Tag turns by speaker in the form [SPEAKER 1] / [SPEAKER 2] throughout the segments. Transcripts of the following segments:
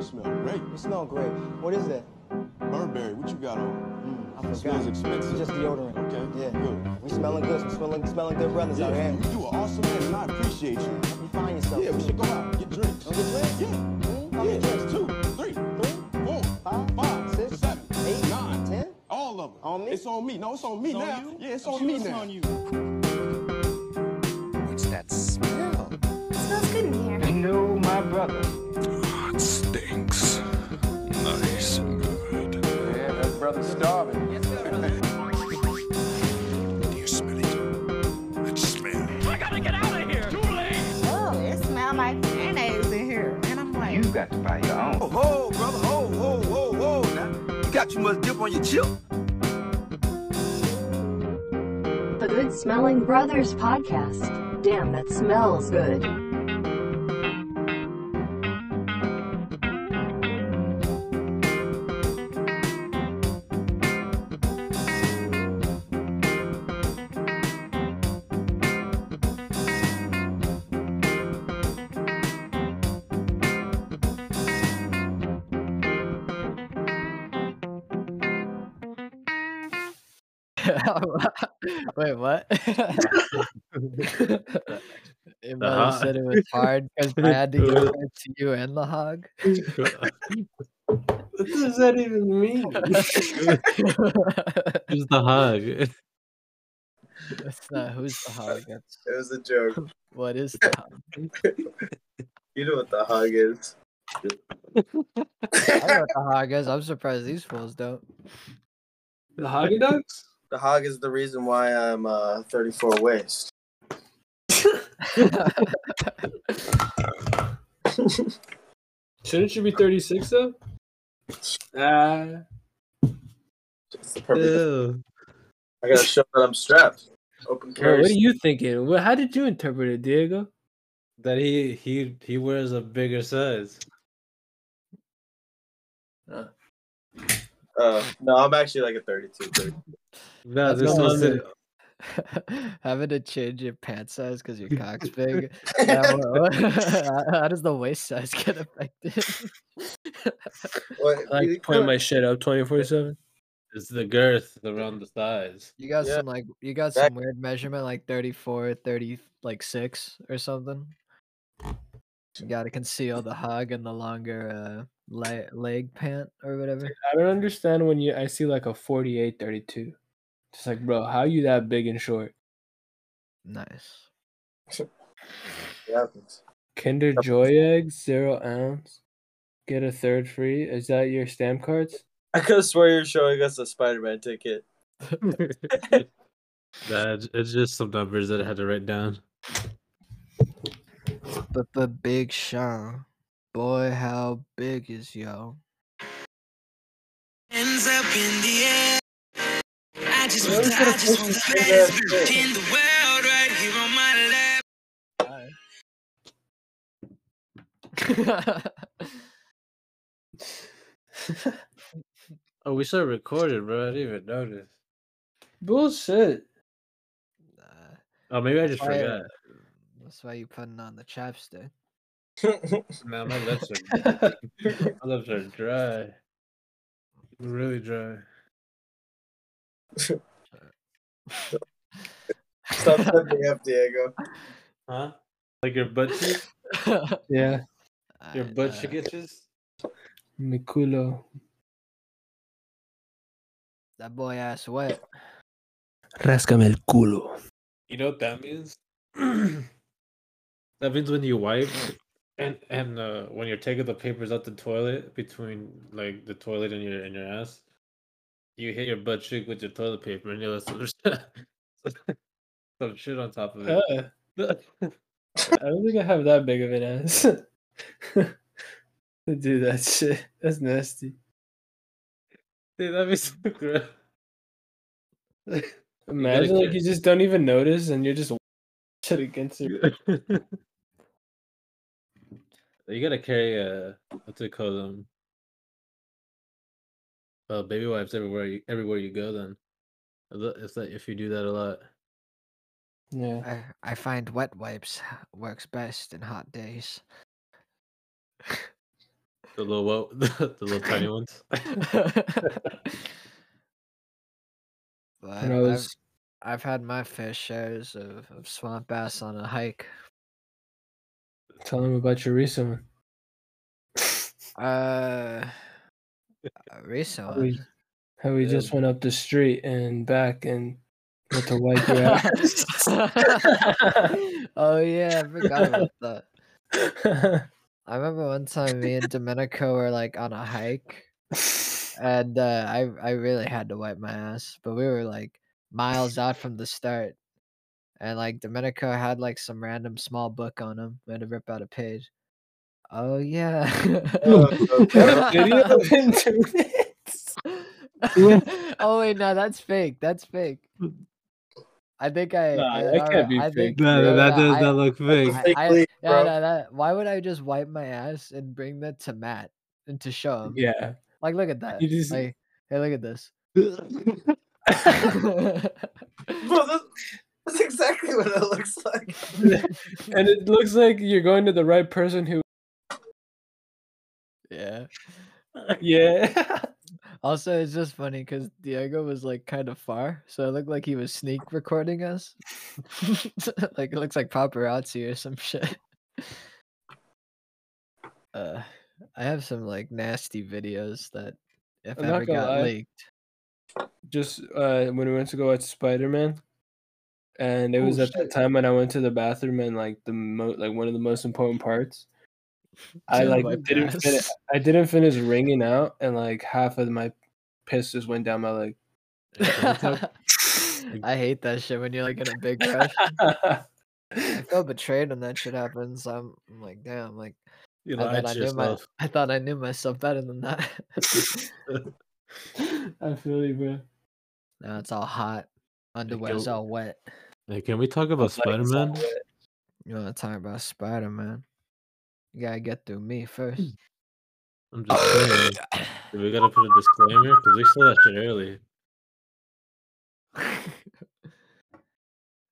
[SPEAKER 1] smell great.
[SPEAKER 2] It smell great. What is that?
[SPEAKER 1] Burberry, what you got on?
[SPEAKER 2] I forgot.
[SPEAKER 1] Smells expensive.
[SPEAKER 2] Just deodorant.
[SPEAKER 1] Okay,
[SPEAKER 2] Yeah.
[SPEAKER 1] good.
[SPEAKER 2] We smelling good. We smelling smelling good brothers out
[SPEAKER 1] Yeah,
[SPEAKER 2] here.
[SPEAKER 1] you do an awesome thing, and I appreciate you.
[SPEAKER 2] You find yourself.
[SPEAKER 1] Yeah, we should go out, get drinks.
[SPEAKER 2] get drinks?
[SPEAKER 1] Yeah.
[SPEAKER 2] Mhm. How
[SPEAKER 1] Yeah,
[SPEAKER 2] many
[SPEAKER 1] drinks?
[SPEAKER 2] drinks?
[SPEAKER 1] Two, three,
[SPEAKER 2] Three?
[SPEAKER 1] four,
[SPEAKER 2] Five?
[SPEAKER 1] five,
[SPEAKER 2] Six?
[SPEAKER 1] seven,
[SPEAKER 2] Eight?
[SPEAKER 1] nine,
[SPEAKER 2] Ten?
[SPEAKER 1] All of them.
[SPEAKER 2] On me?
[SPEAKER 1] It's on me. No, it's on me
[SPEAKER 3] It's on
[SPEAKER 1] now.
[SPEAKER 3] you?
[SPEAKER 1] Yeah, it's
[SPEAKER 3] I'm
[SPEAKER 1] on
[SPEAKER 3] sure
[SPEAKER 1] me
[SPEAKER 3] it's
[SPEAKER 1] now.
[SPEAKER 3] on you.
[SPEAKER 4] What's that smell?
[SPEAKER 5] Oh, It smells good in here.
[SPEAKER 6] know my brother.
[SPEAKER 4] Oh, It stinks. Nice and good.
[SPEAKER 6] Yeah, that brother's starving.
[SPEAKER 4] Do you smell it? It smells.
[SPEAKER 5] Oh, it smells like mayonnaise in here. And I'm like,
[SPEAKER 6] You got to buy your own.
[SPEAKER 1] Oh,
[SPEAKER 7] Ho, brother, ho, ho, ho, ho. Now, you got too much dip on your chip.
[SPEAKER 8] The Good Smelling Brothers Podcast. Damn, that smells good.
[SPEAKER 9] Wait, what? Your mother
[SPEAKER 10] hog.
[SPEAKER 9] said it was hard because I had to give it to you and the hog.
[SPEAKER 10] what does that even mean? Who's the hug?
[SPEAKER 9] That's not who's the hog. That's
[SPEAKER 11] It was a joke.
[SPEAKER 9] what is the hog.
[SPEAKER 11] You know what the hug is.
[SPEAKER 9] I know what the hog is. I'm surprised these fools don't.
[SPEAKER 10] The Huggy Ducks?
[SPEAKER 11] The hog is the reason why I'm uh, 34 waist.
[SPEAKER 10] Shouldn't you be 36 though?
[SPEAKER 3] Uh,
[SPEAKER 10] Ah,
[SPEAKER 11] It's the perfect.
[SPEAKER 10] ew.
[SPEAKER 11] I gotta show that I'm strapped. Open
[SPEAKER 10] Bro,
[SPEAKER 11] carry.
[SPEAKER 10] what are you thinking? Well, how did you interpret it, Diego?
[SPEAKER 3] That he he he wears a bigger size.
[SPEAKER 11] Uh, no, I'm actually like a 32. 30.
[SPEAKER 3] No,
[SPEAKER 9] That's
[SPEAKER 3] this
[SPEAKER 9] what I'm
[SPEAKER 3] was
[SPEAKER 9] saying. Having to change your pant size because your cock's big. that wo- how does the waist size get affected?
[SPEAKER 11] What,
[SPEAKER 10] I
[SPEAKER 11] you
[SPEAKER 10] like point
[SPEAKER 11] could-
[SPEAKER 10] my shit up 24 7.
[SPEAKER 3] It's the girth around the thighs.
[SPEAKER 9] You got
[SPEAKER 11] Yeah.
[SPEAKER 9] some like you got
[SPEAKER 11] That-
[SPEAKER 9] some weird measurement like 34, 30 like 6 or something. You got to conceal the hog and the longer uh, le- leg pant or whatever.
[SPEAKER 10] I don't understand when you I see like a 48 32. Just like, bro, how you that big and short?
[SPEAKER 9] Nice.
[SPEAKER 11] Yeah, it's-
[SPEAKER 10] Kinder Joy eggs, zero ounce. Get a third free. Is that your stamp cards?
[SPEAKER 11] I could swear you're showing us a Spider-Man ticket.
[SPEAKER 3] Nah, it's- it's just some numbers that I had to write down.
[SPEAKER 9] But the big show. Boy, how big is yo?
[SPEAKER 7] Hands up in the air. I just
[SPEAKER 11] Where
[SPEAKER 7] want
[SPEAKER 11] is
[SPEAKER 7] to, I
[SPEAKER 11] that
[SPEAKER 7] just want
[SPEAKER 11] supposed
[SPEAKER 7] to
[SPEAKER 11] to be that
[SPEAKER 7] best in the world right here on my lap.
[SPEAKER 3] Oh, we started recording, bro. I didn't even notice.
[SPEAKER 10] Bullshit.
[SPEAKER 9] Nah,
[SPEAKER 3] Oh, maybe I just
[SPEAKER 9] Fire.
[SPEAKER 3] forgot.
[SPEAKER 9] that's why you putting on the chapstick.
[SPEAKER 3] Nah, my lips are my lips are dry, really dry.
[SPEAKER 11] Stop setting me up, Diego.
[SPEAKER 3] Huh? Like your butt cheek,
[SPEAKER 10] Yeah.
[SPEAKER 3] your
[SPEAKER 9] Alright,
[SPEAKER 3] butt
[SPEAKER 9] uh,
[SPEAKER 3] cheek itches.
[SPEAKER 10] Mikulo.
[SPEAKER 9] That boy ass wet.
[SPEAKER 10] Rascame el culo.
[SPEAKER 3] You know what that means? that means when you wipe and and uh, when you're taking the papers out the toilet between like the toilet and your and your ass, you hit your butt cheek with your toilet paper and you let some shit, some shit on top of
[SPEAKER 10] Uh,
[SPEAKER 3] it.
[SPEAKER 10] I don't think I have that big of an ass to do that shit. That's nasty.
[SPEAKER 3] Dude, that'd be so gross.
[SPEAKER 10] Imagine like
[SPEAKER 3] get-
[SPEAKER 10] you just don't even notice and you're just shit against it.
[SPEAKER 3] you gotta carry a what's it called um uh baby wipes everywhere you everywhere you go then If tha- if that if you do that a lot
[SPEAKER 10] Yeah.
[SPEAKER 9] I, I find wet wipes works best in hot days.
[SPEAKER 3] The little wo- the little tiny ones.
[SPEAKER 9] But
[SPEAKER 10] When I was-
[SPEAKER 9] I've, I've had my fair shares of, of swamp bass on a hike.
[SPEAKER 10] Tell him about your recent one.
[SPEAKER 9] Uh,
[SPEAKER 10] How we,
[SPEAKER 9] recently.
[SPEAKER 10] how we just went up the street and back and went to wipe your ass.
[SPEAKER 9] oh yeah, I forgot about that. I remember one time me and Domenico were like on a hike, and uh, I I really had to wipe my ass, but we were like miles out from the start, and like Domenico had like some random small book on him. We had to rip out a page. Oh yeah.
[SPEAKER 10] Video of him doing it.
[SPEAKER 9] oh wait, no, that's fake. That's fake. I think I.
[SPEAKER 10] Nah,
[SPEAKER 9] I-
[SPEAKER 10] that
[SPEAKER 9] all
[SPEAKER 10] can't
[SPEAKER 9] right,
[SPEAKER 10] be
[SPEAKER 9] I
[SPEAKER 10] fake.
[SPEAKER 9] think-
[SPEAKER 10] Nah,
[SPEAKER 9] no, no,
[SPEAKER 10] that does
[SPEAKER 9] I-
[SPEAKER 10] not look
[SPEAKER 9] I-
[SPEAKER 10] fake.
[SPEAKER 9] I-
[SPEAKER 10] Fake,
[SPEAKER 9] yeah,
[SPEAKER 10] bro.
[SPEAKER 9] no, that- why would I just wipe my ass and bring that to Matt and to show him?
[SPEAKER 10] Yeah.
[SPEAKER 9] Like, look at that.
[SPEAKER 10] You just-
[SPEAKER 9] Like, hey, look at this.
[SPEAKER 11] Bro, that's, that's exactly what it looks like.
[SPEAKER 10] and it looks like you're going to the right person who
[SPEAKER 9] yeah.
[SPEAKER 10] yeah
[SPEAKER 9] Also, it's just funny because Diego was like kind of far, so it looked like he was sneak recording us. like it looks like paparazzi or some shit. Uh, I have some like nasty videos that if
[SPEAKER 10] I'm not
[SPEAKER 9] ever
[SPEAKER 10] gonna
[SPEAKER 9] got
[SPEAKER 10] lie.
[SPEAKER 9] leaked.
[SPEAKER 10] just uh when we went to go watch spider-man and it
[SPEAKER 9] Oh,
[SPEAKER 10] was at that time when i went to the bathroom and like the mo- like one of the most important parts i
[SPEAKER 9] Dude,
[SPEAKER 10] like
[SPEAKER 9] my
[SPEAKER 10] didn't finish
[SPEAKER 9] ass.
[SPEAKER 10] i didn't finish wringing out and like half of my piss just went down my leg
[SPEAKER 9] I hate that shit when you're like in a big rush. I feel betrayed when that shit happens. I'm, I'm like, damn, like
[SPEAKER 3] You
[SPEAKER 9] I
[SPEAKER 3] lied
[SPEAKER 9] thought I
[SPEAKER 3] to
[SPEAKER 9] knew my,
[SPEAKER 3] yourself.
[SPEAKER 9] I thought I knew myself better than that.
[SPEAKER 10] i feel you bro
[SPEAKER 9] now it's all hot. Underwear's
[SPEAKER 3] go-
[SPEAKER 9] all wet.
[SPEAKER 3] Hey, can we talk about
[SPEAKER 10] Like,
[SPEAKER 3] Spider
[SPEAKER 10] it's all
[SPEAKER 3] Man?
[SPEAKER 10] wet.
[SPEAKER 9] You want to talk about Spider Man? You gotta get through me first.
[SPEAKER 3] I'm just saying. do we gotta put a disclaimer because we saw that shit early.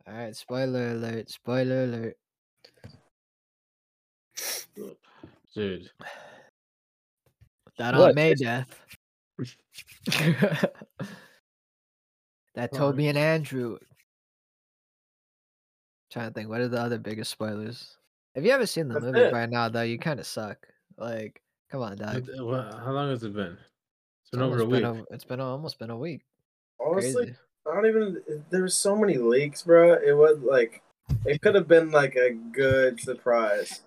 [SPEAKER 9] All right, spoiler alert! Spoiler alert!
[SPEAKER 3] Dude,
[SPEAKER 9] That
[SPEAKER 10] What?
[SPEAKER 9] on May death. that Toby and Andrew. trying to think, what are the other biggest spoilers? If you haven't seen the
[SPEAKER 10] That's
[SPEAKER 9] movie
[SPEAKER 10] it.
[SPEAKER 9] by now, though, you kind of suck. Like, come on, dog.
[SPEAKER 3] what- wha- how long has it been? It's
[SPEAKER 9] It's
[SPEAKER 3] been over a
[SPEAKER 9] almost
[SPEAKER 3] week.
[SPEAKER 9] it's been almost been a week.
[SPEAKER 11] Honestly,
[SPEAKER 9] Crazy.
[SPEAKER 11] I don't even. There were so many leaks, bro. It was like, it could have been like a good surprise.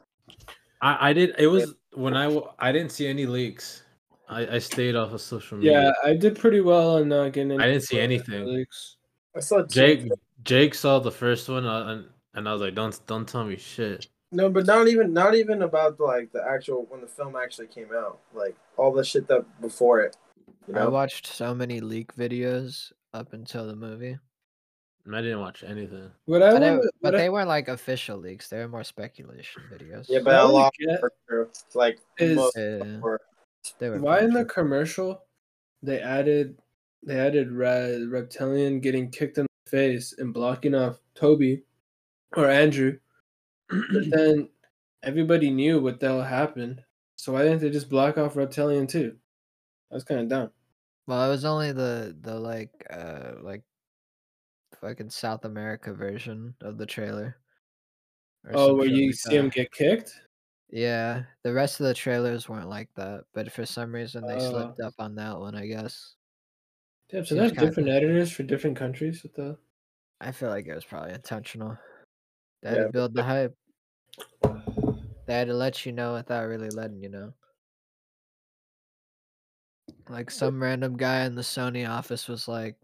[SPEAKER 3] I, I did. It was when I w- I didn't see any leaks. I, I stayed off of social media.
[SPEAKER 10] yeah i did pretty well on not getting
[SPEAKER 3] Mm. I
[SPEAKER 10] any
[SPEAKER 3] didn't see anything.
[SPEAKER 10] leaks.
[SPEAKER 11] I saw two-
[SPEAKER 3] Jake Jake saw the first one uh, and and I was like, don't don't tell me shit.
[SPEAKER 11] No, but not even not even about like the actual when the film actually came out, like all the shit that before it. You
[SPEAKER 9] I
[SPEAKER 11] know,
[SPEAKER 9] watched so many leak videos up until the movie,
[SPEAKER 3] And I didn't watch anything.
[SPEAKER 10] what i
[SPEAKER 9] but, I-
[SPEAKER 10] want
[SPEAKER 9] but they weren't like official leaks. They were more speculation videos.
[SPEAKER 11] yeah, but a lot
[SPEAKER 10] get
[SPEAKER 11] for sure. Like
[SPEAKER 10] is
[SPEAKER 11] most
[SPEAKER 9] Yeah,
[SPEAKER 11] were.
[SPEAKER 9] they were
[SPEAKER 10] Why in the
[SPEAKER 9] bullshit.
[SPEAKER 10] commercial they added they added Re- reptilian getting kicked in the face and blocking off Toby or Andrew, but then everybody knew what the hell happened. So why didn't they just block off reptilian too? That's kind of dumb.
[SPEAKER 9] Well, it was only the the like uh like fucking South America version of the trailer. or
[SPEAKER 10] Oh,
[SPEAKER 9] some
[SPEAKER 10] where
[SPEAKER 9] shit
[SPEAKER 10] you
[SPEAKER 9] like
[SPEAKER 10] see him
[SPEAKER 9] that.
[SPEAKER 10] get kicked?
[SPEAKER 9] Yeah, the rest of the trailers weren't like that, but for some reason
[SPEAKER 10] Uh.
[SPEAKER 9] they slipped up on that one. I guess
[SPEAKER 10] Damn, so
[SPEAKER 9] Seems
[SPEAKER 10] there's
[SPEAKER 9] kinda-
[SPEAKER 10] different editors for different countries. What the?
[SPEAKER 9] I feel like it was probably intentional. They had
[SPEAKER 11] Yeah,
[SPEAKER 9] to build the hype. They had to let you know without really letting you know. Like some random guy in the Sony office was like,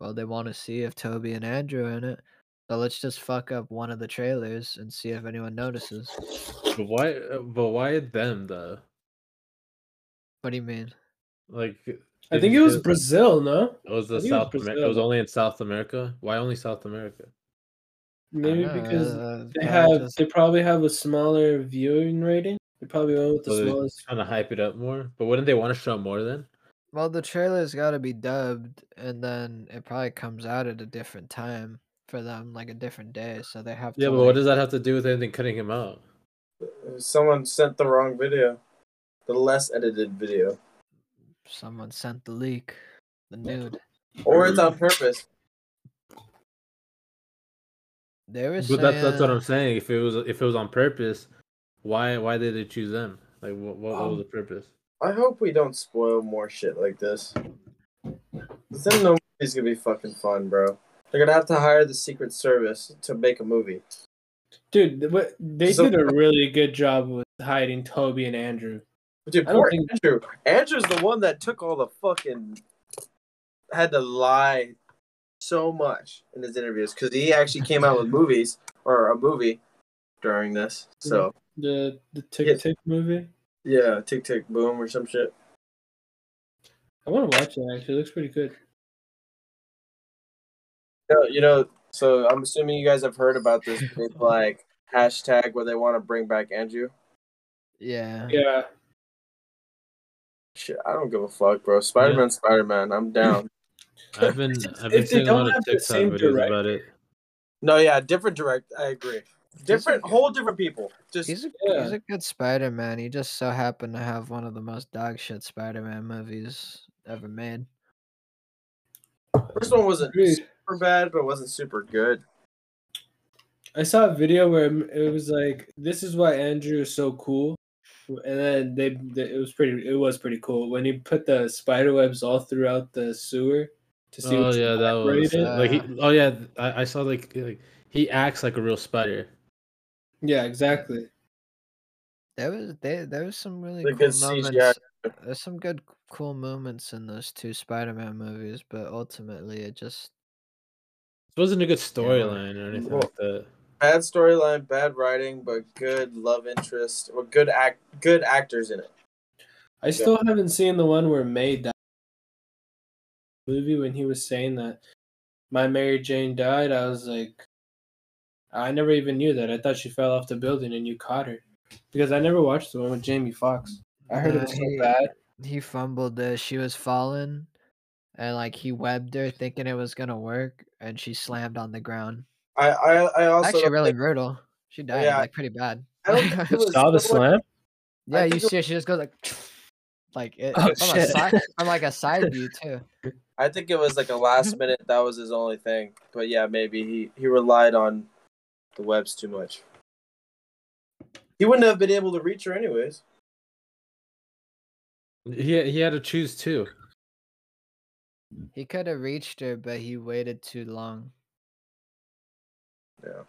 [SPEAKER 9] "Well, they want to see if Toby and Andrew are in it, so let's just fuck up one of the trailers and see if anyone notices."
[SPEAKER 3] But why? uh, But why them though?
[SPEAKER 9] What do you mean?
[SPEAKER 3] Like
[SPEAKER 10] I
[SPEAKER 3] did
[SPEAKER 10] think it
[SPEAKER 3] you
[SPEAKER 10] was
[SPEAKER 3] feel-
[SPEAKER 10] Brazil, no?
[SPEAKER 3] It was
[SPEAKER 10] I
[SPEAKER 3] the
[SPEAKER 10] think it was
[SPEAKER 3] South. Amer- it was
[SPEAKER 10] Brazil.
[SPEAKER 3] only in South America. Why only South America?
[SPEAKER 9] I
[SPEAKER 10] Maybe
[SPEAKER 9] dunno,
[SPEAKER 10] because
[SPEAKER 9] uh, probably
[SPEAKER 10] they have
[SPEAKER 9] just-
[SPEAKER 10] they probably have a smaller viewing rating. They probably went with the
[SPEAKER 3] So they're
[SPEAKER 10] smallest
[SPEAKER 3] trying to hype it up more. But wouldn't they want to show more then?
[SPEAKER 9] Well, the trailer's got to be dubbed, and then it probably comes out at a different time for them, like a different day. So they have
[SPEAKER 3] Yeah,
[SPEAKER 9] to.
[SPEAKER 3] but what
[SPEAKER 9] like-
[SPEAKER 3] does that have to do with anything cutting him out?
[SPEAKER 11] Someone sent the wrong video. The less edited video.
[SPEAKER 9] Someone sent the leak. The nude.
[SPEAKER 11] Or it's on purpose.
[SPEAKER 9] They were
[SPEAKER 3] But
[SPEAKER 9] saying.
[SPEAKER 3] that's that's what I'm saying. If it was if it was on purpose, why why did they choose them? Like what what, what was
[SPEAKER 11] Um,
[SPEAKER 3] the purpose?
[SPEAKER 11] I hope we don't spoil more shit like this. 'Cause Then no movie's gonna be fucking fun, bro. They're gonna have to hire the Secret Service to make a movie.
[SPEAKER 10] Dude, th- what they
[SPEAKER 11] So-
[SPEAKER 10] did a really good job with hiding Toby and Andrew.
[SPEAKER 11] Dude,
[SPEAKER 10] I don't
[SPEAKER 11] poor
[SPEAKER 10] think-
[SPEAKER 11] Andrew. Andrew's the one that took all the fucking had to lie so much in his interviews because he actually came out with movies or a movie during this. So
[SPEAKER 10] the the Tick
[SPEAKER 11] Yeah.
[SPEAKER 10] Tick movie.
[SPEAKER 11] yeah, Tick Tick Boom or some shit.
[SPEAKER 10] I want to watch it. Actually, it looks pretty good.
[SPEAKER 11] No, Uh, you know, so I'm assuming you guys have heard about this big like hashtag where they want to bring back Andrew.
[SPEAKER 9] Yeah.
[SPEAKER 10] Yeah.
[SPEAKER 11] Shit, I don't give a fuck, bro. Spider Man, Spider Man, I'm down.
[SPEAKER 3] I've been I've
[SPEAKER 11] they
[SPEAKER 3] been seeing a
[SPEAKER 11] don't
[SPEAKER 3] lot of
[SPEAKER 11] have the
[SPEAKER 3] TikTok
[SPEAKER 11] same
[SPEAKER 3] videos about it.
[SPEAKER 11] No, yeah, different direct. I agree. Different, whole different people. Just
[SPEAKER 9] He's a, he's a good Spider Man. He just so happened to have one of the most dog shit Spider Man movies ever made.
[SPEAKER 11] first one wasn't super bad, but it wasn't super good.
[SPEAKER 10] I saw a video where m- it was like, "This is why Andrew is so cool," and then they, they it was pretty it was pretty cool when he put the spider webs all throughout the sewer to see.
[SPEAKER 3] Oh
[SPEAKER 10] what's
[SPEAKER 3] yeah, that was
[SPEAKER 10] separated.
[SPEAKER 3] like
[SPEAKER 11] uh,
[SPEAKER 3] he, oh yeah, th- I, I saw like, like he acts like a real spider.
[SPEAKER 10] yeah, exactly.
[SPEAKER 9] There was there there was some really
[SPEAKER 10] The
[SPEAKER 9] cool
[SPEAKER 10] good CGI.
[SPEAKER 9] moments. There's some good cool moments in those two Spider Man movies, but ultimately it just
[SPEAKER 3] It wasn't a good storyline or anything
[SPEAKER 11] Well,
[SPEAKER 3] like that.
[SPEAKER 11] Bad storyline, bad writing, but good love interest. Well, good act, good actors in it.
[SPEAKER 10] I still haven't seen the one where May died. Movie when he was saying that my Mary Jane died, I was like, I never even knew that. I thought she fell off the building and you caught her because I never watched the one with Jamie Foxx. I heard it
[SPEAKER 9] Nah,
[SPEAKER 10] was so
[SPEAKER 9] he-
[SPEAKER 10] bad.
[SPEAKER 9] He fumbled the she was falling and like he webbed her thinking it was gonna work and she slammed on the ground.
[SPEAKER 11] I, I, I also
[SPEAKER 9] Actually
[SPEAKER 11] don't
[SPEAKER 9] really
[SPEAKER 11] think-
[SPEAKER 9] brutal. She died
[SPEAKER 11] Yeah.
[SPEAKER 9] like pretty bad.
[SPEAKER 11] I don't think it was
[SPEAKER 3] Saw the slam?
[SPEAKER 9] Yeah, you
[SPEAKER 11] think it-
[SPEAKER 9] see her, she just goes like like it,
[SPEAKER 11] Oh,
[SPEAKER 9] from, a
[SPEAKER 11] shit.
[SPEAKER 9] side, from like a side view too.
[SPEAKER 11] I think it was like a last minute. That was his only thing. But yeah, maybe he he relied on the webs too much. He wouldn't have been able to reach her anyways.
[SPEAKER 3] He he had to choose too.
[SPEAKER 9] He could have reached her, but he waited too long.
[SPEAKER 11] Yeah.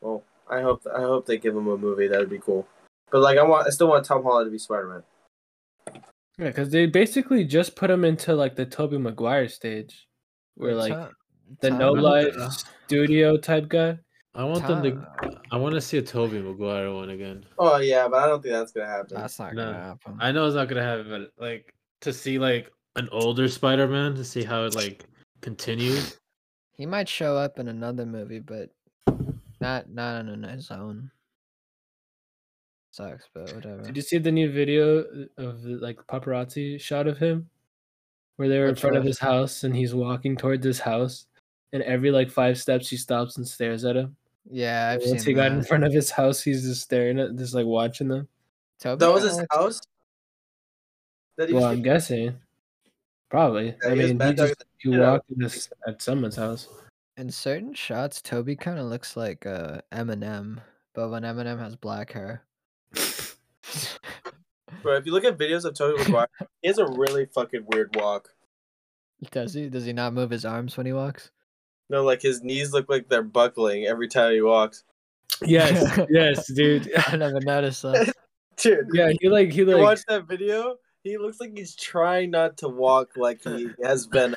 [SPEAKER 11] Well, I hope I hope they give him a movie. That'd be cool. But like, I want I still want Tom Holland to be Spider Man.
[SPEAKER 10] Yeah, because they basically just put him into like the Toby Maguire stage, where
[SPEAKER 3] Wait,
[SPEAKER 10] like
[SPEAKER 3] Tom-
[SPEAKER 10] the
[SPEAKER 3] Tom-
[SPEAKER 10] no
[SPEAKER 3] I
[SPEAKER 10] life
[SPEAKER 3] want the-
[SPEAKER 10] studio type guy.
[SPEAKER 3] I want them to. I want to see a Toby Maguire one again.
[SPEAKER 11] Oh yeah, but I don't think that's gonna happen.
[SPEAKER 9] That's not
[SPEAKER 3] No, I know it's not gonna happen, but like to see like an older Spider-Man to see how it like continues.
[SPEAKER 9] He might show up in another movie, but not not on his own. Sucks, but whatever.
[SPEAKER 10] Did you see the new video of the, like paparazzi shot of him, where they were in
[SPEAKER 9] Which
[SPEAKER 10] front of
[SPEAKER 9] one?
[SPEAKER 10] his house and he's walking towards his house, and every like five steps he stops and stares at him.
[SPEAKER 9] Yeah, I've
[SPEAKER 10] And Once
[SPEAKER 9] seen
[SPEAKER 10] he got in
[SPEAKER 9] that.
[SPEAKER 10] front of his house, he's just staring at, just like watching them.
[SPEAKER 9] Toby
[SPEAKER 11] That was his
[SPEAKER 9] Maguire-
[SPEAKER 11] house. That he
[SPEAKER 10] Well,
[SPEAKER 11] was-
[SPEAKER 10] I'm guessing, probably.
[SPEAKER 11] Yeah,
[SPEAKER 10] I
[SPEAKER 11] he was
[SPEAKER 10] mean, he
[SPEAKER 11] mad dog
[SPEAKER 10] just
[SPEAKER 11] at the
[SPEAKER 10] he
[SPEAKER 11] shit out of
[SPEAKER 10] walked in this, at someone's house.
[SPEAKER 9] in certain shots, Toby kind of looks like uh, Eminem, but when Eminem has black hair,
[SPEAKER 11] Bro, if you look at videos of Toby Maguire, he has a really fucking weird walk.
[SPEAKER 9] does he? Does he not move his arms when he walks?
[SPEAKER 11] No, like his knees look like they're buckling every time he walks.
[SPEAKER 10] Yes, yes, dude.
[SPEAKER 9] I never noticed that.
[SPEAKER 11] Dude.
[SPEAKER 10] Yeah, he like he
[SPEAKER 11] you
[SPEAKER 10] like
[SPEAKER 11] watch that video, he looks like he's trying not to walk like he has been.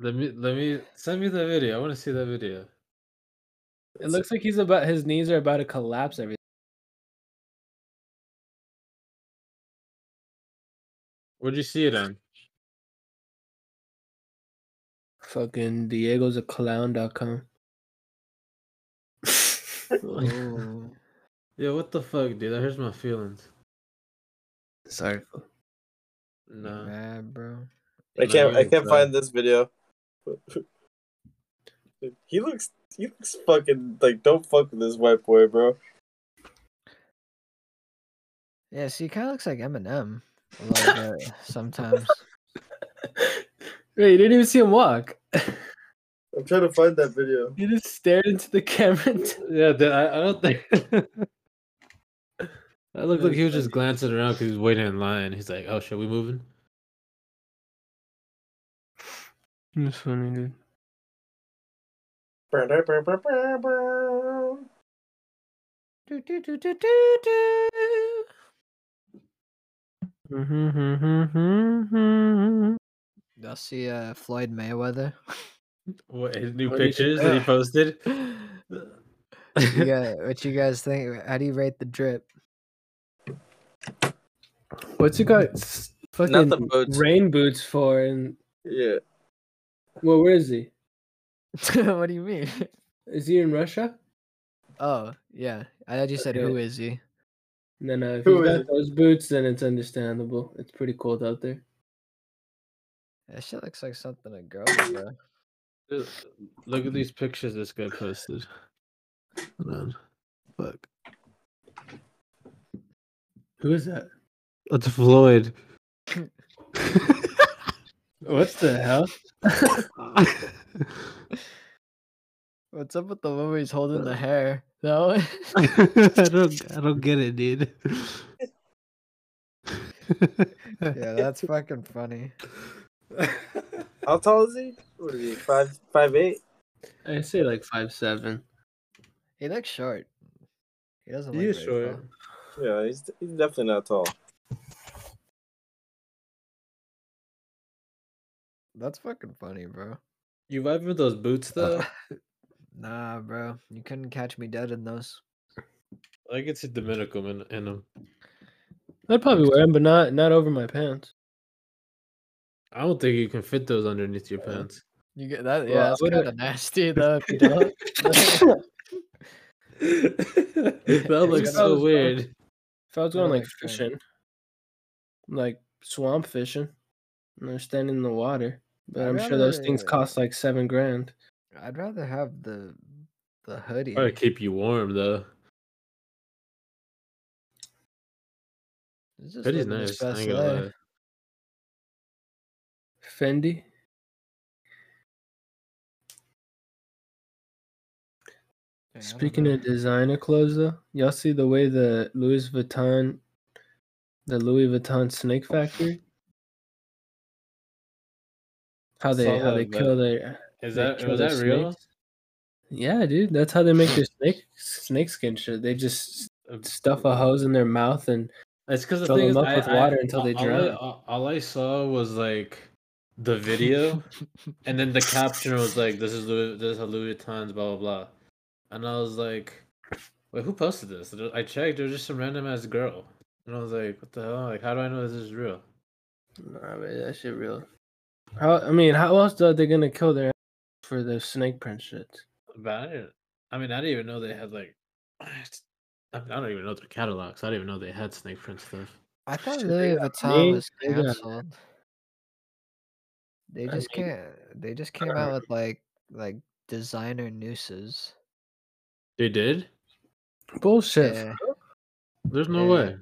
[SPEAKER 3] Let me let me send me the video. I want to see that video.
[SPEAKER 10] it looks like he's about his knees are about to collapse. Everything.
[SPEAKER 3] Where'd you see it on?
[SPEAKER 10] Fucking Diego's a clown.com.
[SPEAKER 9] Ooh.
[SPEAKER 3] Yeah, what the fuck, dude? That hurts my feelings.
[SPEAKER 10] Sorry. Uh.
[SPEAKER 3] No.
[SPEAKER 9] Mad, bro.
[SPEAKER 11] I can't. I can't
[SPEAKER 3] Bro.
[SPEAKER 11] find this video. he looks. He looks fucking like. Don't fuck with this white boy, bro.
[SPEAKER 9] Yeah, so he kind of looks like Eminem a little bit sometimes.
[SPEAKER 10] Wait, you didn't even see him walk.
[SPEAKER 11] I'm trying to find that video.
[SPEAKER 10] He just stared into the camera.
[SPEAKER 3] yeah, dude, I, I don't think. That looked like he was just glancing around because he was waiting in line. He's like, "Oh shit, we moving?"
[SPEAKER 10] That's funny, dude.
[SPEAKER 9] Mm-hmm, Y'all see uh, Floyd Mayweather?
[SPEAKER 3] What his new
[SPEAKER 9] What do you-
[SPEAKER 3] pictures that he posted?
[SPEAKER 9] You got- what you guys think? How do you rate the drip?
[SPEAKER 10] What's he got s- fucking
[SPEAKER 9] the boots.
[SPEAKER 10] rain boots for? And
[SPEAKER 11] yeah,
[SPEAKER 10] well, where is he?
[SPEAKER 9] what do you mean?
[SPEAKER 10] Is he in Russia?
[SPEAKER 9] Oh yeah, I thought you said who
[SPEAKER 10] Okay.
[SPEAKER 9] is he?
[SPEAKER 10] No, no. uh, If
[SPEAKER 9] Who is
[SPEAKER 10] he's got
[SPEAKER 9] it?
[SPEAKER 10] those boots, then it's understandable. It's pretty cold out there.
[SPEAKER 9] That shit looks like something a girl would wear.
[SPEAKER 3] Dude, Look at these pictures this guy posted. Hold on. Fuck.
[SPEAKER 10] Who is that?
[SPEAKER 3] That's Floyd.
[SPEAKER 10] What the hell?
[SPEAKER 9] What's up with the one where he's holding the hair? No.
[SPEAKER 3] I don't I don't get it, dude.
[SPEAKER 9] yeah, that's fucking funny.
[SPEAKER 11] how tall is he? What is he? Five, five, eight.
[SPEAKER 10] I say like five seven.
[SPEAKER 9] He looks short. He doesn't.
[SPEAKER 3] He
[SPEAKER 9] look
[SPEAKER 3] is
[SPEAKER 9] very
[SPEAKER 3] short.
[SPEAKER 9] tall.
[SPEAKER 11] Yeah, he's he's definitely not tall.
[SPEAKER 9] That's fucking funny, bro.
[SPEAKER 3] You vibe with those boots though?
[SPEAKER 9] Uh, Nah, bro, you couldn't catch me dead in those.
[SPEAKER 3] I could see Dominican in, in them.
[SPEAKER 10] I'd probably wear them, but not not over my pants.
[SPEAKER 3] I don't think you can fit those underneath
[SPEAKER 10] Uh,
[SPEAKER 3] your pants.
[SPEAKER 9] You get that?
[SPEAKER 10] Well, I
[SPEAKER 9] Yeah, that's
[SPEAKER 10] wouldn't-
[SPEAKER 9] kind of nasty though. If you don't.
[SPEAKER 3] that looks so weird.
[SPEAKER 10] If I was
[SPEAKER 9] That
[SPEAKER 10] going like
[SPEAKER 9] makes sense.
[SPEAKER 10] fishing, like swamp fishing, and they're standing in the water, but
[SPEAKER 9] I'd
[SPEAKER 10] I'm sure those things
[SPEAKER 9] rather-
[SPEAKER 10] cost like seven grand.
[SPEAKER 9] I'd rather have the the hoodie.
[SPEAKER 3] Probably keep you warm though.
[SPEAKER 9] He's just
[SPEAKER 3] Hoodie's
[SPEAKER 9] living his
[SPEAKER 3] nice. I ain't
[SPEAKER 9] best
[SPEAKER 3] gonna
[SPEAKER 9] life.
[SPEAKER 3] lie.
[SPEAKER 10] Fendi.
[SPEAKER 9] Yeah, I don't
[SPEAKER 10] Speaking
[SPEAKER 9] know.
[SPEAKER 10] of designer clothes, though, y'all see the way the Louis Vuitton, the Louis Vuitton Snake Factory, how they
[SPEAKER 3] Saw
[SPEAKER 10] how they
[SPEAKER 3] that, but
[SPEAKER 10] kill their
[SPEAKER 3] Is
[SPEAKER 10] they
[SPEAKER 3] that
[SPEAKER 10] kill
[SPEAKER 3] was
[SPEAKER 10] their
[SPEAKER 3] that real?
[SPEAKER 10] snakes. Yeah, dude, that's how they make their snake snake skin shit. They just stuff a hose in their mouth and
[SPEAKER 3] It's because the
[SPEAKER 10] Fill
[SPEAKER 3] thing is,
[SPEAKER 10] them up
[SPEAKER 3] I-
[SPEAKER 10] with
[SPEAKER 3] I-
[SPEAKER 10] water until they
[SPEAKER 3] all I-
[SPEAKER 10] drown.
[SPEAKER 3] all- all I saw was like the video, and then the caption was like, "This is Louis, this is how Louis Vuitton's blah blah blah," and I was like, "Wait, who posted this?" And I checked. It was just some random ass girl, and I was like, "What the hell? Like, how do I know this is real?"
[SPEAKER 10] Nah, man, that shit real. How I mean, how else are they gonna kill their for the snake print shit?
[SPEAKER 3] But I didn't. I mean, I didn't even know they had like. I, mean, I don't even know their catalogs. I didn't even know they had snake print stuff.
[SPEAKER 9] I thought
[SPEAKER 10] Shit, they
[SPEAKER 9] Louis
[SPEAKER 10] got
[SPEAKER 9] Vuitton
[SPEAKER 10] me,
[SPEAKER 9] was
[SPEAKER 10] they got-
[SPEAKER 9] canceled. They
[SPEAKER 10] I
[SPEAKER 9] just
[SPEAKER 10] mean-
[SPEAKER 9] can't. They just came out with like like designer nooses.
[SPEAKER 3] They did.
[SPEAKER 10] Bullshit.
[SPEAKER 9] Yeah.
[SPEAKER 10] fool.
[SPEAKER 3] There's no
[SPEAKER 9] Yeah.
[SPEAKER 3] way.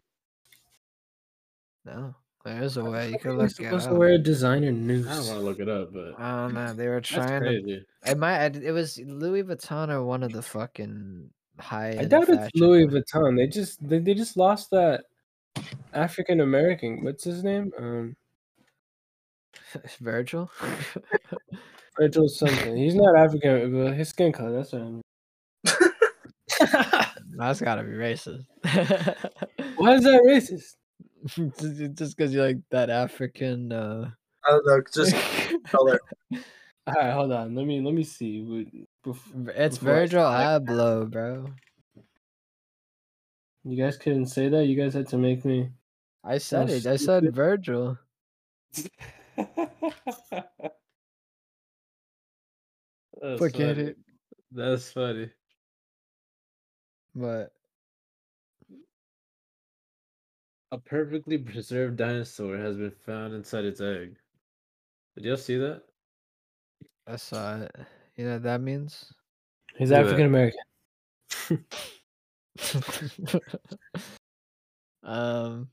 [SPEAKER 9] No, there is a way you
[SPEAKER 10] You're
[SPEAKER 9] can look it
[SPEAKER 10] supposed
[SPEAKER 9] up.
[SPEAKER 10] to wear a designer
[SPEAKER 3] I don't
[SPEAKER 10] noose.
[SPEAKER 3] want to look it up, but
[SPEAKER 9] I don't know. They were
[SPEAKER 3] that's
[SPEAKER 9] trying. To,
[SPEAKER 3] crazy.
[SPEAKER 9] it might. It was Louis Vuitton or one of the fucking high.
[SPEAKER 10] I doubt it's Louis Vuitton. They just they, they just lost that African American. What's his name? Um,
[SPEAKER 9] Virgil.
[SPEAKER 10] Virgil something. He's not African, but his skin color. That's what I mean.
[SPEAKER 9] That's gotta be racist.
[SPEAKER 10] Why is that racist?
[SPEAKER 9] just just because you like that African. uh
[SPEAKER 11] I don't know, just color.
[SPEAKER 10] All right, hold on. Let me let me see. Wait, bef-
[SPEAKER 9] It's
[SPEAKER 10] Before I
[SPEAKER 9] Virgil
[SPEAKER 10] select-
[SPEAKER 9] Abloh, bro.
[SPEAKER 10] You guys couldn't say that. You guys had to make me.
[SPEAKER 9] I said it. I
[SPEAKER 10] stupid.
[SPEAKER 9] said Virgil.
[SPEAKER 3] That's
[SPEAKER 9] Forget
[SPEAKER 3] funny.
[SPEAKER 9] it.
[SPEAKER 3] That's funny.
[SPEAKER 9] But
[SPEAKER 3] A perfectly preserved dinosaur has been found inside its egg. Did y'all see that?
[SPEAKER 9] I saw it. You know what that means?
[SPEAKER 10] He's
[SPEAKER 3] Look at that.
[SPEAKER 10] African American.
[SPEAKER 9] Um,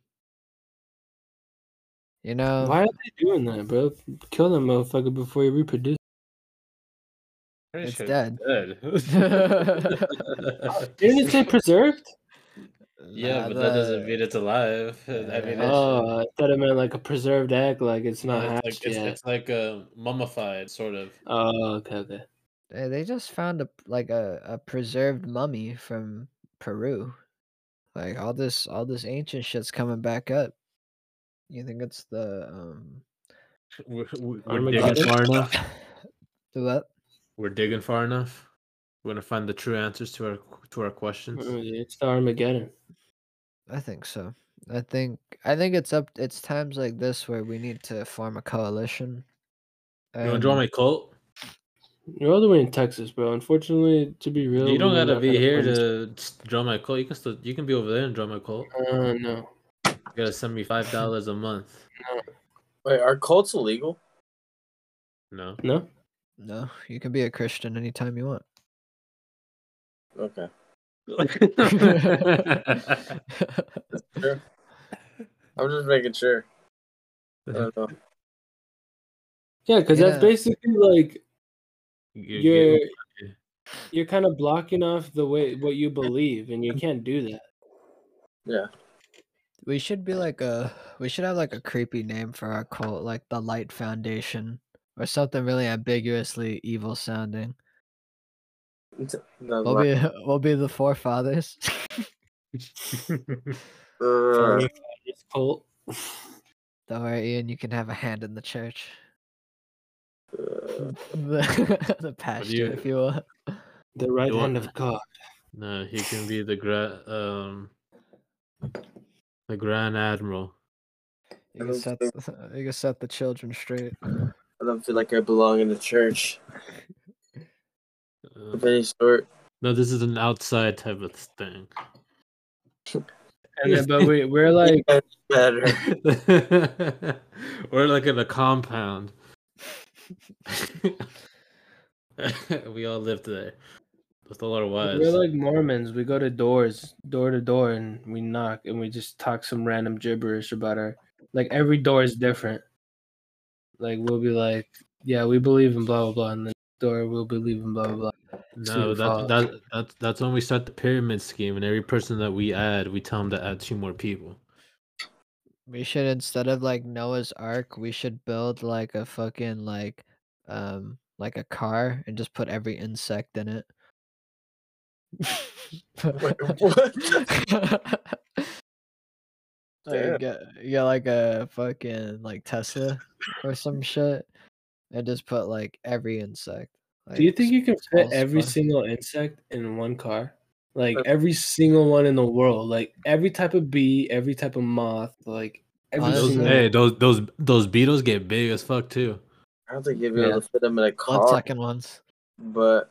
[SPEAKER 9] you
[SPEAKER 3] Uh,
[SPEAKER 9] know,
[SPEAKER 10] Why are they doing that, bro? Kill that motherfucker before you reproduce.
[SPEAKER 3] Pretty
[SPEAKER 9] It's
[SPEAKER 3] sure
[SPEAKER 9] dead.
[SPEAKER 10] Didn't it say preserved?
[SPEAKER 3] yeah,
[SPEAKER 9] Nah,
[SPEAKER 3] but that doesn't
[SPEAKER 9] the-
[SPEAKER 3] mean it's alive. I mean, it's,
[SPEAKER 10] Oh, I thought it meant like a preserved egg, like it's not
[SPEAKER 3] it's
[SPEAKER 10] hatched
[SPEAKER 3] like it's,
[SPEAKER 10] yet.
[SPEAKER 3] it's like uh, mummified, sort of.
[SPEAKER 10] Oh, okay, okay.
[SPEAKER 9] Hey, They just found a like a, a preserved mummy from Peru. Like all this all this ancient shit's coming back up. You think it's the um
[SPEAKER 3] We're, we're we're digging
[SPEAKER 10] Armageddon?
[SPEAKER 3] far enough.
[SPEAKER 9] the what?
[SPEAKER 3] We're digging far enough. We're gonna find the true answers to our to our questions.
[SPEAKER 10] Oh, yeah, It's the Armageddon.
[SPEAKER 9] I think so. I think I think it's up it's times like this where we need to form a coalition.
[SPEAKER 3] You wanna join my cult?
[SPEAKER 10] You're all the way in Texas, bro. Unfortunately, to be real,
[SPEAKER 3] you don't
[SPEAKER 10] we're
[SPEAKER 3] gotta
[SPEAKER 10] not
[SPEAKER 3] be
[SPEAKER 10] gonna
[SPEAKER 3] here
[SPEAKER 10] find this-
[SPEAKER 3] to s- join my cult. You can still you can be over there and join my cult.
[SPEAKER 10] Uh, no.
[SPEAKER 3] You gotta send me five dollars a month.
[SPEAKER 11] Wait, are cults illegal?
[SPEAKER 3] No,
[SPEAKER 10] No?
[SPEAKER 9] No, you can be a Christian anytime you want.
[SPEAKER 11] Okay. I'm just making sure. I don't know.
[SPEAKER 10] Yeah, because
[SPEAKER 9] Yeah.
[SPEAKER 10] that's basically like
[SPEAKER 3] You-
[SPEAKER 10] you're
[SPEAKER 3] you-
[SPEAKER 10] you're kind of blocking off the way what you believe, and you can't do that.
[SPEAKER 9] We should be like a we should have like a creepy name for our cult, like the Light Foundation or something really ambiguously evil sounding.
[SPEAKER 11] No,
[SPEAKER 9] We'll be we'll be the forefathers.
[SPEAKER 11] uh,
[SPEAKER 10] It's cult.
[SPEAKER 9] Don't worry, Ian, you can have a hand in the church. the, the pastor,
[SPEAKER 3] you-
[SPEAKER 9] if you will.
[SPEAKER 10] The right
[SPEAKER 3] You want-
[SPEAKER 10] hand of God.
[SPEAKER 3] no, he can be the gra- um the Grand Admiral.
[SPEAKER 9] You can,
[SPEAKER 11] don't
[SPEAKER 9] set,
[SPEAKER 11] think-
[SPEAKER 9] the- you can set the children straight.
[SPEAKER 11] I don't feel like I belong in the church
[SPEAKER 3] Uh,
[SPEAKER 11] of any sort.
[SPEAKER 3] no, this is an outside type of thing.
[SPEAKER 10] Yeah, but we we're like
[SPEAKER 11] Better.
[SPEAKER 3] We're like in a compound. we all lived there with all our wives.
[SPEAKER 10] we're like Mormons. We go to doors, door to door, and we knock, and we just talk some random gibberish about our like every door is different. Like we'll be like, yeah, we believe in blah blah blah, and the door we'll believe in blah blah blah.
[SPEAKER 3] no, that,
[SPEAKER 10] Fuck.
[SPEAKER 3] that that's that's when we start the pyramid scheme, and every person that we add, we tell them to add two more people.
[SPEAKER 9] We should instead of like Noah's Ark, we should build like a fucking like um like a car and just put every insect in it.
[SPEAKER 11] Damn.
[SPEAKER 9] like get, you get like a fucking like Tesla or some shit and just put like every insect.
[SPEAKER 10] Do you
[SPEAKER 9] like,
[SPEAKER 10] think you can fit
[SPEAKER 9] small
[SPEAKER 10] every
[SPEAKER 9] spider.
[SPEAKER 10] single insect in one car? Like
[SPEAKER 3] Uh,
[SPEAKER 10] every single one in the world, like every type of bee, every type of moth, like every
[SPEAKER 9] Honestly-
[SPEAKER 3] Those,
[SPEAKER 10] single.
[SPEAKER 3] hey, those those those beetles get big as fuck too.
[SPEAKER 11] I don't think you'd be able to fit them in a car,
[SPEAKER 9] one second once?
[SPEAKER 11] but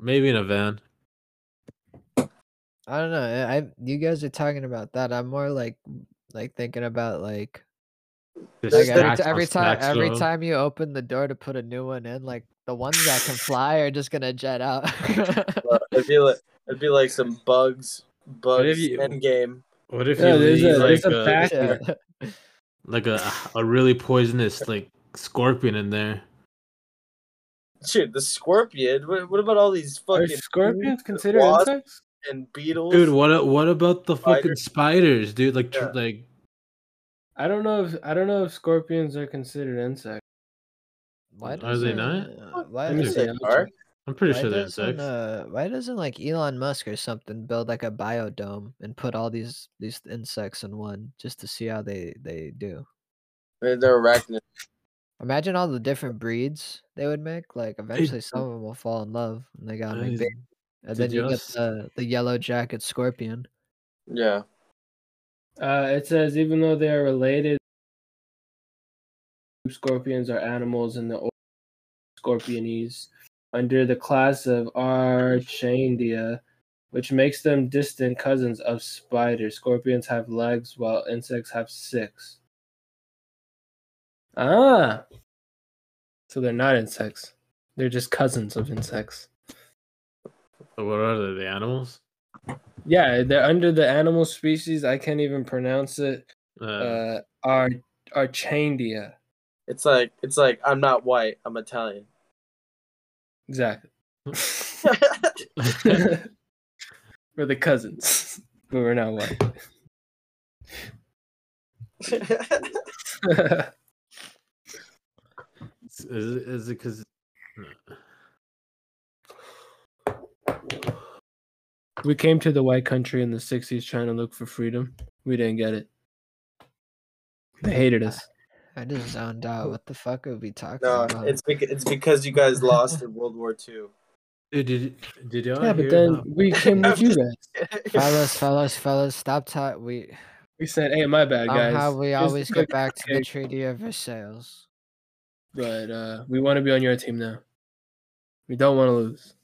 [SPEAKER 3] Maybe in a van.
[SPEAKER 9] I don't know. I I- you guys are talking about that. I'm more like like thinking about like
[SPEAKER 3] Just
[SPEAKER 9] like every,
[SPEAKER 3] stacks
[SPEAKER 9] t-
[SPEAKER 3] on
[SPEAKER 9] every time
[SPEAKER 3] stacks
[SPEAKER 9] every
[SPEAKER 3] of 'em.
[SPEAKER 9] time you open the door to put a new one in, like the ones that can fly are just gonna jet out.
[SPEAKER 11] uh, it'd be like it'd be like some bugs, bugs
[SPEAKER 3] you-
[SPEAKER 11] endgame.
[SPEAKER 3] What if
[SPEAKER 10] Yeah,
[SPEAKER 3] you
[SPEAKER 10] there's
[SPEAKER 3] leave
[SPEAKER 10] a-
[SPEAKER 3] like uh,
[SPEAKER 10] there's a
[SPEAKER 3] a,
[SPEAKER 10] back-
[SPEAKER 9] Yeah.
[SPEAKER 3] like a a really poisonous like scorpion in there?
[SPEAKER 11] Dude, the scorpion. What, what about all these
[SPEAKER 10] Are
[SPEAKER 11] fucking
[SPEAKER 10] scorpions considered
[SPEAKER 11] wasps
[SPEAKER 10] insects?
[SPEAKER 11] and beetles?
[SPEAKER 3] Dude, what a- what about the
[SPEAKER 11] Spider.
[SPEAKER 3] fucking spiders, dude? Like tr-
[SPEAKER 11] Yeah.
[SPEAKER 3] like
[SPEAKER 10] I don't know if I don't know if scorpions are considered insects.
[SPEAKER 9] Why
[SPEAKER 3] Are
[SPEAKER 9] does
[SPEAKER 3] they
[SPEAKER 9] it-
[SPEAKER 3] not?
[SPEAKER 9] uh, Why
[SPEAKER 10] Let me
[SPEAKER 9] does
[SPEAKER 10] see.
[SPEAKER 9] it?
[SPEAKER 10] I'm
[SPEAKER 11] Are?
[SPEAKER 3] I'm pretty
[SPEAKER 9] why
[SPEAKER 3] sure they're
[SPEAKER 9] doesn't,
[SPEAKER 3] insects.
[SPEAKER 9] uh, why doesn't like Elon Musk or something build like a biodome and put all these these insects in one just to see how they they do?
[SPEAKER 11] They're, they're arachnids.
[SPEAKER 9] Imagine all the different breeds they would make. Like eventually, some of them will fall in love, and they gotta make
[SPEAKER 3] Guys,
[SPEAKER 9] babies. And then
[SPEAKER 3] did
[SPEAKER 9] you
[SPEAKER 3] y'all
[SPEAKER 9] get
[SPEAKER 3] s-
[SPEAKER 9] the, the yellow jacket scorpion.
[SPEAKER 11] Yeah.
[SPEAKER 10] Uh, it says even though they are related, scorpions are animals in the order Scorpiones under the class of Archaendia, which makes them distant cousins of spiders. Scorpions have legs, while insects have six. Ah, so they're not insects; they're just cousins of insects.
[SPEAKER 3] So what are they? The animals?
[SPEAKER 10] Yeah, they're under the animal species. I can't even pronounce it.
[SPEAKER 3] Uh,
[SPEAKER 10] Uh, Ar- Archandia.
[SPEAKER 11] It's like it's like I'm not white, I'm Italian.
[SPEAKER 10] Exactly. We're the cousins, but we're not white.
[SPEAKER 3] Is, is it because
[SPEAKER 10] we came to the white country in the 60s trying to look for freedom. We didn't get it. They hated us.
[SPEAKER 9] I just zoned out. What the fuck are we talking
[SPEAKER 11] No,
[SPEAKER 9] about?
[SPEAKER 11] it's because it's because you guys lost in World War II.
[SPEAKER 3] did did, did y'all hear
[SPEAKER 10] yeah, but then
[SPEAKER 3] about-
[SPEAKER 10] we came with you guys.
[SPEAKER 9] fellas, fellas, fellas, stop talking. We
[SPEAKER 10] We said, "Hey, my bad, guys."
[SPEAKER 9] somehow we
[SPEAKER 10] Here's the
[SPEAKER 9] always go
[SPEAKER 10] cookie
[SPEAKER 9] back to the
[SPEAKER 10] cake,
[SPEAKER 9] Treaty of Versailles.
[SPEAKER 10] But uh, we want to be on your team now. We don't want to lose.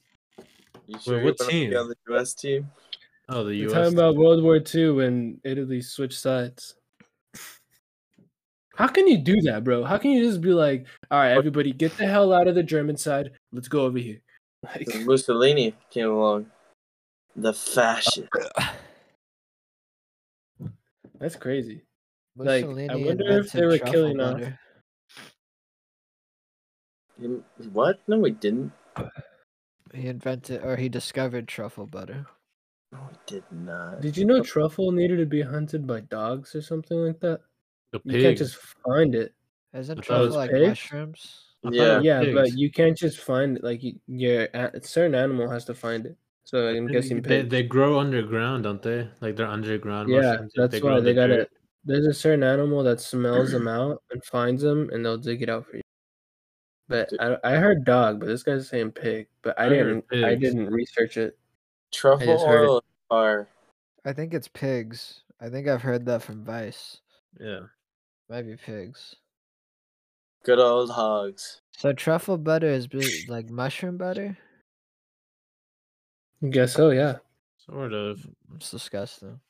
[SPEAKER 11] You
[SPEAKER 3] Wait, what
[SPEAKER 11] you wanna
[SPEAKER 3] team?
[SPEAKER 11] Be on the U.S. team.
[SPEAKER 3] oh the
[SPEAKER 10] We're
[SPEAKER 3] U.S.
[SPEAKER 10] talking about World War II when Italy switched sides. How can you do that, bro? How can you just be like, "All right, everybody, get the hell out of the German side. Let's go over here." Like,
[SPEAKER 11] When Mussolini came along. The fascist.
[SPEAKER 10] that's crazy. Like, I wonder if
[SPEAKER 9] invented
[SPEAKER 10] they were
[SPEAKER 9] truffle
[SPEAKER 10] killing off-
[SPEAKER 9] butter.
[SPEAKER 11] You- What? No, we didn't.
[SPEAKER 9] He invented or he discovered truffle butter.
[SPEAKER 11] No, we did not.
[SPEAKER 10] Did you
[SPEAKER 3] uh,
[SPEAKER 10] know truffle needed to be hunted by dogs or something like that?
[SPEAKER 3] the
[SPEAKER 10] You can't
[SPEAKER 3] pigs.
[SPEAKER 10] just find it.
[SPEAKER 9] Isn't
[SPEAKER 3] I thought it was
[SPEAKER 9] truffle like
[SPEAKER 10] pig?
[SPEAKER 9] mushrooms?
[SPEAKER 3] I thought it
[SPEAKER 11] Yeah.
[SPEAKER 3] was
[SPEAKER 10] yeah, but
[SPEAKER 3] pigs.
[SPEAKER 10] you can't just find it. Like, you, your a certain animal has to find it. So I'm guessing
[SPEAKER 3] they,
[SPEAKER 10] pigs.
[SPEAKER 3] they grow underground, don't they? Like they're underground.
[SPEAKER 10] Yeah,
[SPEAKER 3] mushrooms, like,
[SPEAKER 10] that's why
[SPEAKER 3] in
[SPEAKER 10] they
[SPEAKER 3] the
[SPEAKER 10] gotta-
[SPEAKER 3] dirt.
[SPEAKER 10] There's a certain animal that smells them out and finds them, and they'll dig it out for you. But
[SPEAKER 11] Dude.
[SPEAKER 10] I, I heard dog, but this guy's saying pig. But I,
[SPEAKER 3] I heard
[SPEAKER 10] didn't. I
[SPEAKER 3] pigs.
[SPEAKER 10] didn't research it.
[SPEAKER 11] Truffle
[SPEAKER 10] just heard it.
[SPEAKER 11] oil are
[SPEAKER 9] I think it's pigs. I think I've heard that from Vice.
[SPEAKER 3] Yeah,
[SPEAKER 9] Might be pigs.
[SPEAKER 11] good old hogs.
[SPEAKER 9] So truffle butter is be- like mushroom butter.
[SPEAKER 10] I guess so. Yeah,
[SPEAKER 3] sort of.
[SPEAKER 9] It's disgusting.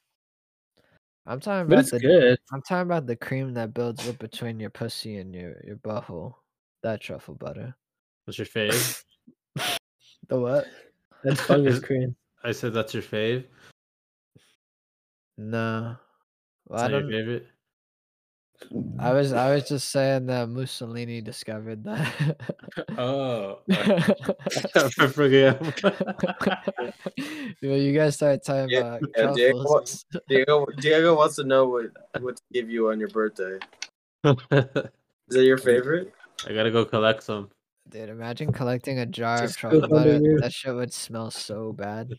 [SPEAKER 9] I'm talking
[SPEAKER 10] but
[SPEAKER 9] about
[SPEAKER 10] it's
[SPEAKER 9] the
[SPEAKER 10] good.
[SPEAKER 9] I'm talking about the cream that builds up between your pussy and your your butthole. That truffle butter.
[SPEAKER 3] That's your fave.
[SPEAKER 9] The what?
[SPEAKER 10] That's fungus cream.
[SPEAKER 3] I said that's your fave.
[SPEAKER 9] No. Well,
[SPEAKER 3] That's
[SPEAKER 9] I
[SPEAKER 3] not
[SPEAKER 9] don't.
[SPEAKER 3] your favorite.
[SPEAKER 9] I was I was just saying that Mussolini discovered that.
[SPEAKER 3] Oh, I forget.
[SPEAKER 9] Yo, you guys started talking
[SPEAKER 11] Yeah,
[SPEAKER 9] about
[SPEAKER 11] yeah, Jake, what-
[SPEAKER 9] truffles.
[SPEAKER 11] Diego, Diego wants to know what, what to give you on your birthday.
[SPEAKER 3] I
[SPEAKER 11] Is that your favorite?
[SPEAKER 3] gotta go collect some.
[SPEAKER 9] Dude, imagine collecting a jar of
[SPEAKER 10] Just go
[SPEAKER 9] truffle
[SPEAKER 10] under
[SPEAKER 9] butter.
[SPEAKER 10] you.
[SPEAKER 9] That shit would smell so bad.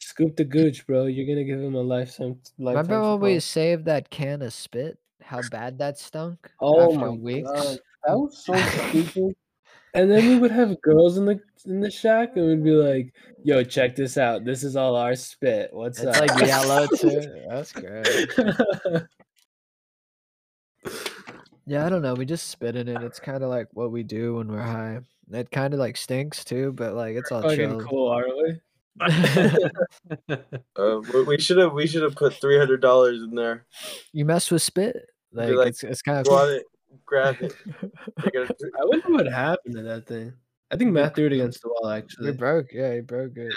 [SPEAKER 10] Scoop the gooch, bro. You're gonna give him a lifetime. lifetime
[SPEAKER 9] Remember when we
[SPEAKER 10] supply.
[SPEAKER 9] saved that can of spit? How bad that stunk?
[SPEAKER 10] Oh
[SPEAKER 9] after
[SPEAKER 10] my
[SPEAKER 9] weeks?
[SPEAKER 10] god, that was so stupid. And then we would have girls in the in the shack, and we'd be like, "Yo, check this out. This is all our spit. What's
[SPEAKER 9] It's
[SPEAKER 10] up?"
[SPEAKER 9] like yellow too. That's great. Yeah, I don't know. We just spit in it. It's kind of like what we do when we're high. It kind of like stinks too, but like it's all
[SPEAKER 10] Fucking
[SPEAKER 9] chill.
[SPEAKER 10] cool, aren't we?
[SPEAKER 11] Uh, we- we should have we should have put three hundred dollars in there.
[SPEAKER 9] you mess with spit, like,
[SPEAKER 11] like,
[SPEAKER 9] it's, it's kind of.
[SPEAKER 11] Brought it, grabbed it. They gotta do-
[SPEAKER 10] I wonder what happened to that thing. I think Matt threw it against the wall,
[SPEAKER 9] we
[SPEAKER 10] actually,
[SPEAKER 9] broke. Yeah, he broke it.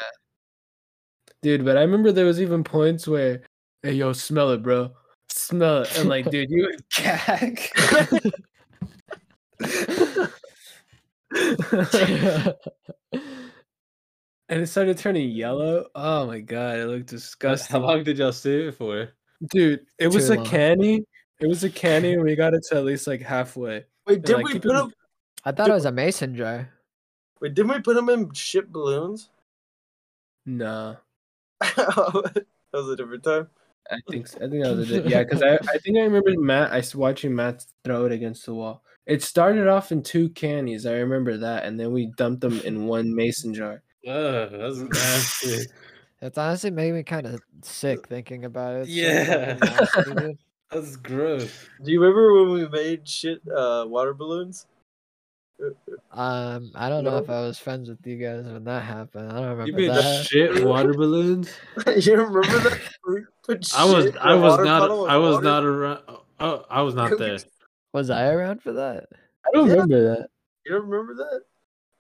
[SPEAKER 10] dude. But I remember there was even points where, "Hey, yo, smell it, bro. Smell it," and like, dude, you would gag. and it started turning yellow. Oh my god, it looked disgusting.
[SPEAKER 3] How long did y'all save it for?
[SPEAKER 10] Dude, it was
[SPEAKER 9] Too
[SPEAKER 10] a
[SPEAKER 9] long.
[SPEAKER 10] canny. It was a canny, and we got it to at least like halfway.
[SPEAKER 11] Wait, did
[SPEAKER 10] like,
[SPEAKER 11] we
[SPEAKER 10] keep
[SPEAKER 11] put
[SPEAKER 10] it-
[SPEAKER 11] them?
[SPEAKER 9] I thought it was a mason jar.
[SPEAKER 11] Wait, didn't we put them in ship balloons?
[SPEAKER 10] Nah,
[SPEAKER 11] that was a different time.
[SPEAKER 10] I think so. I think that was it. Yeah, because I, I think I remember Matt. I s- watching Matt throw it against the wall. It started off in two cannies. I remember that, and then we dumped them in one mason jar.
[SPEAKER 3] Ugh, that's nasty.
[SPEAKER 9] It's honestly made me kind of sick thinking about it.
[SPEAKER 3] Yeah.
[SPEAKER 9] It's so fucking nasty, dude.
[SPEAKER 3] That's gross.
[SPEAKER 11] Do you remember when we made shit uh, water balloons?
[SPEAKER 9] um, I don't know
[SPEAKER 11] No.
[SPEAKER 9] if I was friends with you guys when that happened. I don't remember
[SPEAKER 3] You made the
[SPEAKER 9] that.
[SPEAKER 3] shit water balloons?
[SPEAKER 11] you remember that? We put
[SPEAKER 3] I was
[SPEAKER 11] shit in a
[SPEAKER 3] I was
[SPEAKER 11] water
[SPEAKER 3] not
[SPEAKER 11] bottle with
[SPEAKER 3] I was
[SPEAKER 11] water?
[SPEAKER 3] not around. Oh, I was not there.
[SPEAKER 9] was I around for that?
[SPEAKER 10] I don't
[SPEAKER 11] Yeah.
[SPEAKER 10] remember that.
[SPEAKER 11] You don't remember that?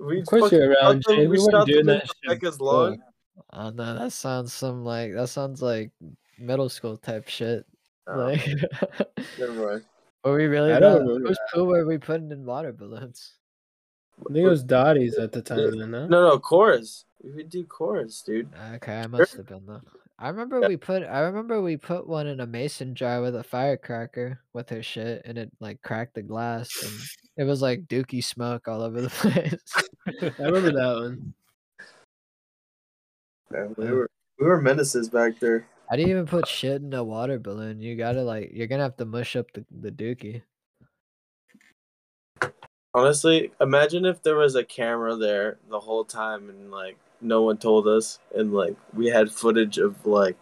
[SPEAKER 11] We
[SPEAKER 10] Of course
[SPEAKER 11] fucking
[SPEAKER 10] you're
[SPEAKER 11] shot
[SPEAKER 10] around,
[SPEAKER 11] them-
[SPEAKER 10] Jay. We
[SPEAKER 11] We
[SPEAKER 10] weren't
[SPEAKER 11] shot
[SPEAKER 10] doing
[SPEAKER 11] them
[SPEAKER 10] that
[SPEAKER 11] into
[SPEAKER 10] shit
[SPEAKER 11] Becca's
[SPEAKER 10] before.
[SPEAKER 11] lawn.
[SPEAKER 9] I don't know. Oh, That sounds some like that sounds like middle school type shit. Like,
[SPEAKER 11] Oh, Never mind.
[SPEAKER 9] were we really?
[SPEAKER 10] I don't
[SPEAKER 9] that-
[SPEAKER 10] remember
[SPEAKER 9] Whose pool were we putting in water balloons?
[SPEAKER 10] I think it was Dottie's at the time. Then, huh?
[SPEAKER 11] No, no, chorus. We could do chorus, dude.
[SPEAKER 9] Ah, Okay, I must have been though. I remember we put I remember we put one in a mason jar with a firecracker with her shit and it like cracked the glass and it was like dookie smoke all over the place.
[SPEAKER 10] I remember that one.
[SPEAKER 11] Man, we were we were menaces back there.
[SPEAKER 9] I didn't even put shit in a water balloon. You gotta like you're gonna have to mush up the, the dookie.
[SPEAKER 11] Honestly, imagine if there was a camera there the whole time and like no one told us and like we had footage of like